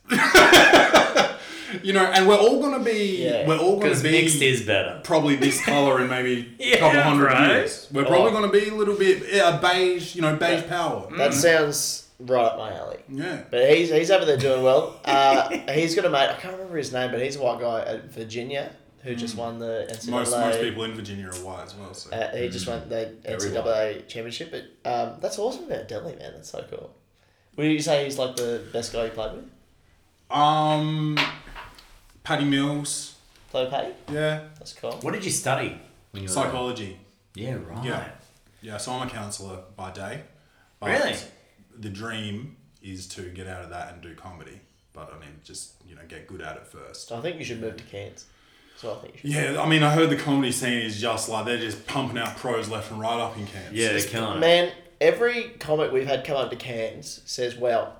[SPEAKER 2] You know, and we're all gonna be.
[SPEAKER 5] Yeah.
[SPEAKER 2] We're all gonna
[SPEAKER 4] because
[SPEAKER 2] be
[SPEAKER 4] mixed is better.
[SPEAKER 2] probably this color in maybe a
[SPEAKER 4] Yeah,
[SPEAKER 2] couple hundred
[SPEAKER 4] right.
[SPEAKER 2] years. We're probably
[SPEAKER 5] Oh.
[SPEAKER 2] gonna be a little bit yeah, a beige, you know, beige power.
[SPEAKER 5] that sounds right up my alley.
[SPEAKER 2] yeah.
[SPEAKER 5] But he's, he's over there doing well. Uh, he's got a mate. I can't remember his name, but he's a white guy at Virginia who just won the NCAA.
[SPEAKER 2] Hmm. Most most people Hmm. in Virginia are white as well. So.
[SPEAKER 5] Uh, he just won the
[SPEAKER 4] Everyone.
[SPEAKER 5] NCAA championship. But um, that's awesome about Delhi, man. That's so cool. Would you say he's like the best guy you played with?
[SPEAKER 2] Um, Patty Mills.
[SPEAKER 5] Hello, Patty.
[SPEAKER 2] Yeah.
[SPEAKER 5] That's cool.
[SPEAKER 4] What did you study when you were
[SPEAKER 2] Psychology.
[SPEAKER 4] Yeah, right.
[SPEAKER 2] Yeah. Yeah. So I'm a counselor by day. But
[SPEAKER 4] Really?
[SPEAKER 2] The dream is to get out of that and do comedy, but I mean, just you know, get good at it first.
[SPEAKER 5] I think you should move to Cairns. So I think you should.
[SPEAKER 2] Yeah, I mean, I heard the comedy scene is just like they're just pumping out pros left and right up in camps.
[SPEAKER 4] Yeah, they're killing it.
[SPEAKER 5] Man, every comic we've had come up to Cairns says, "Wow,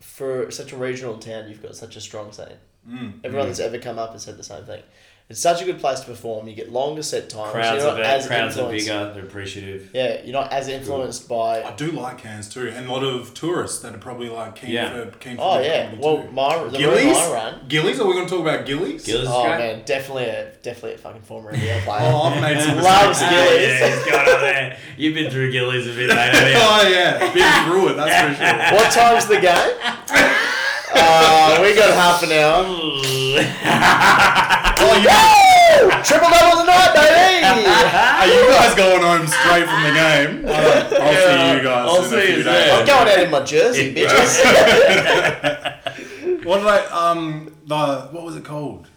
[SPEAKER 5] for such a regional town, you've got such a strong scene." Mm. Everyone that's ever come up has said the same thing. It's such a good place to perform. You get longer set times.
[SPEAKER 4] Crowds
[SPEAKER 5] you're
[SPEAKER 4] are
[SPEAKER 5] not
[SPEAKER 4] big,
[SPEAKER 5] as
[SPEAKER 4] crowds are
[SPEAKER 5] influenced-
[SPEAKER 4] bigger, they're appreciative.
[SPEAKER 5] Yeah, you're not as influenced by.
[SPEAKER 2] I do like Cairns too, and a lot of tourists that are probably like keen
[SPEAKER 4] Yeah.
[SPEAKER 2] for keen for
[SPEAKER 5] Oh
[SPEAKER 2] good
[SPEAKER 5] yeah,
[SPEAKER 2] comedy
[SPEAKER 5] well
[SPEAKER 2] too.
[SPEAKER 5] my the room
[SPEAKER 2] Gillies?
[SPEAKER 5] I run.
[SPEAKER 2] Gillies? Are we going to talk about Gillies?
[SPEAKER 4] Gillies is
[SPEAKER 5] Oh
[SPEAKER 4] great.
[SPEAKER 5] man, definitely a definitely a fucking former NBA
[SPEAKER 2] Oh,
[SPEAKER 5] player.
[SPEAKER 2] I've made some
[SPEAKER 5] Loves
[SPEAKER 2] mistakes.
[SPEAKER 4] Ah,
[SPEAKER 5] Gillies.
[SPEAKER 4] yeah, he's got up there. You've been through Gillies a bit, mate. haven't you?
[SPEAKER 2] Oh, yeah. Been through it, that's for sure.
[SPEAKER 5] what time's the game? Uh, we got half an hour.
[SPEAKER 2] Oh, you,
[SPEAKER 5] Woo! Triple double tonight, baby!
[SPEAKER 2] are you guys going home straight from the game? I don't- I'll see you guys
[SPEAKER 4] I'll
[SPEAKER 2] in
[SPEAKER 4] see
[SPEAKER 2] a few
[SPEAKER 4] you
[SPEAKER 2] days.
[SPEAKER 4] there.
[SPEAKER 5] I'm going out in my jersey, bitches.
[SPEAKER 2] What did I, um, the, what was it called?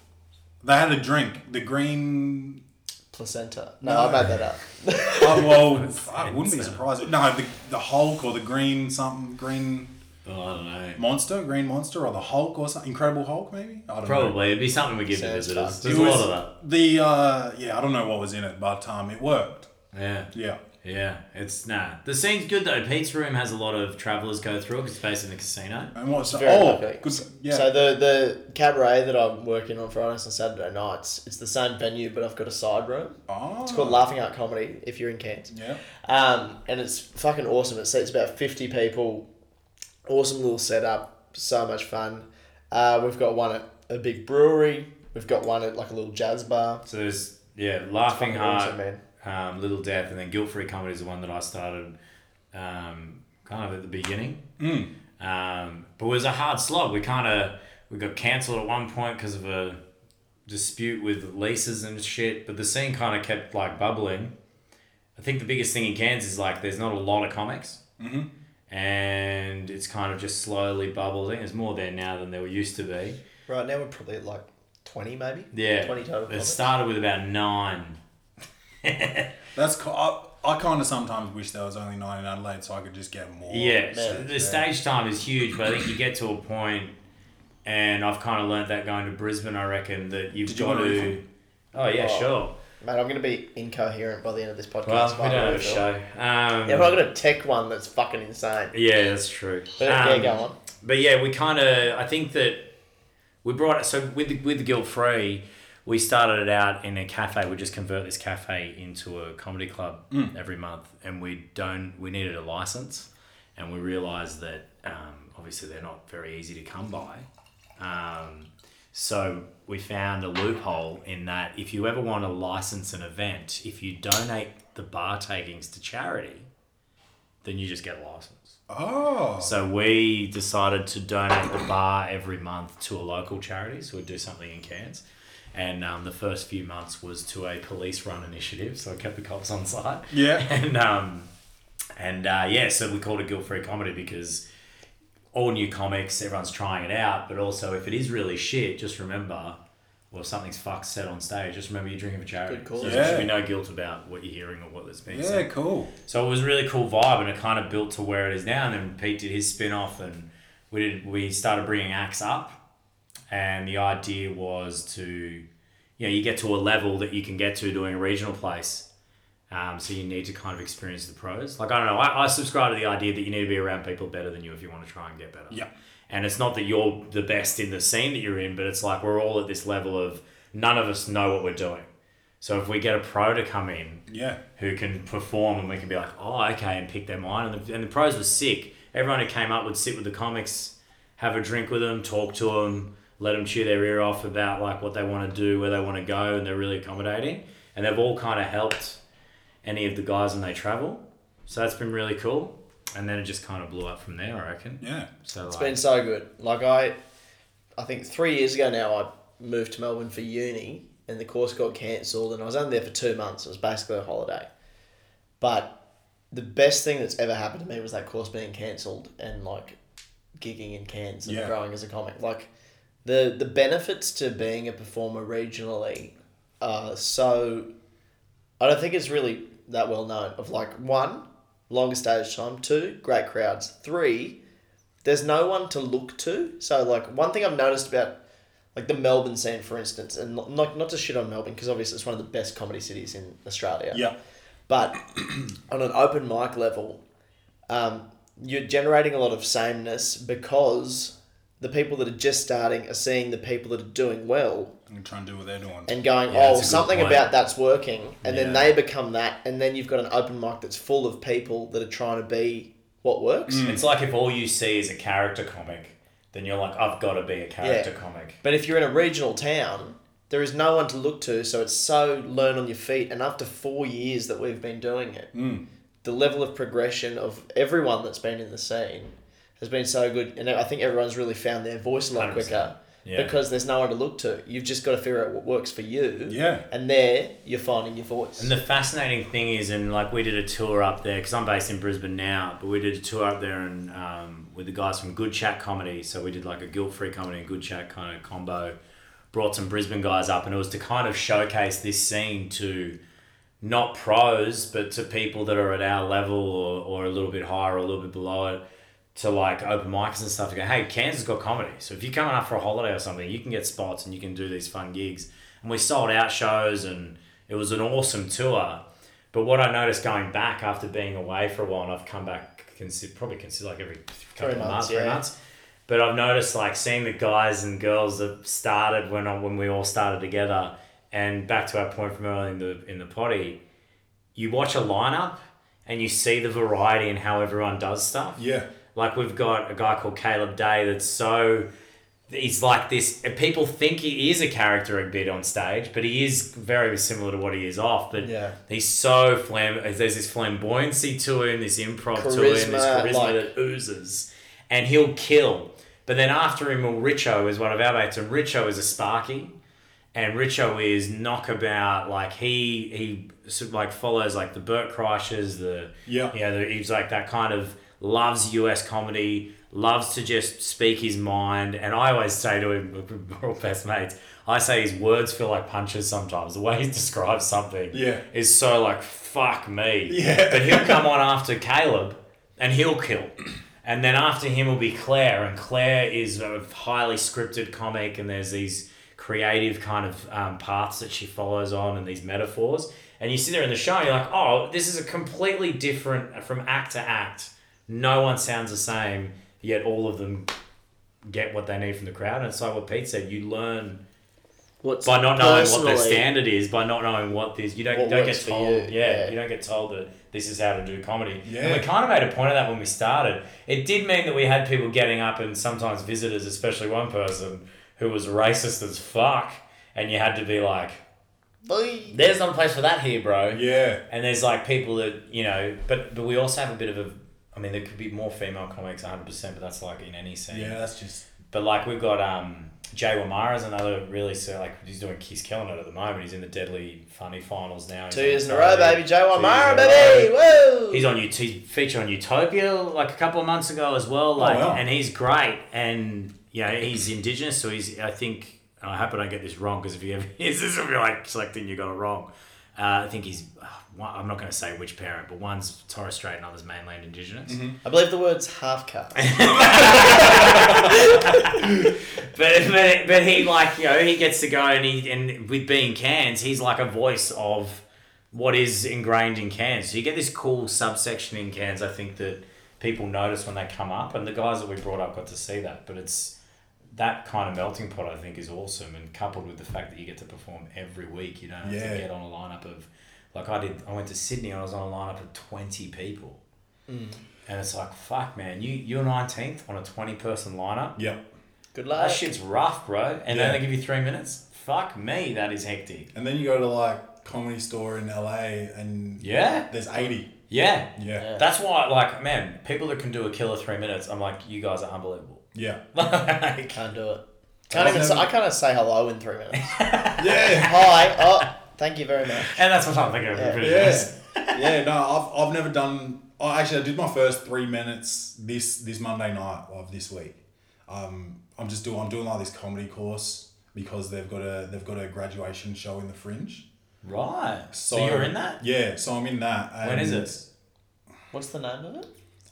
[SPEAKER 2] They had a drink. The green,
[SPEAKER 5] Placenta. No, I made that up.
[SPEAKER 2] oh, well, I wouldn't be surprised. No, the, the Hulk or the green something, green
[SPEAKER 4] Oh, I don't know.
[SPEAKER 2] monster, green monster or the Hulk or something. Incredible Hulk, maybe? I don't know.
[SPEAKER 4] Probably. It'd be something we give to
[SPEAKER 5] Sounds
[SPEAKER 4] visitors.
[SPEAKER 5] fun.
[SPEAKER 4] There's
[SPEAKER 2] It
[SPEAKER 4] a
[SPEAKER 2] was-
[SPEAKER 4] lot of
[SPEAKER 2] The, uh, yeah, I don't know what was in it, but, um, it worked.
[SPEAKER 4] that. Yeah.
[SPEAKER 2] Yeah.
[SPEAKER 4] Yeah, it's nah. The scene's good though. Pete's room has a lot of travellers go through because it's based in the casino.
[SPEAKER 2] And what's the,
[SPEAKER 5] Very
[SPEAKER 2] oh,
[SPEAKER 5] lucky.
[SPEAKER 2] good, yeah.
[SPEAKER 5] So the the cabaret that I'm working on Fridays and Saturday nights, it's the same venue, but I've got a side room.
[SPEAKER 2] oh,
[SPEAKER 5] It's called Laughing Out Comedy. If you're in Cairns,
[SPEAKER 2] Yeah.
[SPEAKER 5] um, and it's fucking awesome. It seats about fifty people. Awesome little setup. So much fun. Uh, we've got one at a big brewery. We've got one at like a little jazz bar.
[SPEAKER 4] So there's yeah, laughing
[SPEAKER 5] fucking
[SPEAKER 4] heart,
[SPEAKER 5] awesome, man.
[SPEAKER 4] um, little death, and then guilt free comedy is the one that I started, um, kind of at the beginning. Um, but it was a hard slog. We kind of we got cancelled at one point because of a dispute with leases and shit. But the scene kind of kept like bubbling. I think the biggest thing in Cairns is like there's not a lot of comics. And it's kind of just slowly bubbled. I think there's more there now than there used to be.
[SPEAKER 5] Right now we're probably at like twenty maybe.
[SPEAKER 4] Yeah.
[SPEAKER 5] Twenty total.
[SPEAKER 4] It
[SPEAKER 5] comics.
[SPEAKER 4] started with about nine.
[SPEAKER 2] That's cool. I, I kind of sometimes wish there was only nine in Adelaide so I could just get more.
[SPEAKER 4] Yeah, so
[SPEAKER 5] Oh, Man.
[SPEAKER 4] the stage time is huge, but I think you get to a point, and I've kind of learnt that going to Brisbane. I reckon that you've
[SPEAKER 2] Did you
[SPEAKER 4] got
[SPEAKER 2] want a
[SPEAKER 4] to.
[SPEAKER 2] refund?
[SPEAKER 4] Oh yeah,
[SPEAKER 5] Oh.
[SPEAKER 4] sure.
[SPEAKER 5] Mate, I'm gonna be incoherent by the end of this podcast.
[SPEAKER 4] Well, we
[SPEAKER 5] by the
[SPEAKER 4] don't have
[SPEAKER 5] way,
[SPEAKER 4] a
[SPEAKER 5] Phil.
[SPEAKER 4] show. Um,
[SPEAKER 5] Yeah, but I've got a tech one that's fucking insane.
[SPEAKER 4] yeah, that's true.
[SPEAKER 5] But yeah,
[SPEAKER 4] Um,
[SPEAKER 5] go on.
[SPEAKER 4] but yeah, we kind of I think that we brought it. So with the, with the guilt free, we started it out in a cafe. We just convert this cafe into a comedy club every month, and we don't we needed a license, and we realized that um, obviously they're not very easy to come by. Um, so we found a loophole in that if you ever want to license an event, if you donate the bar takings to charity, then you just get a license.
[SPEAKER 2] Oh.
[SPEAKER 4] So we decided to donate the bar every month to a local charity. So we'd do something in Cairns. And um, the first few months was to a police run initiative. So I kept the cops on site.
[SPEAKER 2] Yeah.
[SPEAKER 4] And, um, and uh, yeah, so we called it guilt free comedy because all new comics, everyone's trying it out. But also, if it is really shit, just remember, well, if something's fucked said on stage, just remember you're drinking for charity.
[SPEAKER 5] Good call.
[SPEAKER 4] So there should be
[SPEAKER 2] Yeah.
[SPEAKER 4] no guilt about what you're hearing or what that's being said.
[SPEAKER 2] Yeah, cool.
[SPEAKER 4] So it was a really cool vibe, and it kind of built to where it is now. And then Pete did his spin off, and we did we started bringing acts up, and the idea was to, you know, you get to a level that you can get to doing a regional place, um, so you need to kind of experience the pros. Like I don't know, I, I subscribe to the idea that you need to be around people better than you if you want to try and get better.
[SPEAKER 2] Yeah.
[SPEAKER 4] And it's not that you're the best in the scene that you're in, but it's like we're all at this level of none of us know what we're doing. So if we get a pro to come in
[SPEAKER 2] Yeah.
[SPEAKER 4] who can perform and we can be like, oh, okay, and pick their mind. And the, and the pros were sick. Everyone who came up would sit with the comics, have a drink with them, talk to them, let them chew their ear off about like what they want to do, where they want to go, and they're really accommodating. And they've all kind of helped any of the guys when they travel. So that's been really cool. And then it just kind of blew up from there, I reckon.
[SPEAKER 2] Yeah.
[SPEAKER 4] So
[SPEAKER 5] It's
[SPEAKER 4] like,
[SPEAKER 5] been so good. Like I, I think three years ago now, I moved to Melbourne for uni, and the course got cancelled, and I was only there for two months. It was basically a holiday, but the best thing that's ever happened to me was that course being cancelled and like gigging in Cairns and
[SPEAKER 2] Yeah.
[SPEAKER 5] growing as a comic. Like the the benefits to being a performer regionally are so I don't think it's really that well known of like one, longer stage time, two, great crowds, three, there's no one to look to. So like one thing I've noticed about like the Melbourne scene for instance, and not not, not to shit on Melbourne because obviously it's one of the best comedy cities in Australia.
[SPEAKER 2] Yeah.
[SPEAKER 5] But on an open mic level, um, you're generating a lot of sameness because the people that are just starting are seeing the people that are doing well
[SPEAKER 2] I'm gonna try and do what they're doing.
[SPEAKER 5] and going,
[SPEAKER 4] Yeah, that's
[SPEAKER 5] oh,
[SPEAKER 4] a good
[SPEAKER 5] something
[SPEAKER 4] point.
[SPEAKER 5] about that's working. And then
[SPEAKER 4] Yeah.
[SPEAKER 5] they become that. And then you've got an open mic that's full of people that are trying to be what works.
[SPEAKER 4] It's like if all you see is a character comic, then you're like, I've got to be a character
[SPEAKER 5] Yeah.
[SPEAKER 4] comic.
[SPEAKER 5] But if you're in a regional town, there is no one to look to. So it's so learn on your feet. And after four years that we've been doing it,
[SPEAKER 4] Mm.
[SPEAKER 5] the level of progression of everyone that's been in the scene has been so good. And I think everyone's really found their voice a lot
[SPEAKER 4] 100%.
[SPEAKER 5] quicker.
[SPEAKER 4] Yeah.
[SPEAKER 5] Because there's no one to look to. You've just got to figure out what works for you.
[SPEAKER 2] Yeah.
[SPEAKER 5] And there, you're finding your voice.
[SPEAKER 4] And the fascinating thing is, and like we did a tour up there because I'm based in Brisbane now, but we did a tour up there and um, with the guys from Good Chat Comedy. So we did like a guilt free comedy and Good Chat kind of combo. Brought some Brisbane guys up, and it was to kind of showcase this scene to not pros, but to people that are at our level or, or a little bit higher or a little bit below it. To like open mics and stuff to go, hey, Kansas got comedy. So if you're coming up for a holiday or something, you can get spots and you can do these fun gigs. And we sold out shows and it was an awesome tour. But what I noticed going back after being away for a while, and I've come back consi- probably consider like every couple of
[SPEAKER 5] months,
[SPEAKER 4] months, three
[SPEAKER 5] yeah.
[SPEAKER 4] months. But I've noticed like seeing the guys and girls that started when I, when we all started together, and back to our point from earlier in the in the potty, you watch a lineup and you see the variety in how everyone does stuff.
[SPEAKER 2] yeah.
[SPEAKER 4] Like we've got a guy called Caleb Day that's so he's like this people think he is a character a bit on stage, but he is very similar to what he is off. But
[SPEAKER 5] Yeah.
[SPEAKER 4] he's so flam there's this flamboyancy to him, this improv to him, this
[SPEAKER 5] Charisma,
[SPEAKER 4] charisma
[SPEAKER 5] like-
[SPEAKER 4] that oozes. And he'll kill. But then after him will Richo is one of our mates, and Richo is a Sparky and Richo is knockabout. Like he he sort of like follows like the Burt Kreischer's, the
[SPEAKER 2] Yeah.
[SPEAKER 4] you know, the, he's like that kind of loves US comedy, loves to just speak his mind. And I always say to him, we're all best mates. I say his words feel like punches sometimes. The way he describes something
[SPEAKER 2] Yeah.
[SPEAKER 4] is so like fuck me.
[SPEAKER 2] Yeah.
[SPEAKER 4] But he'll come on after Caleb and he'll kill. And then after him will be Claire, and Claire is a highly scripted comic, and there's these creative kind of um, paths that she follows on and these metaphors. And you sit there in the show, and you're like, oh, this is a completely different from act to act. No one sounds the same, yet all of them get what they need from the crowd. And it's like what Pete said, you learn
[SPEAKER 5] What's
[SPEAKER 4] by not knowing what
[SPEAKER 5] personally-
[SPEAKER 4] their standard is, by not knowing what this you don't
[SPEAKER 5] What
[SPEAKER 4] you don't get
[SPEAKER 5] works for
[SPEAKER 4] told
[SPEAKER 5] you,
[SPEAKER 4] yeah,
[SPEAKER 5] yeah.
[SPEAKER 4] you don't get told that this is how to do comedy. And
[SPEAKER 2] Yeah.
[SPEAKER 4] we kind of made a point of that when we started. It did mean that we had people getting up and sometimes visitors, especially one person who was racist as fuck, and you had to be like,
[SPEAKER 5] Bye.
[SPEAKER 4] "There's not a place for that here, bro."
[SPEAKER 2] Yeah.
[SPEAKER 4] And there's like people that you know, but but we also have a bit of a. I mean, there could be more female comics, one hundred percent, but that's like in any scene.
[SPEAKER 2] Yeah, that's just
[SPEAKER 4] But like we've got um Jay Wamara is another really so like he's doing he's killing it at the moment. He's in the deadly funny finals now. He's
[SPEAKER 5] Two
[SPEAKER 4] on
[SPEAKER 5] years in a row,
[SPEAKER 4] Friday.
[SPEAKER 5] baby. Jay
[SPEAKER 4] Two
[SPEAKER 5] Wamara,
[SPEAKER 4] years in a
[SPEAKER 5] baby.
[SPEAKER 4] row.
[SPEAKER 5] Whoa.
[SPEAKER 4] He's on U- he's featured on Utopia like a couple of months ago as well. Like
[SPEAKER 2] wow.
[SPEAKER 4] and he's great and you know, he's indigenous, so he's I think and I hope I don't get this wrong because if he ever hears this, will be like selecting you got it wrong. Uh, I think he's. uh, one- I'm not going to say which parent, but one's Torres Strait and other's mainland indigenous.
[SPEAKER 5] I believe the word's half caste.
[SPEAKER 4] But, but but he like you know he gets to go and he and with being Cairns he's like a voice of what is ingrained in Cairns. So you get this cool subsection in Cairns. I think that people notice when they come up, and the guys that we brought up got to see that. But it's that kind of melting pot. I think is awesome, and coupled with the fact that you get to perform every week, you don't have
[SPEAKER 2] Yeah.
[SPEAKER 4] to get on a lineup of like I did. I went to Sydney. I was on a lineup of twenty people. And it's like, fuck, man, you, you're 19th on a 20 person lineup.
[SPEAKER 2] yeah.
[SPEAKER 5] Good
[SPEAKER 4] That
[SPEAKER 5] luck.
[SPEAKER 4] shit's rough, bro. And
[SPEAKER 2] Yeah.
[SPEAKER 4] then they give you three minutes. Fuck me, that is hectic.
[SPEAKER 2] And then you go to like comedy store in LA and
[SPEAKER 4] Yeah,
[SPEAKER 2] there's eighty.
[SPEAKER 4] yeah.
[SPEAKER 2] Yeah.
[SPEAKER 4] That's why, like, man, people that can do a killer three minutes, I'm like, you guys are unbelievable.
[SPEAKER 2] Yeah.
[SPEAKER 4] like,
[SPEAKER 5] Can't do it. Can't even. Say, I can't say hello in three minutes.
[SPEAKER 2] Yeah.
[SPEAKER 5] Hi. Oh, thank you very much.
[SPEAKER 4] and that's what I'm thinking of.
[SPEAKER 5] Yeah.
[SPEAKER 4] Pretty
[SPEAKER 2] yeah.
[SPEAKER 4] nice.
[SPEAKER 2] yeah, no, I've, I've never oh, done I actually I did my first three minutes this this Monday night of this week. um, I'm just doing I'm doing like this comedy course because they've got a they've got a graduation show in the Fringe.
[SPEAKER 4] Right. So, you're in that?
[SPEAKER 2] Yeah, so I'm in that. And
[SPEAKER 4] When is it?
[SPEAKER 5] What's the name of it?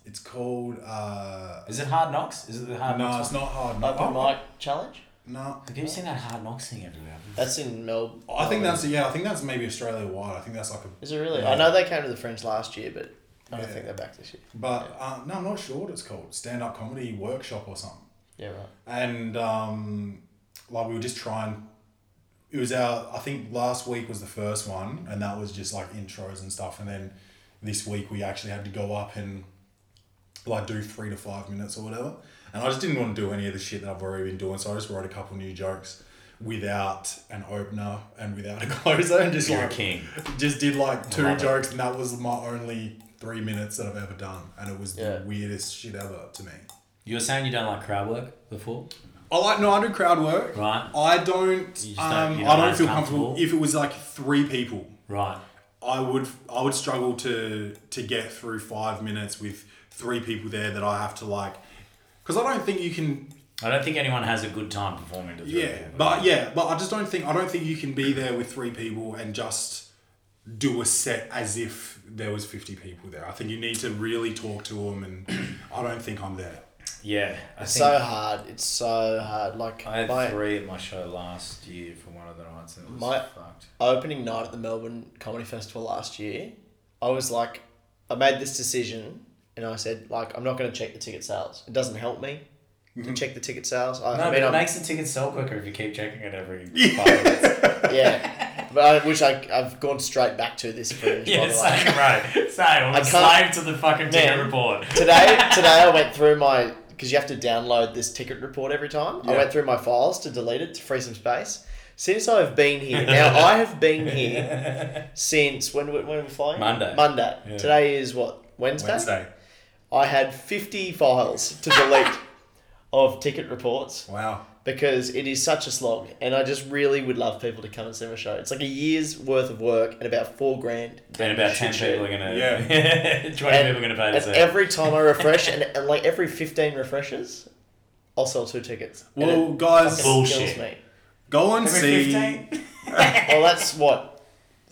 [SPEAKER 2] It's called. Uh,
[SPEAKER 4] Is it Hard Knocks? Is it the Hard
[SPEAKER 2] no,
[SPEAKER 4] Knocks?
[SPEAKER 2] it's not hard.
[SPEAKER 5] Open
[SPEAKER 2] No,
[SPEAKER 5] mic challenge.
[SPEAKER 2] no.
[SPEAKER 4] Have you seen that Hard Knocks thing everywhere?
[SPEAKER 5] That's in Melbourne.
[SPEAKER 2] I think that's yeah. I think that's maybe Australia wide. I think that's like a.
[SPEAKER 5] Is it really?
[SPEAKER 2] Yeah.
[SPEAKER 5] I know they came to the Fringe last year, but I don't
[SPEAKER 2] Yeah.
[SPEAKER 5] think they're back this year.
[SPEAKER 2] But uh, no, I'm not sure what it's called. Stand up comedy workshop or something.
[SPEAKER 5] Yeah, right.
[SPEAKER 2] and um, like we were just trying. It was our. I think last week was the first one, and that was just like intros and stuff. And then this week we actually had to go up and like do three to five minutes or whatever. And I just didn't want to do any of the shit that I've already been doing, so I just wrote a couple new jokes without an opener and without a closer, and just
[SPEAKER 4] You're a
[SPEAKER 2] like
[SPEAKER 4] king.
[SPEAKER 2] just did like two
[SPEAKER 4] Love it.
[SPEAKER 2] jokes, and that was my only three minutes that I've ever done, and it was
[SPEAKER 5] Yeah.
[SPEAKER 2] the weirdest shit ever to me.
[SPEAKER 4] You were saying you don't like crowd work before?
[SPEAKER 2] I like no, I do crowd work.
[SPEAKER 4] Right.
[SPEAKER 2] I don't.
[SPEAKER 4] just don't-
[SPEAKER 2] um,
[SPEAKER 4] you're
[SPEAKER 2] I
[SPEAKER 4] not
[SPEAKER 2] don't
[SPEAKER 4] as
[SPEAKER 2] feel comfortable.
[SPEAKER 4] comfortable?
[SPEAKER 2] If it was like three people,
[SPEAKER 4] Right.
[SPEAKER 2] I would. I would struggle to to get through five minutes with three people there that I have to like. Because I don't think you can.
[SPEAKER 4] I don't think anyone has a good time performing to three
[SPEAKER 2] Yeah,
[SPEAKER 4] people.
[SPEAKER 2] but yeah, but I just don't think. I don't think you can be there with three people and just do a set as if there was fifty people there. I think you need to really talk to them, and I don't think I'm there.
[SPEAKER 4] Yeah. I
[SPEAKER 5] It's
[SPEAKER 4] think
[SPEAKER 5] so hard. It's so hard. Like
[SPEAKER 4] I had
[SPEAKER 5] my
[SPEAKER 4] three at my show last year for one of the nights and it was
[SPEAKER 5] My-
[SPEAKER 4] fucked.
[SPEAKER 5] opening night at the Melbourne Comedy Festival last year, I was like, I made this decision, and I said like, I'm not going to check the ticket sales. It doesn't help me to check the ticket sales. I,
[SPEAKER 4] No,
[SPEAKER 5] I
[SPEAKER 4] but
[SPEAKER 5] mean,
[SPEAKER 4] it
[SPEAKER 5] I'm,
[SPEAKER 4] makes the tickets sell quicker if you keep checking it every five minutes.
[SPEAKER 5] yeah, but I wish I I've gone straight back to this fringe. by
[SPEAKER 4] yeah,
[SPEAKER 5] the way.
[SPEAKER 4] same, right. Same. I'm a slave
[SPEAKER 5] can't-
[SPEAKER 4] to the fucking ticket
[SPEAKER 5] Man.
[SPEAKER 4] report.
[SPEAKER 5] today today I went through my because you have to download this ticket report every time. I went through my files to delete it to free some space. Since I've been here, now I have been here since when were- when were we flying
[SPEAKER 4] Monday.
[SPEAKER 5] Monday. Today is what Wednesday.
[SPEAKER 2] Wednesday.
[SPEAKER 5] I had fifty files to delete of ticket reports
[SPEAKER 2] Wow.
[SPEAKER 5] because it is such a slog, and I just really would love people to come and see my show. It's like a year's worth of work and about four grand.
[SPEAKER 4] Then about ten
[SPEAKER 5] Shit,
[SPEAKER 4] people
[SPEAKER 5] shit.
[SPEAKER 4] are gonna.
[SPEAKER 2] Yeah.
[SPEAKER 4] Twenty people are gonna pay to
[SPEAKER 5] and
[SPEAKER 4] see. it.
[SPEAKER 5] every time I refresh, and, and like every 15 refreshes, I'll sell two tickets. And
[SPEAKER 2] Well,
[SPEAKER 5] it
[SPEAKER 2] guys,
[SPEAKER 5] kills
[SPEAKER 4] Bullshit.
[SPEAKER 5] me.
[SPEAKER 2] go and
[SPEAKER 4] Every
[SPEAKER 2] see.
[SPEAKER 4] 15?
[SPEAKER 5] Well, that's what?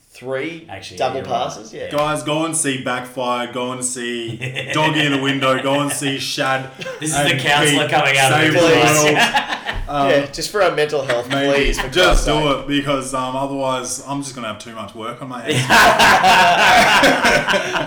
[SPEAKER 5] Three
[SPEAKER 4] Actually,
[SPEAKER 5] double
[SPEAKER 4] you're right.
[SPEAKER 5] passes? Yeah.
[SPEAKER 2] Guys, go and see Backfire. Go and see Doggy in a Window. Go and see Shad.
[SPEAKER 4] This is
[SPEAKER 2] and
[SPEAKER 4] the counselor
[SPEAKER 2] Pete.
[SPEAKER 4] coming out of
[SPEAKER 2] Save
[SPEAKER 4] the
[SPEAKER 2] the
[SPEAKER 5] Please.
[SPEAKER 2] world,
[SPEAKER 5] yeah, just for our mental health,
[SPEAKER 2] mate.
[SPEAKER 5] please. for Christ's
[SPEAKER 2] just do
[SPEAKER 5] sake.
[SPEAKER 2] it because um, otherwise I'm just gonna have too much work on my hands.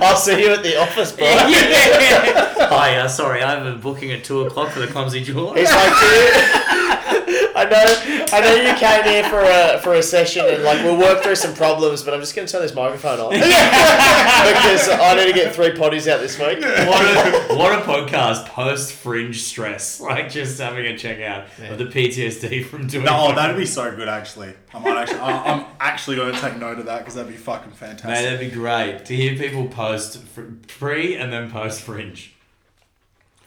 [SPEAKER 5] I'll see you at the office, bro.
[SPEAKER 4] yeah. Hi, uh, sorry, I have a booking at two o'clock for the clumsy jeweler.
[SPEAKER 5] It's like, dude, I know, I know you came here for a for a session and like we'll work through some problems, but I'm just gonna turn this microphone on because I need to get three potties out this week.
[SPEAKER 4] What a, what a podcast post fringe stress. Like just having a check out of the PTSD from doing
[SPEAKER 2] No, oh,
[SPEAKER 4] fucking-
[SPEAKER 2] that'd be so good. Actually, I might actually. I, I'm actually gonna take note of that because that'd be fucking
[SPEAKER 4] Mate,
[SPEAKER 2] fantastic.
[SPEAKER 4] that'd be great to hear people post fr- pre and then post fringe.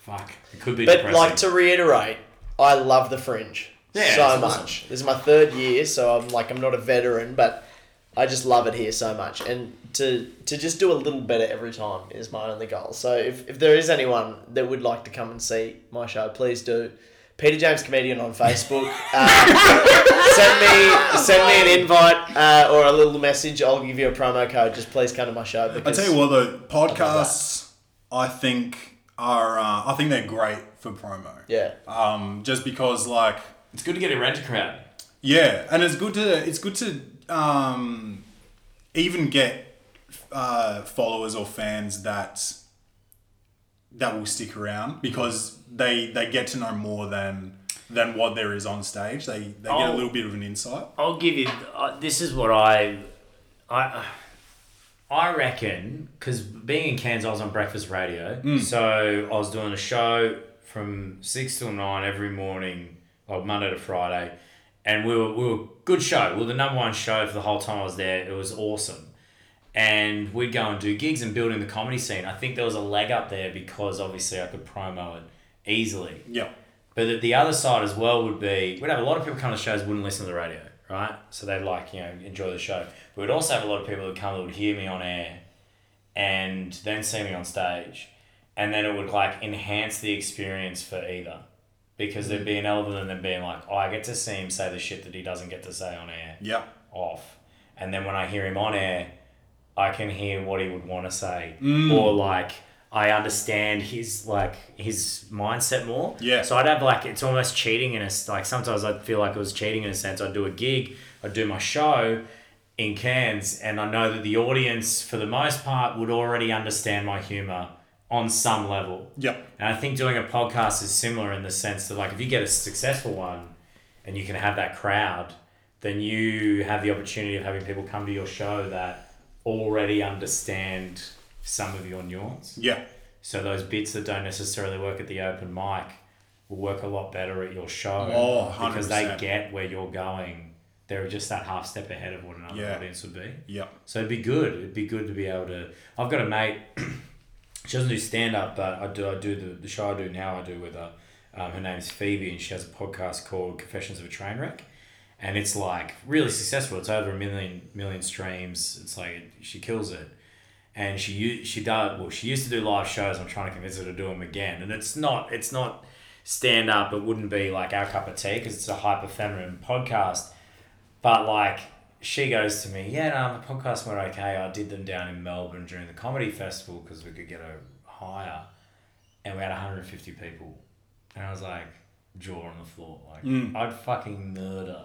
[SPEAKER 4] Fuck, it could be
[SPEAKER 5] But
[SPEAKER 4] depressing.
[SPEAKER 5] like to reiterate, I love the Fringe
[SPEAKER 4] Yeah,
[SPEAKER 5] so
[SPEAKER 4] it's
[SPEAKER 5] much.
[SPEAKER 4] awesome.
[SPEAKER 5] This is my third year, so I'm like I'm not a veteran, but I just love it here so much. And to to just do a little better every time is my only goal. So if, if there is anyone that would like to come and see my show, please do. Peter James Comedian on Facebook. Uh, send me send me an invite uh, or a little message. I'll give you a promo code. Just please come to my show.
[SPEAKER 2] I
[SPEAKER 5] Because
[SPEAKER 2] tell you what, though, podcasts I think are. Uh, I think they're great for promo.
[SPEAKER 5] Yeah.
[SPEAKER 4] Ah.
[SPEAKER 2] Um, just because like.
[SPEAKER 4] it's good to get a rent crowd.
[SPEAKER 2] Yeah, and it's good to it's good to um, even get uh, followers or fans that that will stick around because they they get to know more than than what there is on stage. They they get a
[SPEAKER 4] Oh.
[SPEAKER 2] little bit of an insight.
[SPEAKER 4] I'll give you. Uh, this is what I, I, I reckon because being in Cairns, I was on breakfast radio, so I was doing a show from six till nine every morning, like Monday to Friday, and we were we were good show. We were the number one show for the whole time I was there. It was awesome, and we'd go and do gigs and building the comedy scene. I think there was a leg up there because obviously I could promo it easily.
[SPEAKER 2] Yeah,
[SPEAKER 4] But the, the other side as well would be we'd have a lot of people come to shows that wouldn't listen to the radio, right? So they'd like, you know, enjoy the show. But we'd also have a lot of people that come that would hear me on air and then see me on stage. And then it would like enhance the experience for either. because there'd be an element in them being like, oh, I get to see him say the shit that he doesn't get to say on air
[SPEAKER 2] Yeah.
[SPEAKER 4] off. And then when I hear him on air, I can hear what he would want to say. Or like I understand his like his mindset more.
[SPEAKER 2] Yeah.
[SPEAKER 4] So I'd have like it's almost cheating in a s- like sometimes I'd feel like it was cheating in a sense. I'd do a gig, I'd do my show in Cairns, and I know that the audience for the most part would already understand my humor on some level.
[SPEAKER 2] Yeah.
[SPEAKER 4] And I think doing a podcast is similar in the sense that, like, if you get a successful one and you can have that crowd, then you have the opportunity of having people come to your show that already understand some of your nuance.
[SPEAKER 2] Yeah.
[SPEAKER 4] So those bits that don't necessarily work at the open mic will work a lot better at your show
[SPEAKER 2] Oh,
[SPEAKER 4] because they
[SPEAKER 2] 100%.
[SPEAKER 4] get where you're going. They're just that half step ahead of what another
[SPEAKER 2] Yeah.
[SPEAKER 4] audience would be.
[SPEAKER 2] Yeah.
[SPEAKER 4] So it'd be good. It'd be good to be able to. I've got a mate. she doesn't do stand up, but I do. I do the, the show I do now. I do with her. Um, her name's Phoebe, and she has a podcast called Confessions of a Train Wreck, and it's like really successful. It's over a million million streams. It's like she kills it, and she u- she does. Well, she used to do live shows. I'm trying to convince her to do them again, and it's not. It's not stand up. It wouldn't be like our cup of tea because it's a hyper feminine podcast. But like she goes to me, yeah, no, the podcast went okay. I did them down in Melbourne during the comedy festival because we could get a higher, and we had 150 people, and I was like jaw on the floor, like I'd fucking murder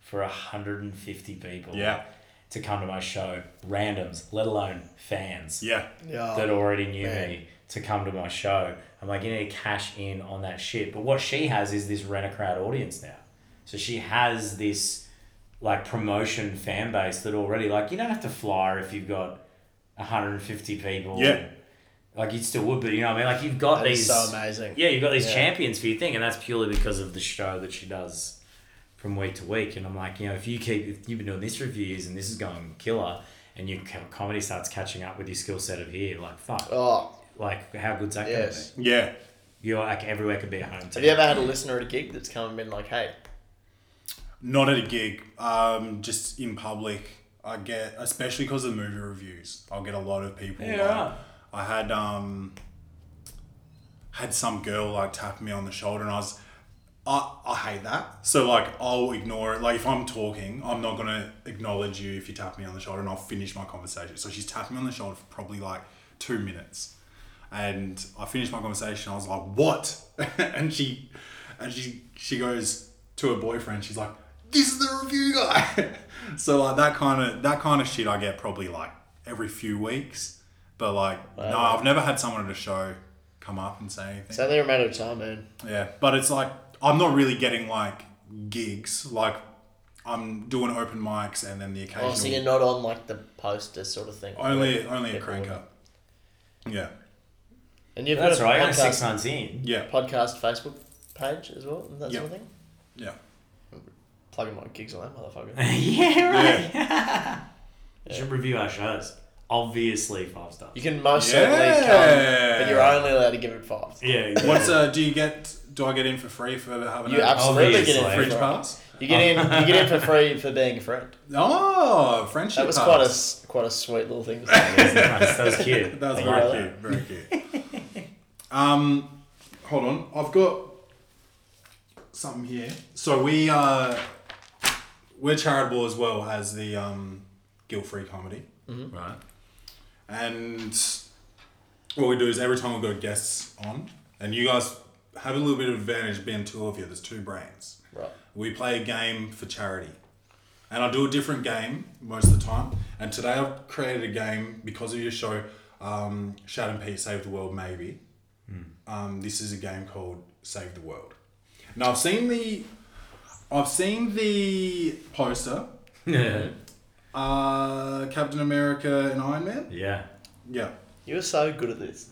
[SPEAKER 4] for 150 people,
[SPEAKER 2] Yeah.
[SPEAKER 4] to come to my show, randoms, let alone fans,
[SPEAKER 2] Yeah.
[SPEAKER 4] that already knew me to come to my show. I'm like, you need to cash in on that shit. But what she has is this rent a crowd audience now. So she has this like promotion fan base that already like you don't have to flyer if you've got 150 people.
[SPEAKER 2] Yeah.
[SPEAKER 4] Like you still would, but you know what I mean. Like you've got
[SPEAKER 5] That
[SPEAKER 4] these
[SPEAKER 5] is so amazing.
[SPEAKER 4] Yeah, you've got these
[SPEAKER 5] Yeah.
[SPEAKER 4] champions for your thing, and that's purely because of the show that she does from week to week. And I'm like, you know, if you keep, if you've been doing this for years and this is going killer, and your co- comedy starts catching up with your skill set of here, like fuck,
[SPEAKER 5] Oh,
[SPEAKER 4] like how good's that
[SPEAKER 5] Yes.
[SPEAKER 4] gonna
[SPEAKER 2] Yeah.
[SPEAKER 4] be? You're like everywhere could be a home team.
[SPEAKER 5] have you ever had a listener at a gig that's come and been like, "Hey,
[SPEAKER 2] Not at a gig. Um, just in public. I get, especially because of movie reviews, I'll get a lot of people.
[SPEAKER 4] Yeah, right.
[SPEAKER 2] I had um, had some girl like tap me on the shoulder, and I was, I, I hate that. So like, I'll ignore it. Like if I'm talking, I'm not gonna acknowledge you if you tap me on the shoulder, and I'll finish my conversation. So she's tapped me on the shoulder for probably like two minutes, and I finished my conversation. I was like, what? and she, and she, she goes to her boyfriend. She's like, this is the review guy. so like that kind of that kind of shit, I get probably like every few weeks. But like, no, I've never had someone at a show come up and say anything.
[SPEAKER 5] it's only a matter of time, man."
[SPEAKER 2] Yeah, but it's like I'm not really getting like gigs. Like I'm doing open mics and then the occasional
[SPEAKER 5] Oh, so you're not on like the poster sort of thing.
[SPEAKER 2] only only a crank
[SPEAKER 5] bored.
[SPEAKER 2] up. Yeah,
[SPEAKER 5] And you've
[SPEAKER 4] That's
[SPEAKER 5] got a
[SPEAKER 4] right. Only six
[SPEAKER 5] podcast,
[SPEAKER 4] months in.
[SPEAKER 2] yeah,
[SPEAKER 5] podcast Facebook page as well, and that
[SPEAKER 2] Yeah.
[SPEAKER 5] sort of thing.
[SPEAKER 2] yeah,
[SPEAKER 5] Plugging my gigs on that motherfucker.
[SPEAKER 4] yeah, right.
[SPEAKER 2] yeah.
[SPEAKER 4] You should review our shows. Obviously, five stars.
[SPEAKER 5] You can most certainly
[SPEAKER 2] Yeah.
[SPEAKER 5] come, but you're only allowed to give it five.
[SPEAKER 4] Yeah.
[SPEAKER 2] What's uh? Do you get? Do I get in for free for having a
[SPEAKER 5] You absolutely get
[SPEAKER 4] Obviously.
[SPEAKER 5] in for
[SPEAKER 2] fridge
[SPEAKER 5] free.
[SPEAKER 2] pass?
[SPEAKER 5] You get in. You get in for free for being a friend.
[SPEAKER 2] Oh, friendship.
[SPEAKER 5] That was
[SPEAKER 2] pass.
[SPEAKER 5] quite a s- quite a sweet little thing. To say.
[SPEAKER 4] nice. That was cute.
[SPEAKER 2] That was
[SPEAKER 4] I
[SPEAKER 2] very
[SPEAKER 4] like
[SPEAKER 2] cute. Very cute. um, hold on. I've got something here. So we uh, we're charitable as well as the um, guilt free comedy,
[SPEAKER 4] that. Right.
[SPEAKER 2] and what we do is every time we've got guests on, and you guys have a little bit of advantage being two of you. There's two brains.
[SPEAKER 5] Right.
[SPEAKER 2] We play a game for charity. And I do a different game most of the time. And today I've created a game because of your show, um, Shad and Pete Save the World Maybe. Um, this is a game called Save the World. Now I've seen the I've seen the poster.
[SPEAKER 4] Yeah.
[SPEAKER 2] Uh, Captain America and Iron Man.
[SPEAKER 4] Yeah.
[SPEAKER 2] Yeah.
[SPEAKER 5] You were so good at this.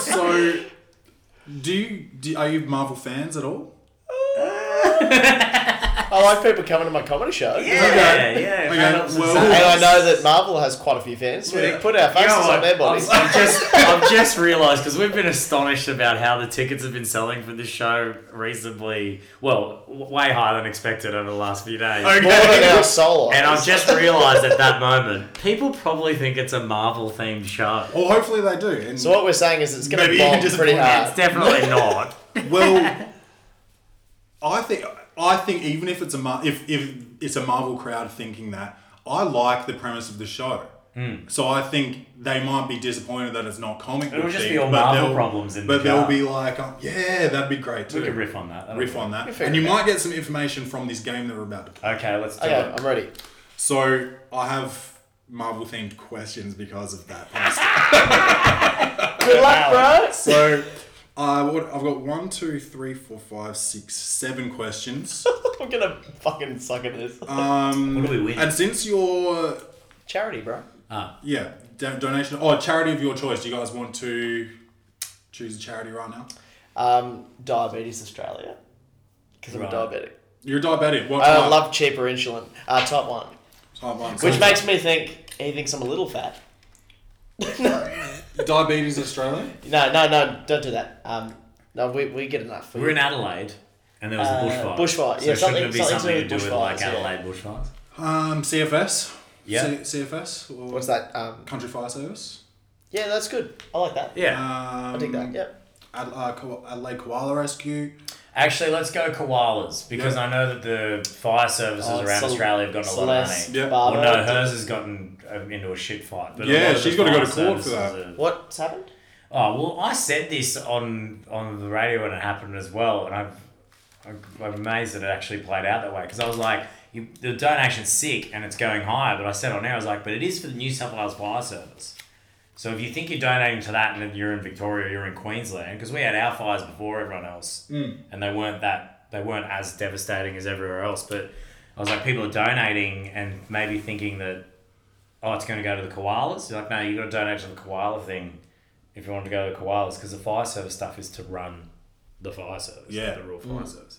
[SPEAKER 2] So do you do, are you Marvel fans at all?
[SPEAKER 5] I like people coming to my comedy show.
[SPEAKER 2] Okay.
[SPEAKER 4] Yeah,
[SPEAKER 2] Okay,
[SPEAKER 4] yeah,
[SPEAKER 2] well-
[SPEAKER 5] And I know that Marvel has quite a few fans. We
[SPEAKER 2] Yeah.
[SPEAKER 5] put our
[SPEAKER 4] You
[SPEAKER 5] faces
[SPEAKER 4] know
[SPEAKER 5] on
[SPEAKER 4] what?
[SPEAKER 5] their bodies.
[SPEAKER 4] I've, I've just, I've just realised because we've been astonished about how the tickets have been selling for this show reasonably well, w- way higher than expected over the last few days.
[SPEAKER 5] More than our soul.
[SPEAKER 4] And I've
[SPEAKER 5] eyes.
[SPEAKER 4] just realised at that moment, people probably think it's a Marvel themed show.
[SPEAKER 2] Uh, Well, hopefully they do. And
[SPEAKER 5] So what we're saying is it's going
[SPEAKER 2] Maybe
[SPEAKER 5] to
[SPEAKER 2] you can
[SPEAKER 5] bomb
[SPEAKER 2] just
[SPEAKER 5] pretty
[SPEAKER 2] point
[SPEAKER 5] hard.
[SPEAKER 4] It's definitely not.
[SPEAKER 2] Well, I think I think even if it's a Mar- if if it's a Marvel crowd thinking that, I like the premise of the show.
[SPEAKER 4] Hmm.
[SPEAKER 2] So I think they might be disappointed that it's not comic.
[SPEAKER 4] It'll
[SPEAKER 2] book
[SPEAKER 4] just be
[SPEAKER 2] themed,
[SPEAKER 4] all
[SPEAKER 2] but
[SPEAKER 4] Marvel
[SPEAKER 2] they'll-
[SPEAKER 4] problems in
[SPEAKER 2] but
[SPEAKER 4] the
[SPEAKER 2] they'll
[SPEAKER 4] jar.
[SPEAKER 2] be like, oh, yeah, that'd be great too.
[SPEAKER 4] We could riff on that. That'll
[SPEAKER 2] Riff
[SPEAKER 4] be
[SPEAKER 2] on
[SPEAKER 4] good.
[SPEAKER 2] that, and you might get some information from this game that we're about to play.
[SPEAKER 4] Okay, let's do
[SPEAKER 5] Okay,
[SPEAKER 4] it.
[SPEAKER 5] I'm ready.
[SPEAKER 2] So I have Marvel themed questions because of that. past
[SPEAKER 5] Good luck, bro.
[SPEAKER 2] So I would, I've got one, two, three, four, five, six, seven questions.
[SPEAKER 5] I'm gonna fucking suck at this.
[SPEAKER 2] Um,
[SPEAKER 4] What do we win?
[SPEAKER 2] And since your
[SPEAKER 5] Charity, bro.
[SPEAKER 4] Ah,
[SPEAKER 2] yeah do- donation or charity of your choice, do you guys want to choose a charity right now?
[SPEAKER 5] Um, Diabetes Australia. Because I'm
[SPEAKER 4] Right.
[SPEAKER 5] a diabetic.
[SPEAKER 2] You're diabetic. What
[SPEAKER 5] I
[SPEAKER 2] type?
[SPEAKER 5] love cheaper insulin. Uh, type one,
[SPEAKER 2] Type one.
[SPEAKER 5] which
[SPEAKER 2] So-
[SPEAKER 5] makes me think he thinks I'm a little fat.
[SPEAKER 2] diabetes Australia.
[SPEAKER 5] No, no, no, don't do that. Um, no, we, we get enough. We,
[SPEAKER 4] we're in Adelaide, and there was
[SPEAKER 5] Uh,
[SPEAKER 4] a bushfire.
[SPEAKER 5] bushfire,
[SPEAKER 4] So
[SPEAKER 5] yeah,
[SPEAKER 4] shouldn't
[SPEAKER 5] something-
[SPEAKER 4] it be
[SPEAKER 5] something
[SPEAKER 4] something,
[SPEAKER 5] to do
[SPEAKER 4] to do
[SPEAKER 5] with
[SPEAKER 4] with like
[SPEAKER 5] bushfires, yeah.
[SPEAKER 4] Adelaide bushfires?
[SPEAKER 2] Um, CFS.
[SPEAKER 4] Yeah.
[SPEAKER 2] C- CFS. Or
[SPEAKER 5] What's that? Um,
[SPEAKER 2] Country Fire Service.
[SPEAKER 5] yeah, that's good. I like that.
[SPEAKER 4] Yeah.
[SPEAKER 2] Um,
[SPEAKER 5] I dig that. Yep.
[SPEAKER 2] Ad- uh, Ko- Adelaide Koala Rescue.
[SPEAKER 4] Actually, let's go koalas because
[SPEAKER 2] Yeah.
[SPEAKER 4] I know that the fire services
[SPEAKER 5] Oh,
[SPEAKER 4] around
[SPEAKER 5] Cel-
[SPEAKER 4] Australia have gotten a lot of money.
[SPEAKER 5] Celeste
[SPEAKER 2] Yeah.
[SPEAKER 4] Well,
[SPEAKER 5] Barber.
[SPEAKER 4] no, hers has gotten um, into a shit fight. But a
[SPEAKER 2] Yeah,
[SPEAKER 4] lot of
[SPEAKER 2] she's
[SPEAKER 4] the
[SPEAKER 2] gotta go to
[SPEAKER 4] fire
[SPEAKER 2] court for
[SPEAKER 4] services are-
[SPEAKER 5] What's happened?
[SPEAKER 4] Oh well, I said this on on the radio when it happened as well, and I've I'm amazed that it actually played out that way because I was like, you, the donation's sick and it's going higher, but I said on air I was like, but it is for the New South Wales Fire Service. So if you think you're donating to that and then you're in Victoria, you're in Queensland because we had our fires before everyone else, and they weren't that they weren't as devastating as everywhere else. But I was like, people are donating and maybe thinking that oh, it's going to go to the koalas. You're like, no, you got to donate to the koala thing if you want to go to the koalas because the fire service stuff is to run the fire service, like
[SPEAKER 2] Yeah.
[SPEAKER 4] the rural fire service.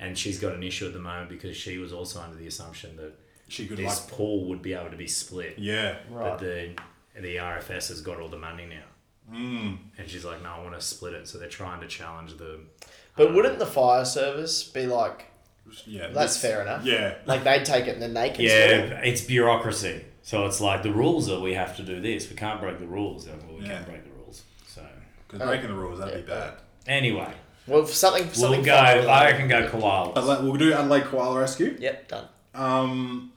[SPEAKER 4] And she's got an issue at the moment because she was also under the assumption that
[SPEAKER 2] She could
[SPEAKER 4] this
[SPEAKER 2] like.
[SPEAKER 4] pool would be able to be split.
[SPEAKER 2] Yeah.
[SPEAKER 4] But the the RFS has got all the money now.
[SPEAKER 5] Hmm.
[SPEAKER 4] Mm. And she's like, no, I want to split it. So they're trying to challenge the.
[SPEAKER 5] But wouldn't the fire service be like,
[SPEAKER 2] Yeah.
[SPEAKER 5] that's
[SPEAKER 2] this-
[SPEAKER 5] fair enough?
[SPEAKER 2] Yeah.
[SPEAKER 5] Like they'd take it and then they can split it.
[SPEAKER 4] Yeah, it's bureaucracy. So it's like the rules are we have to do this. We can't break the rules. Well, we
[SPEAKER 2] Yeah.
[SPEAKER 4] can't break the rules. So
[SPEAKER 2] Because breaking the rules, that'd be
[SPEAKER 5] Yeah.
[SPEAKER 2] bad.
[SPEAKER 4] anyway,
[SPEAKER 5] Well, for something.
[SPEAKER 4] we'll
[SPEAKER 5] something
[SPEAKER 4] go.
[SPEAKER 5] fun
[SPEAKER 4] I
[SPEAKER 5] like that.
[SPEAKER 4] reckon go koalas.
[SPEAKER 2] Adelaide, we'll do Adelaide Koala Rescue.
[SPEAKER 5] Yep, done.
[SPEAKER 2] Um.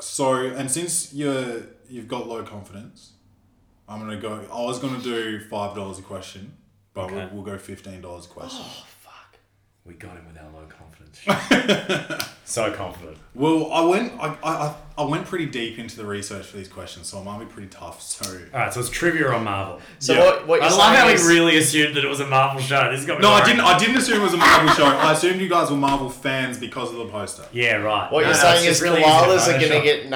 [SPEAKER 2] So and since you're you've got low confidence, I'm gonna go. I was gonna do five dollars a question, but
[SPEAKER 4] Okay.
[SPEAKER 2] we'll, we'll go fifteen dollars a question.
[SPEAKER 4] We got him with our low confidence. so confident.
[SPEAKER 2] well, I went I, I I- I went pretty deep into the research for these questions, so I might be pretty tough. So
[SPEAKER 4] All right, so it's trivia on Marvel.
[SPEAKER 5] So
[SPEAKER 2] Yeah.
[SPEAKER 5] what, what
[SPEAKER 4] I
[SPEAKER 5] you're
[SPEAKER 4] love how
[SPEAKER 5] saying
[SPEAKER 4] we
[SPEAKER 5] is,
[SPEAKER 4] really assumed that it was a Marvel show. This got me
[SPEAKER 2] no, I
[SPEAKER 4] worried.
[SPEAKER 2] didn't. I didn't assume it was a Marvel show. I assumed you guys were Marvel fans because of the poster.
[SPEAKER 4] Yeah, right.
[SPEAKER 5] what
[SPEAKER 4] No,
[SPEAKER 5] you're
[SPEAKER 4] no,
[SPEAKER 5] saying
[SPEAKER 4] it's just
[SPEAKER 5] is
[SPEAKER 4] really
[SPEAKER 5] koalas
[SPEAKER 4] easy
[SPEAKER 5] are gonna
[SPEAKER 4] Photoshop.
[SPEAKER 5] get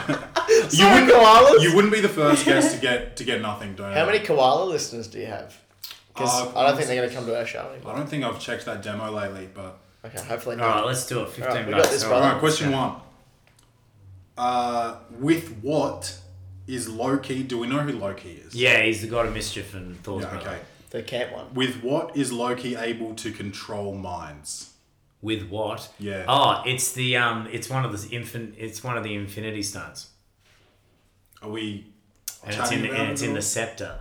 [SPEAKER 5] nothing.
[SPEAKER 2] You
[SPEAKER 5] Sorry, koalas?
[SPEAKER 2] You wouldn't be the first guest to get to get nothing. Don't
[SPEAKER 5] How many koala listeners do you have? Because
[SPEAKER 2] Uh,
[SPEAKER 5] I don't think they're going to come to our show anymore.
[SPEAKER 2] I don't think I've checked that demo lately, but
[SPEAKER 5] Okay, hopefully
[SPEAKER 4] All
[SPEAKER 5] not.
[SPEAKER 4] right, let's do it. Fifteen
[SPEAKER 5] All right, we got
[SPEAKER 4] bucks.
[SPEAKER 5] this,
[SPEAKER 4] All
[SPEAKER 5] brother.
[SPEAKER 2] All right, question one. Uh, with what is Loki? Do we know who Loki is?
[SPEAKER 4] Yeah, he's the god of mischief and Thor's
[SPEAKER 2] Yeah,
[SPEAKER 4] brother.
[SPEAKER 2] okay.
[SPEAKER 5] The cat one.
[SPEAKER 2] With what is Loki able to control minds?
[SPEAKER 4] With what?
[SPEAKER 2] Yeah.
[SPEAKER 4] Oh, it's the um, it's one of the infin- it's one of the Infinity Stones,
[SPEAKER 2] Are we?
[SPEAKER 4] and it's
[SPEAKER 2] chatting
[SPEAKER 4] in the,
[SPEAKER 2] about
[SPEAKER 4] and
[SPEAKER 2] it
[SPEAKER 4] it's in
[SPEAKER 2] or-
[SPEAKER 4] the scepter.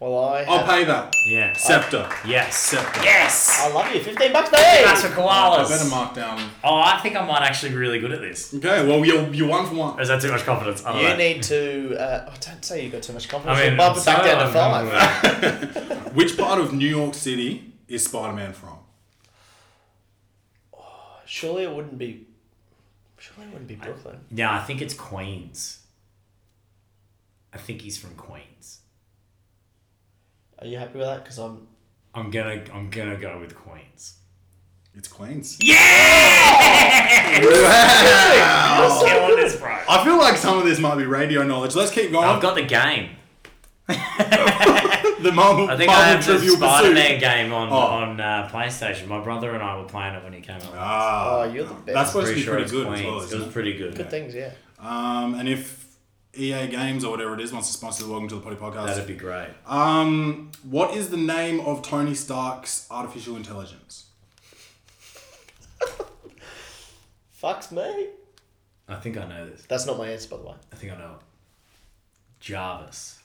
[SPEAKER 5] Well, I
[SPEAKER 4] Uh,
[SPEAKER 2] I'll
[SPEAKER 5] have,
[SPEAKER 2] pay that.
[SPEAKER 4] Yeah. Oh,
[SPEAKER 2] Scepter.
[SPEAKER 4] yes.
[SPEAKER 2] Scepter.
[SPEAKER 4] Yes.
[SPEAKER 5] I love you. Fifteen bucks,
[SPEAKER 4] That's for
[SPEAKER 5] baby.
[SPEAKER 4] koalas.
[SPEAKER 2] I better mark down.
[SPEAKER 4] Oh, I think I might actually really good at this.
[SPEAKER 2] Okay, well you're you're one for one.
[SPEAKER 4] Or is that too much confidence? I don't know.
[SPEAKER 5] You need to. Uh, oh, don't say you got too much confidence.
[SPEAKER 4] I mean, um,
[SPEAKER 5] You'll bump it back down to
[SPEAKER 4] I'm sorry,
[SPEAKER 5] five.
[SPEAKER 4] I'm- Uh,
[SPEAKER 2] Which part of New York City is Spider-Man from?
[SPEAKER 5] Surely it wouldn't be. Surely it wouldn't be Brooklyn.
[SPEAKER 4] No, I think it's Queens. I think he's from Queens.
[SPEAKER 5] Are you happy with that? Because I'm.
[SPEAKER 4] I'm gonna I'm gonna go with Queens.
[SPEAKER 2] It's Queens.
[SPEAKER 4] I'm killing this, bro.
[SPEAKER 2] I feel like some of this might be radio knowledge. Let's keep going.
[SPEAKER 4] I've got the game.
[SPEAKER 2] the Marvel,
[SPEAKER 4] I think
[SPEAKER 2] Marvel
[SPEAKER 4] I have the
[SPEAKER 2] Trivial
[SPEAKER 4] Spider-Man
[SPEAKER 2] Pursuit.
[SPEAKER 4] game on
[SPEAKER 2] Oh.
[SPEAKER 4] on uh, PlayStation. My brother and I were playing it when he came out.
[SPEAKER 2] Ah,
[SPEAKER 5] Oh, you're the best.
[SPEAKER 2] that's supposed to
[SPEAKER 4] pretty
[SPEAKER 2] be
[SPEAKER 4] sure
[SPEAKER 2] pretty
[SPEAKER 4] it's
[SPEAKER 2] good
[SPEAKER 4] Queens.
[SPEAKER 2] as well.
[SPEAKER 4] it
[SPEAKER 2] isn't
[SPEAKER 4] was
[SPEAKER 2] it?
[SPEAKER 4] pretty good.
[SPEAKER 5] good things. Yeah.
[SPEAKER 2] Um, and if EA Games or whatever it is wants to sponsor the Welcome to the Potty podcast,
[SPEAKER 4] That'd be great.
[SPEAKER 2] um, what is the name of Tony Stark's artificial intelligence?
[SPEAKER 5] Fucks me.
[SPEAKER 4] I think I know this.
[SPEAKER 5] That's not my answer, by the way.
[SPEAKER 4] I think I know. it. Jarvis.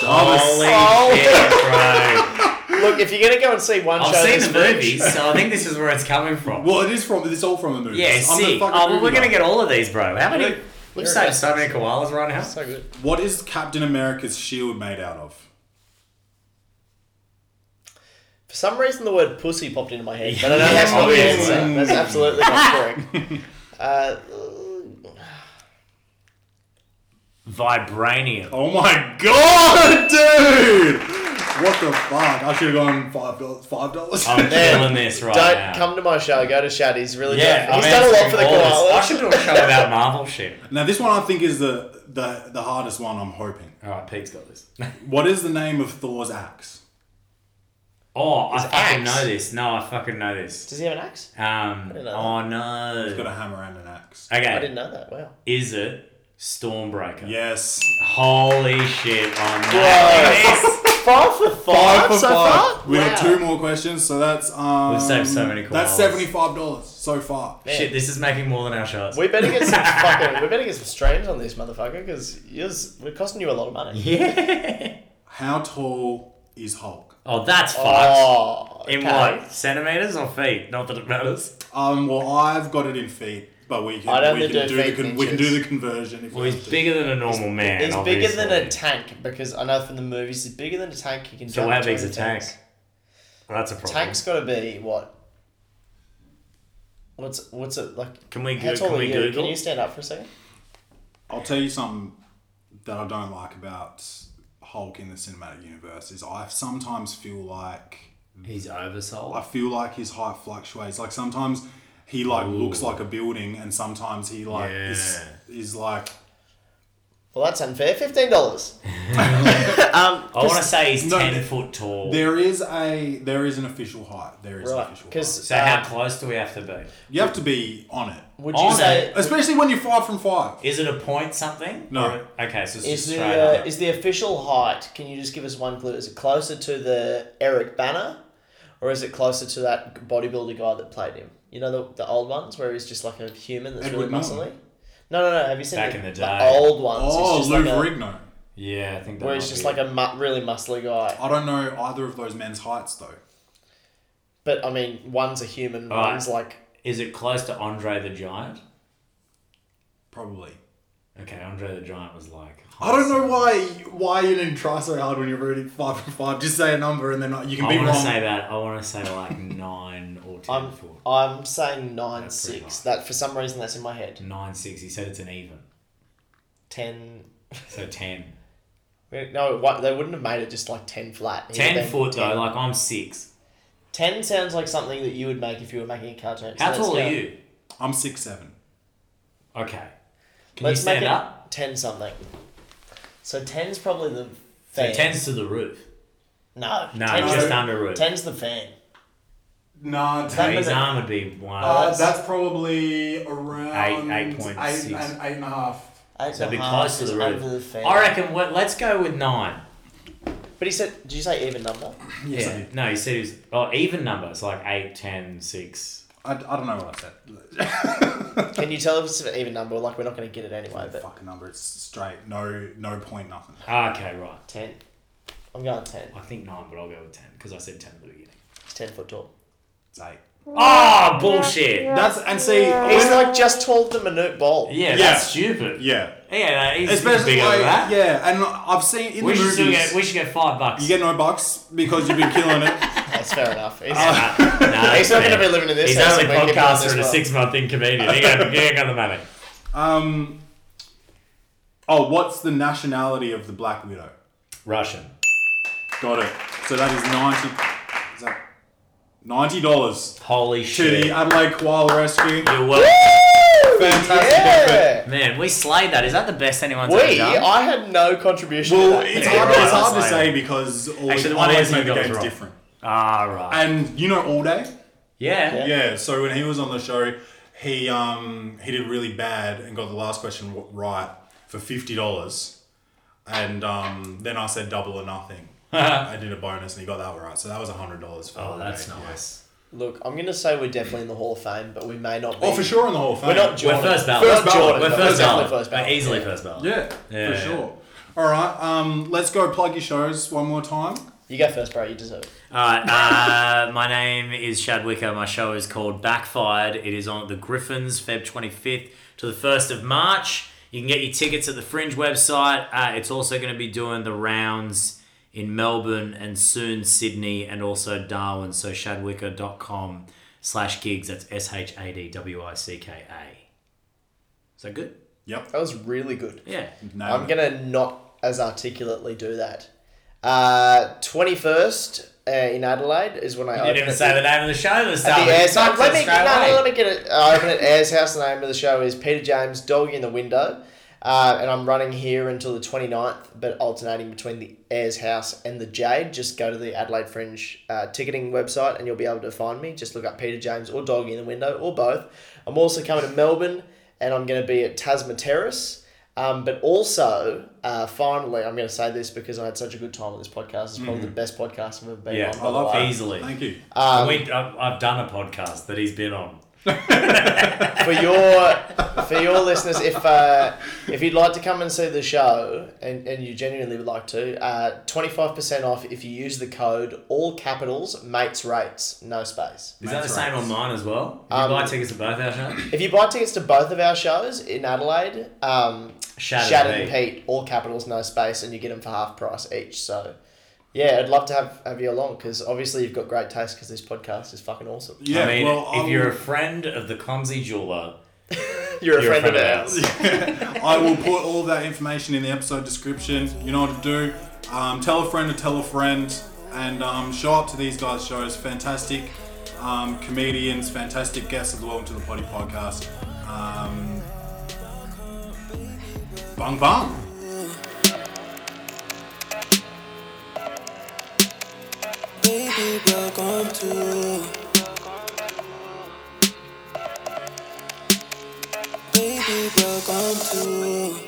[SPEAKER 4] Holy
[SPEAKER 5] Oh.
[SPEAKER 4] shit, bro.
[SPEAKER 5] Look, if you're gonna go and see one
[SPEAKER 4] I've
[SPEAKER 5] show,
[SPEAKER 4] seen
[SPEAKER 5] this
[SPEAKER 4] the
[SPEAKER 5] week-
[SPEAKER 4] movies, so I think this is where it's coming from.
[SPEAKER 2] Well, it is from. It's all from the movie.
[SPEAKER 4] yeah, sick. Oh, well, we're gonna get all of these, bro. How many? We've
[SPEAKER 5] You're
[SPEAKER 4] saved
[SPEAKER 5] right.
[SPEAKER 4] so many koalas right now.
[SPEAKER 5] So good.
[SPEAKER 2] What is Captain America's shield made out of?
[SPEAKER 5] For some reason, the word "pussy" popped into my head, but I know that's
[SPEAKER 4] Yeah,
[SPEAKER 5] not the
[SPEAKER 4] obviously.
[SPEAKER 5] answer. That's absolutely not correct. Uh,
[SPEAKER 4] Vibranium.
[SPEAKER 2] Oh my god, dude! What the fuck? I should have gone five dollars. Five dollars.
[SPEAKER 4] I'm
[SPEAKER 5] Man,
[SPEAKER 4] killing this right
[SPEAKER 5] don't
[SPEAKER 4] now.
[SPEAKER 5] come to my show. Go to Shaddy's. Really,
[SPEAKER 4] yeah,
[SPEAKER 5] good. he's
[SPEAKER 4] I'm
[SPEAKER 5] done a lot
[SPEAKER 4] answering
[SPEAKER 5] for the
[SPEAKER 4] all this. I
[SPEAKER 5] koalas.
[SPEAKER 4] should do a show about Marvel shit.
[SPEAKER 2] now this one I think is the the the hardest one. I'm hoping.
[SPEAKER 4] All right, Pete's got this.
[SPEAKER 2] What is the name of Thor's axe?
[SPEAKER 4] Oh, I
[SPEAKER 5] His
[SPEAKER 4] fucking
[SPEAKER 5] axe.
[SPEAKER 4] know this. No, I fucking know this.
[SPEAKER 5] Does he have an axe?
[SPEAKER 4] Um,
[SPEAKER 5] know
[SPEAKER 4] oh no.
[SPEAKER 2] Got a hammer and an axe.
[SPEAKER 5] I
[SPEAKER 4] Okay,
[SPEAKER 5] didn't know that. Wow.
[SPEAKER 4] is it Stormbreaker?
[SPEAKER 2] Yes.
[SPEAKER 4] Holy shit, I'm
[SPEAKER 5] Whoa.
[SPEAKER 4] this.
[SPEAKER 5] Five for five,
[SPEAKER 2] Five for
[SPEAKER 5] so
[SPEAKER 2] five.
[SPEAKER 5] far.
[SPEAKER 2] We
[SPEAKER 5] wow.
[SPEAKER 2] have two more questions, so that's um.
[SPEAKER 4] We've saved so many
[SPEAKER 2] That's
[SPEAKER 4] koalas.
[SPEAKER 2] seventy five dollars so far.
[SPEAKER 4] Shit, this is making more than our shots.
[SPEAKER 5] We better get some fucking. We better get some streams on this motherfucker because yours we're costing you a lot of money.
[SPEAKER 4] yeah.
[SPEAKER 2] How tall is Hulk?
[SPEAKER 4] Oh, that's fucked.
[SPEAKER 5] Oh,
[SPEAKER 4] In
[SPEAKER 5] okay.
[SPEAKER 4] what? Centimeters or feet? Not that it matters.
[SPEAKER 2] Um. Well, I've got it in feet, but we can.
[SPEAKER 5] I don't
[SPEAKER 2] we
[SPEAKER 5] think
[SPEAKER 2] can
[SPEAKER 5] do
[SPEAKER 2] do the
[SPEAKER 5] feet in
[SPEAKER 2] con- we can do
[SPEAKER 5] inches.
[SPEAKER 2] the conversion if
[SPEAKER 4] Well,
[SPEAKER 2] we
[SPEAKER 4] he's
[SPEAKER 2] have to.
[SPEAKER 4] bigger than a normal man.
[SPEAKER 5] He's bigger than a
[SPEAKER 4] obviously.
[SPEAKER 5] tank because I know from the movies he's bigger than a tank. He can.
[SPEAKER 4] So
[SPEAKER 5] jump
[SPEAKER 4] how big's a
[SPEAKER 5] between
[SPEAKER 4] tank?
[SPEAKER 5] things.
[SPEAKER 4] Well, that's a problem.
[SPEAKER 5] Tank's got to be what? What's what's it like?
[SPEAKER 4] Can we
[SPEAKER 5] How
[SPEAKER 4] go-
[SPEAKER 5] tall
[SPEAKER 4] can
[SPEAKER 5] are
[SPEAKER 4] we
[SPEAKER 5] you?
[SPEAKER 4] Google?
[SPEAKER 5] Can you stand up for a second?
[SPEAKER 2] I'll tell you something that I don't like about Hulk in the cinematic universe is I sometimes feel like
[SPEAKER 4] He's oversold.
[SPEAKER 2] I feel like his height fluctuates. Like sometimes he like looks like a building, and sometimes he like is, is like
[SPEAKER 5] Well, that's unfair. Fifteen dollars.
[SPEAKER 4] I want to say he's
[SPEAKER 2] No,
[SPEAKER 4] ten
[SPEAKER 2] there-
[SPEAKER 4] foot tall.
[SPEAKER 2] there is a there is an official height. There is an
[SPEAKER 5] Right,
[SPEAKER 2] official height.
[SPEAKER 5] because
[SPEAKER 4] so how close do we have to be?
[SPEAKER 2] You have to be on it,
[SPEAKER 5] would
[SPEAKER 4] on
[SPEAKER 5] you say
[SPEAKER 2] especially when you're five from five.
[SPEAKER 4] Is it a point something?
[SPEAKER 2] No.
[SPEAKER 4] Or- okay, so it's
[SPEAKER 5] is
[SPEAKER 4] just
[SPEAKER 5] the
[SPEAKER 4] straight
[SPEAKER 5] uh,
[SPEAKER 4] up.
[SPEAKER 5] is the official height? Can you just give us one clue? Is it closer to the Eric Banner, or is it closer to that bodybuilder guy that played him? You know the, the old ones where he's just like a human that's
[SPEAKER 2] Edward
[SPEAKER 5] really
[SPEAKER 2] Norton.
[SPEAKER 5] muscly. No, no, no. Have you seen
[SPEAKER 4] Back
[SPEAKER 5] the,
[SPEAKER 4] in the
[SPEAKER 5] the
[SPEAKER 4] day.
[SPEAKER 5] old ones? It's
[SPEAKER 2] Oh,
[SPEAKER 5] just
[SPEAKER 2] Lou
[SPEAKER 5] like a-
[SPEAKER 2] Ferrigno.
[SPEAKER 4] yeah, I think that
[SPEAKER 5] where
[SPEAKER 4] might
[SPEAKER 5] he's just
[SPEAKER 4] be
[SPEAKER 5] like a mu- really muscly guy.
[SPEAKER 2] I don't know either of those men's heights though.
[SPEAKER 5] But I mean, one's a human,
[SPEAKER 4] Alright.
[SPEAKER 5] one's like
[SPEAKER 4] it. Is it close to Andre the Giant?
[SPEAKER 2] Probably.
[SPEAKER 4] Okay, Andre the Giant was like.
[SPEAKER 2] I don't know why why you didn't try so hard when you're reading five from five. Just say a number and then you can
[SPEAKER 4] I
[SPEAKER 2] be
[SPEAKER 4] want to
[SPEAKER 2] wrong.
[SPEAKER 4] say that. I want to say like nine or ten
[SPEAKER 5] I'm
[SPEAKER 4] foot.
[SPEAKER 5] I'm saying nine
[SPEAKER 4] That's pretty
[SPEAKER 5] six.
[SPEAKER 4] high.
[SPEAKER 5] That for some reason that's in my head.
[SPEAKER 4] Nine six. He said it's an even.
[SPEAKER 5] Ten.
[SPEAKER 4] So ten.
[SPEAKER 5] No, what, they wouldn't have made it just like ten flat. It would have
[SPEAKER 4] Ten
[SPEAKER 5] been
[SPEAKER 4] foot
[SPEAKER 5] 10.
[SPEAKER 4] though. Like I'm six.
[SPEAKER 5] Ten sounds like something that you would make if you were making a cartoon. So
[SPEAKER 4] How
[SPEAKER 5] let's
[SPEAKER 4] tall
[SPEAKER 5] go-
[SPEAKER 4] are you?
[SPEAKER 2] I'm six seven.
[SPEAKER 4] Okay. Can
[SPEAKER 5] Let's
[SPEAKER 4] you stand
[SPEAKER 5] make it
[SPEAKER 4] up?
[SPEAKER 5] ten something. So ten's probably the
[SPEAKER 4] So
[SPEAKER 5] fan.
[SPEAKER 4] ten's to the roof.
[SPEAKER 5] no,
[SPEAKER 4] No,
[SPEAKER 5] ten's,
[SPEAKER 4] just
[SPEAKER 5] the,
[SPEAKER 4] under roof.
[SPEAKER 5] ten's the fan.
[SPEAKER 2] Nah,
[SPEAKER 5] That-
[SPEAKER 2] ten,
[SPEAKER 4] His
[SPEAKER 5] but-
[SPEAKER 4] arm would be one.
[SPEAKER 5] Oh,
[SPEAKER 2] uh, that's probably around
[SPEAKER 4] Eight- eight point
[SPEAKER 2] eight,
[SPEAKER 4] six.
[SPEAKER 2] and- eight and a half.
[SPEAKER 5] Eight
[SPEAKER 4] so
[SPEAKER 5] and
[SPEAKER 4] it'd
[SPEAKER 5] a
[SPEAKER 4] be
[SPEAKER 5] half
[SPEAKER 4] close to
[SPEAKER 5] is
[SPEAKER 4] the
[SPEAKER 5] under the
[SPEAKER 4] roof.
[SPEAKER 5] fan.
[SPEAKER 4] I reckon. What, let's go with nine.
[SPEAKER 5] But he said, did you say even number?
[SPEAKER 2] Yes, I
[SPEAKER 4] Yeah.
[SPEAKER 2] did.
[SPEAKER 4] No, he said he was oh, even numbers like 8, 10, 6.
[SPEAKER 2] I, I don't know what I said.
[SPEAKER 5] Can you tell if it's an even number? Like we're not going to get it anyway. But
[SPEAKER 2] Fucking number. It's straight. No, no point. Nothing.
[SPEAKER 4] Ah, Okay, right.
[SPEAKER 5] ten. I'm going ten.
[SPEAKER 4] I think 9, but I'll go with 10 because I said 10 at the beginning.
[SPEAKER 5] It's ten foot tall.
[SPEAKER 2] It's eight.
[SPEAKER 4] Oh, bullshit.
[SPEAKER 2] That's and see.
[SPEAKER 5] He's
[SPEAKER 2] when-
[SPEAKER 5] like just taller than Manute Bol.
[SPEAKER 4] Yeah,
[SPEAKER 2] Yeah.
[SPEAKER 4] that's stupid.
[SPEAKER 2] yeah,
[SPEAKER 4] Yeah, no, he's
[SPEAKER 2] especially
[SPEAKER 4] bigger
[SPEAKER 2] like
[SPEAKER 4] than that.
[SPEAKER 2] yeah, and I've seen in
[SPEAKER 4] We
[SPEAKER 2] the
[SPEAKER 4] should, still
[SPEAKER 2] movies.
[SPEAKER 4] get, we should get 5 bucks.
[SPEAKER 2] you get no bucks because you've been killing it.
[SPEAKER 5] That's fair enough. He's,
[SPEAKER 4] Nah, nah,
[SPEAKER 5] he's not
[SPEAKER 4] that's
[SPEAKER 5] going to
[SPEAKER 4] Uh, fair.
[SPEAKER 5] be living in this
[SPEAKER 4] He's
[SPEAKER 5] house.
[SPEAKER 4] only
[SPEAKER 5] if we keep doing
[SPEAKER 4] podcaster
[SPEAKER 5] this
[SPEAKER 4] and a
[SPEAKER 5] well.
[SPEAKER 4] six month in comedian. He ain't got- he ain't got the money.
[SPEAKER 2] Um. Oh, what's the nationality of the Black Widow?
[SPEAKER 4] Russian.
[SPEAKER 2] Got it. So that is ninety. Is that ninety dollars
[SPEAKER 4] Holy
[SPEAKER 2] to the
[SPEAKER 4] shit.
[SPEAKER 2] Adelaide Koala Rescue?
[SPEAKER 4] You're welcome.
[SPEAKER 2] Fantastic effort.
[SPEAKER 5] Yeah.
[SPEAKER 4] Man, we slayed that. Is that the best anyone's ever
[SPEAKER 5] We,
[SPEAKER 4] done?
[SPEAKER 5] I had no contribution.
[SPEAKER 2] Well,
[SPEAKER 5] to that.
[SPEAKER 2] it's
[SPEAKER 4] Yeah,
[SPEAKER 2] hard,
[SPEAKER 4] right,
[SPEAKER 2] it's hard to
[SPEAKER 4] that's
[SPEAKER 2] say because all
[SPEAKER 4] Actually, the one
[SPEAKER 2] always
[SPEAKER 4] answer
[SPEAKER 2] make the
[SPEAKER 4] you got was
[SPEAKER 2] game's
[SPEAKER 4] wrong.
[SPEAKER 2] different.
[SPEAKER 4] Ah, right.
[SPEAKER 2] And you know, all day.
[SPEAKER 4] Yeah.
[SPEAKER 2] Yeah. So when he was on the show, he um he did really bad and got the last question w- right for fifty dollars, and um then I said double or nothing. I did a bonus and he got that right, so that was hundred dollars for.
[SPEAKER 4] Oh,
[SPEAKER 2] all
[SPEAKER 4] that's
[SPEAKER 2] day.
[SPEAKER 4] nice.
[SPEAKER 5] Look, I'm going to say we're definitely in the Hall of Fame, but we may not be.
[SPEAKER 2] Oh, for sure in the Hall of Fame.
[SPEAKER 5] We're not Jordan.
[SPEAKER 4] We're first ballot.
[SPEAKER 5] We're
[SPEAKER 2] Jordan.
[SPEAKER 5] Jordan.
[SPEAKER 4] We're
[SPEAKER 5] though.
[SPEAKER 4] first
[SPEAKER 5] We're definitely
[SPEAKER 4] ballot.
[SPEAKER 5] first ballot.
[SPEAKER 4] We're easily first ballot.
[SPEAKER 2] Yeah,
[SPEAKER 4] Yeah.
[SPEAKER 2] for sure. All right. Um, let's go plug your shows one more time.
[SPEAKER 5] You go first, bro. You deserve it.
[SPEAKER 4] All right. Uh, my name is Shad Wicker. My show is called Backfired. It is on at the Griffins, Feb 25th to the 1st of March. You can get your tickets at the Fringe website. Uh, it's also going to be doing the rounds in Melbourne and soon Sydney and also Darwin. So shadwicker.com slash gigs. That's S H A D W I C K A. Is that good?
[SPEAKER 2] Yep.
[SPEAKER 5] That was really good.
[SPEAKER 4] Yeah.
[SPEAKER 2] Nailed
[SPEAKER 5] I'm
[SPEAKER 2] it.
[SPEAKER 5] gonna not as articulately do that. Twenty first uh, in Adelaide is when I
[SPEAKER 4] You
[SPEAKER 5] open
[SPEAKER 4] didn't even
[SPEAKER 5] it.
[SPEAKER 4] say the name of the show this time.
[SPEAKER 5] At the Ayres-
[SPEAKER 4] Sucked
[SPEAKER 5] let
[SPEAKER 4] it
[SPEAKER 5] me
[SPEAKER 4] straight
[SPEAKER 5] no,
[SPEAKER 4] away.
[SPEAKER 5] let me get it. I open at Ayres House. The name of the show is Peter James Doggy in the Window, uh, and I'm running here until the 29th, but alternating between the Ayres House and the Jade. Just go to the Adelaide Fringe uh, ticketing website, and you'll be able to find me. Just look up Peter James or Doggy in the Window or both. I'm also coming to Melbourne, and I'm going to be at Tasma Terrace. Um, but also, uh, finally, I'm going to say this because I had such a good time with this podcast. It's probably the best podcast I've ever been
[SPEAKER 4] Yeah,
[SPEAKER 5] on. by
[SPEAKER 4] I
[SPEAKER 5] the
[SPEAKER 4] love
[SPEAKER 5] way.
[SPEAKER 4] easily.
[SPEAKER 2] Thank you.
[SPEAKER 5] Um,
[SPEAKER 4] we, I've, I've done a podcast that he's been on.
[SPEAKER 5] for your for your listeners, if uh, if you'd like to come and see the show and, and you genuinely would like to, twenty five percent off if you use the code all capitals mates rates no space.
[SPEAKER 4] Is that the
[SPEAKER 2] That's
[SPEAKER 4] same
[SPEAKER 2] right.
[SPEAKER 4] on mine as well? You
[SPEAKER 5] Um,
[SPEAKER 4] buy tickets to both our shows?
[SPEAKER 5] If you buy tickets to both of our shows in Adelaide, um,
[SPEAKER 4] Shattered
[SPEAKER 5] Shattered and
[SPEAKER 4] Pete.
[SPEAKER 5] Pete all capitals no space, and you get them for half price each. So. Yeah, I'd love to have, have you along because obviously you've got great taste because this podcast is fucking awesome.
[SPEAKER 2] Yeah.
[SPEAKER 4] I mean,
[SPEAKER 2] well, um,
[SPEAKER 4] if
[SPEAKER 2] I
[SPEAKER 4] you're a
[SPEAKER 2] will-
[SPEAKER 4] friend of the clumsy jeweler,
[SPEAKER 5] You're a,
[SPEAKER 4] you're
[SPEAKER 5] friend, of ours.
[SPEAKER 2] I will put all that information in the episode description. You know what to do. Um, tell a friend to tell a friend, and um, show up to these guys' shows. Fantastic um, comedians, fantastic guests of the Welcome to the Potty podcast. Um, bung bung.
[SPEAKER 3] Baby, welcome to. Baby, welcome to.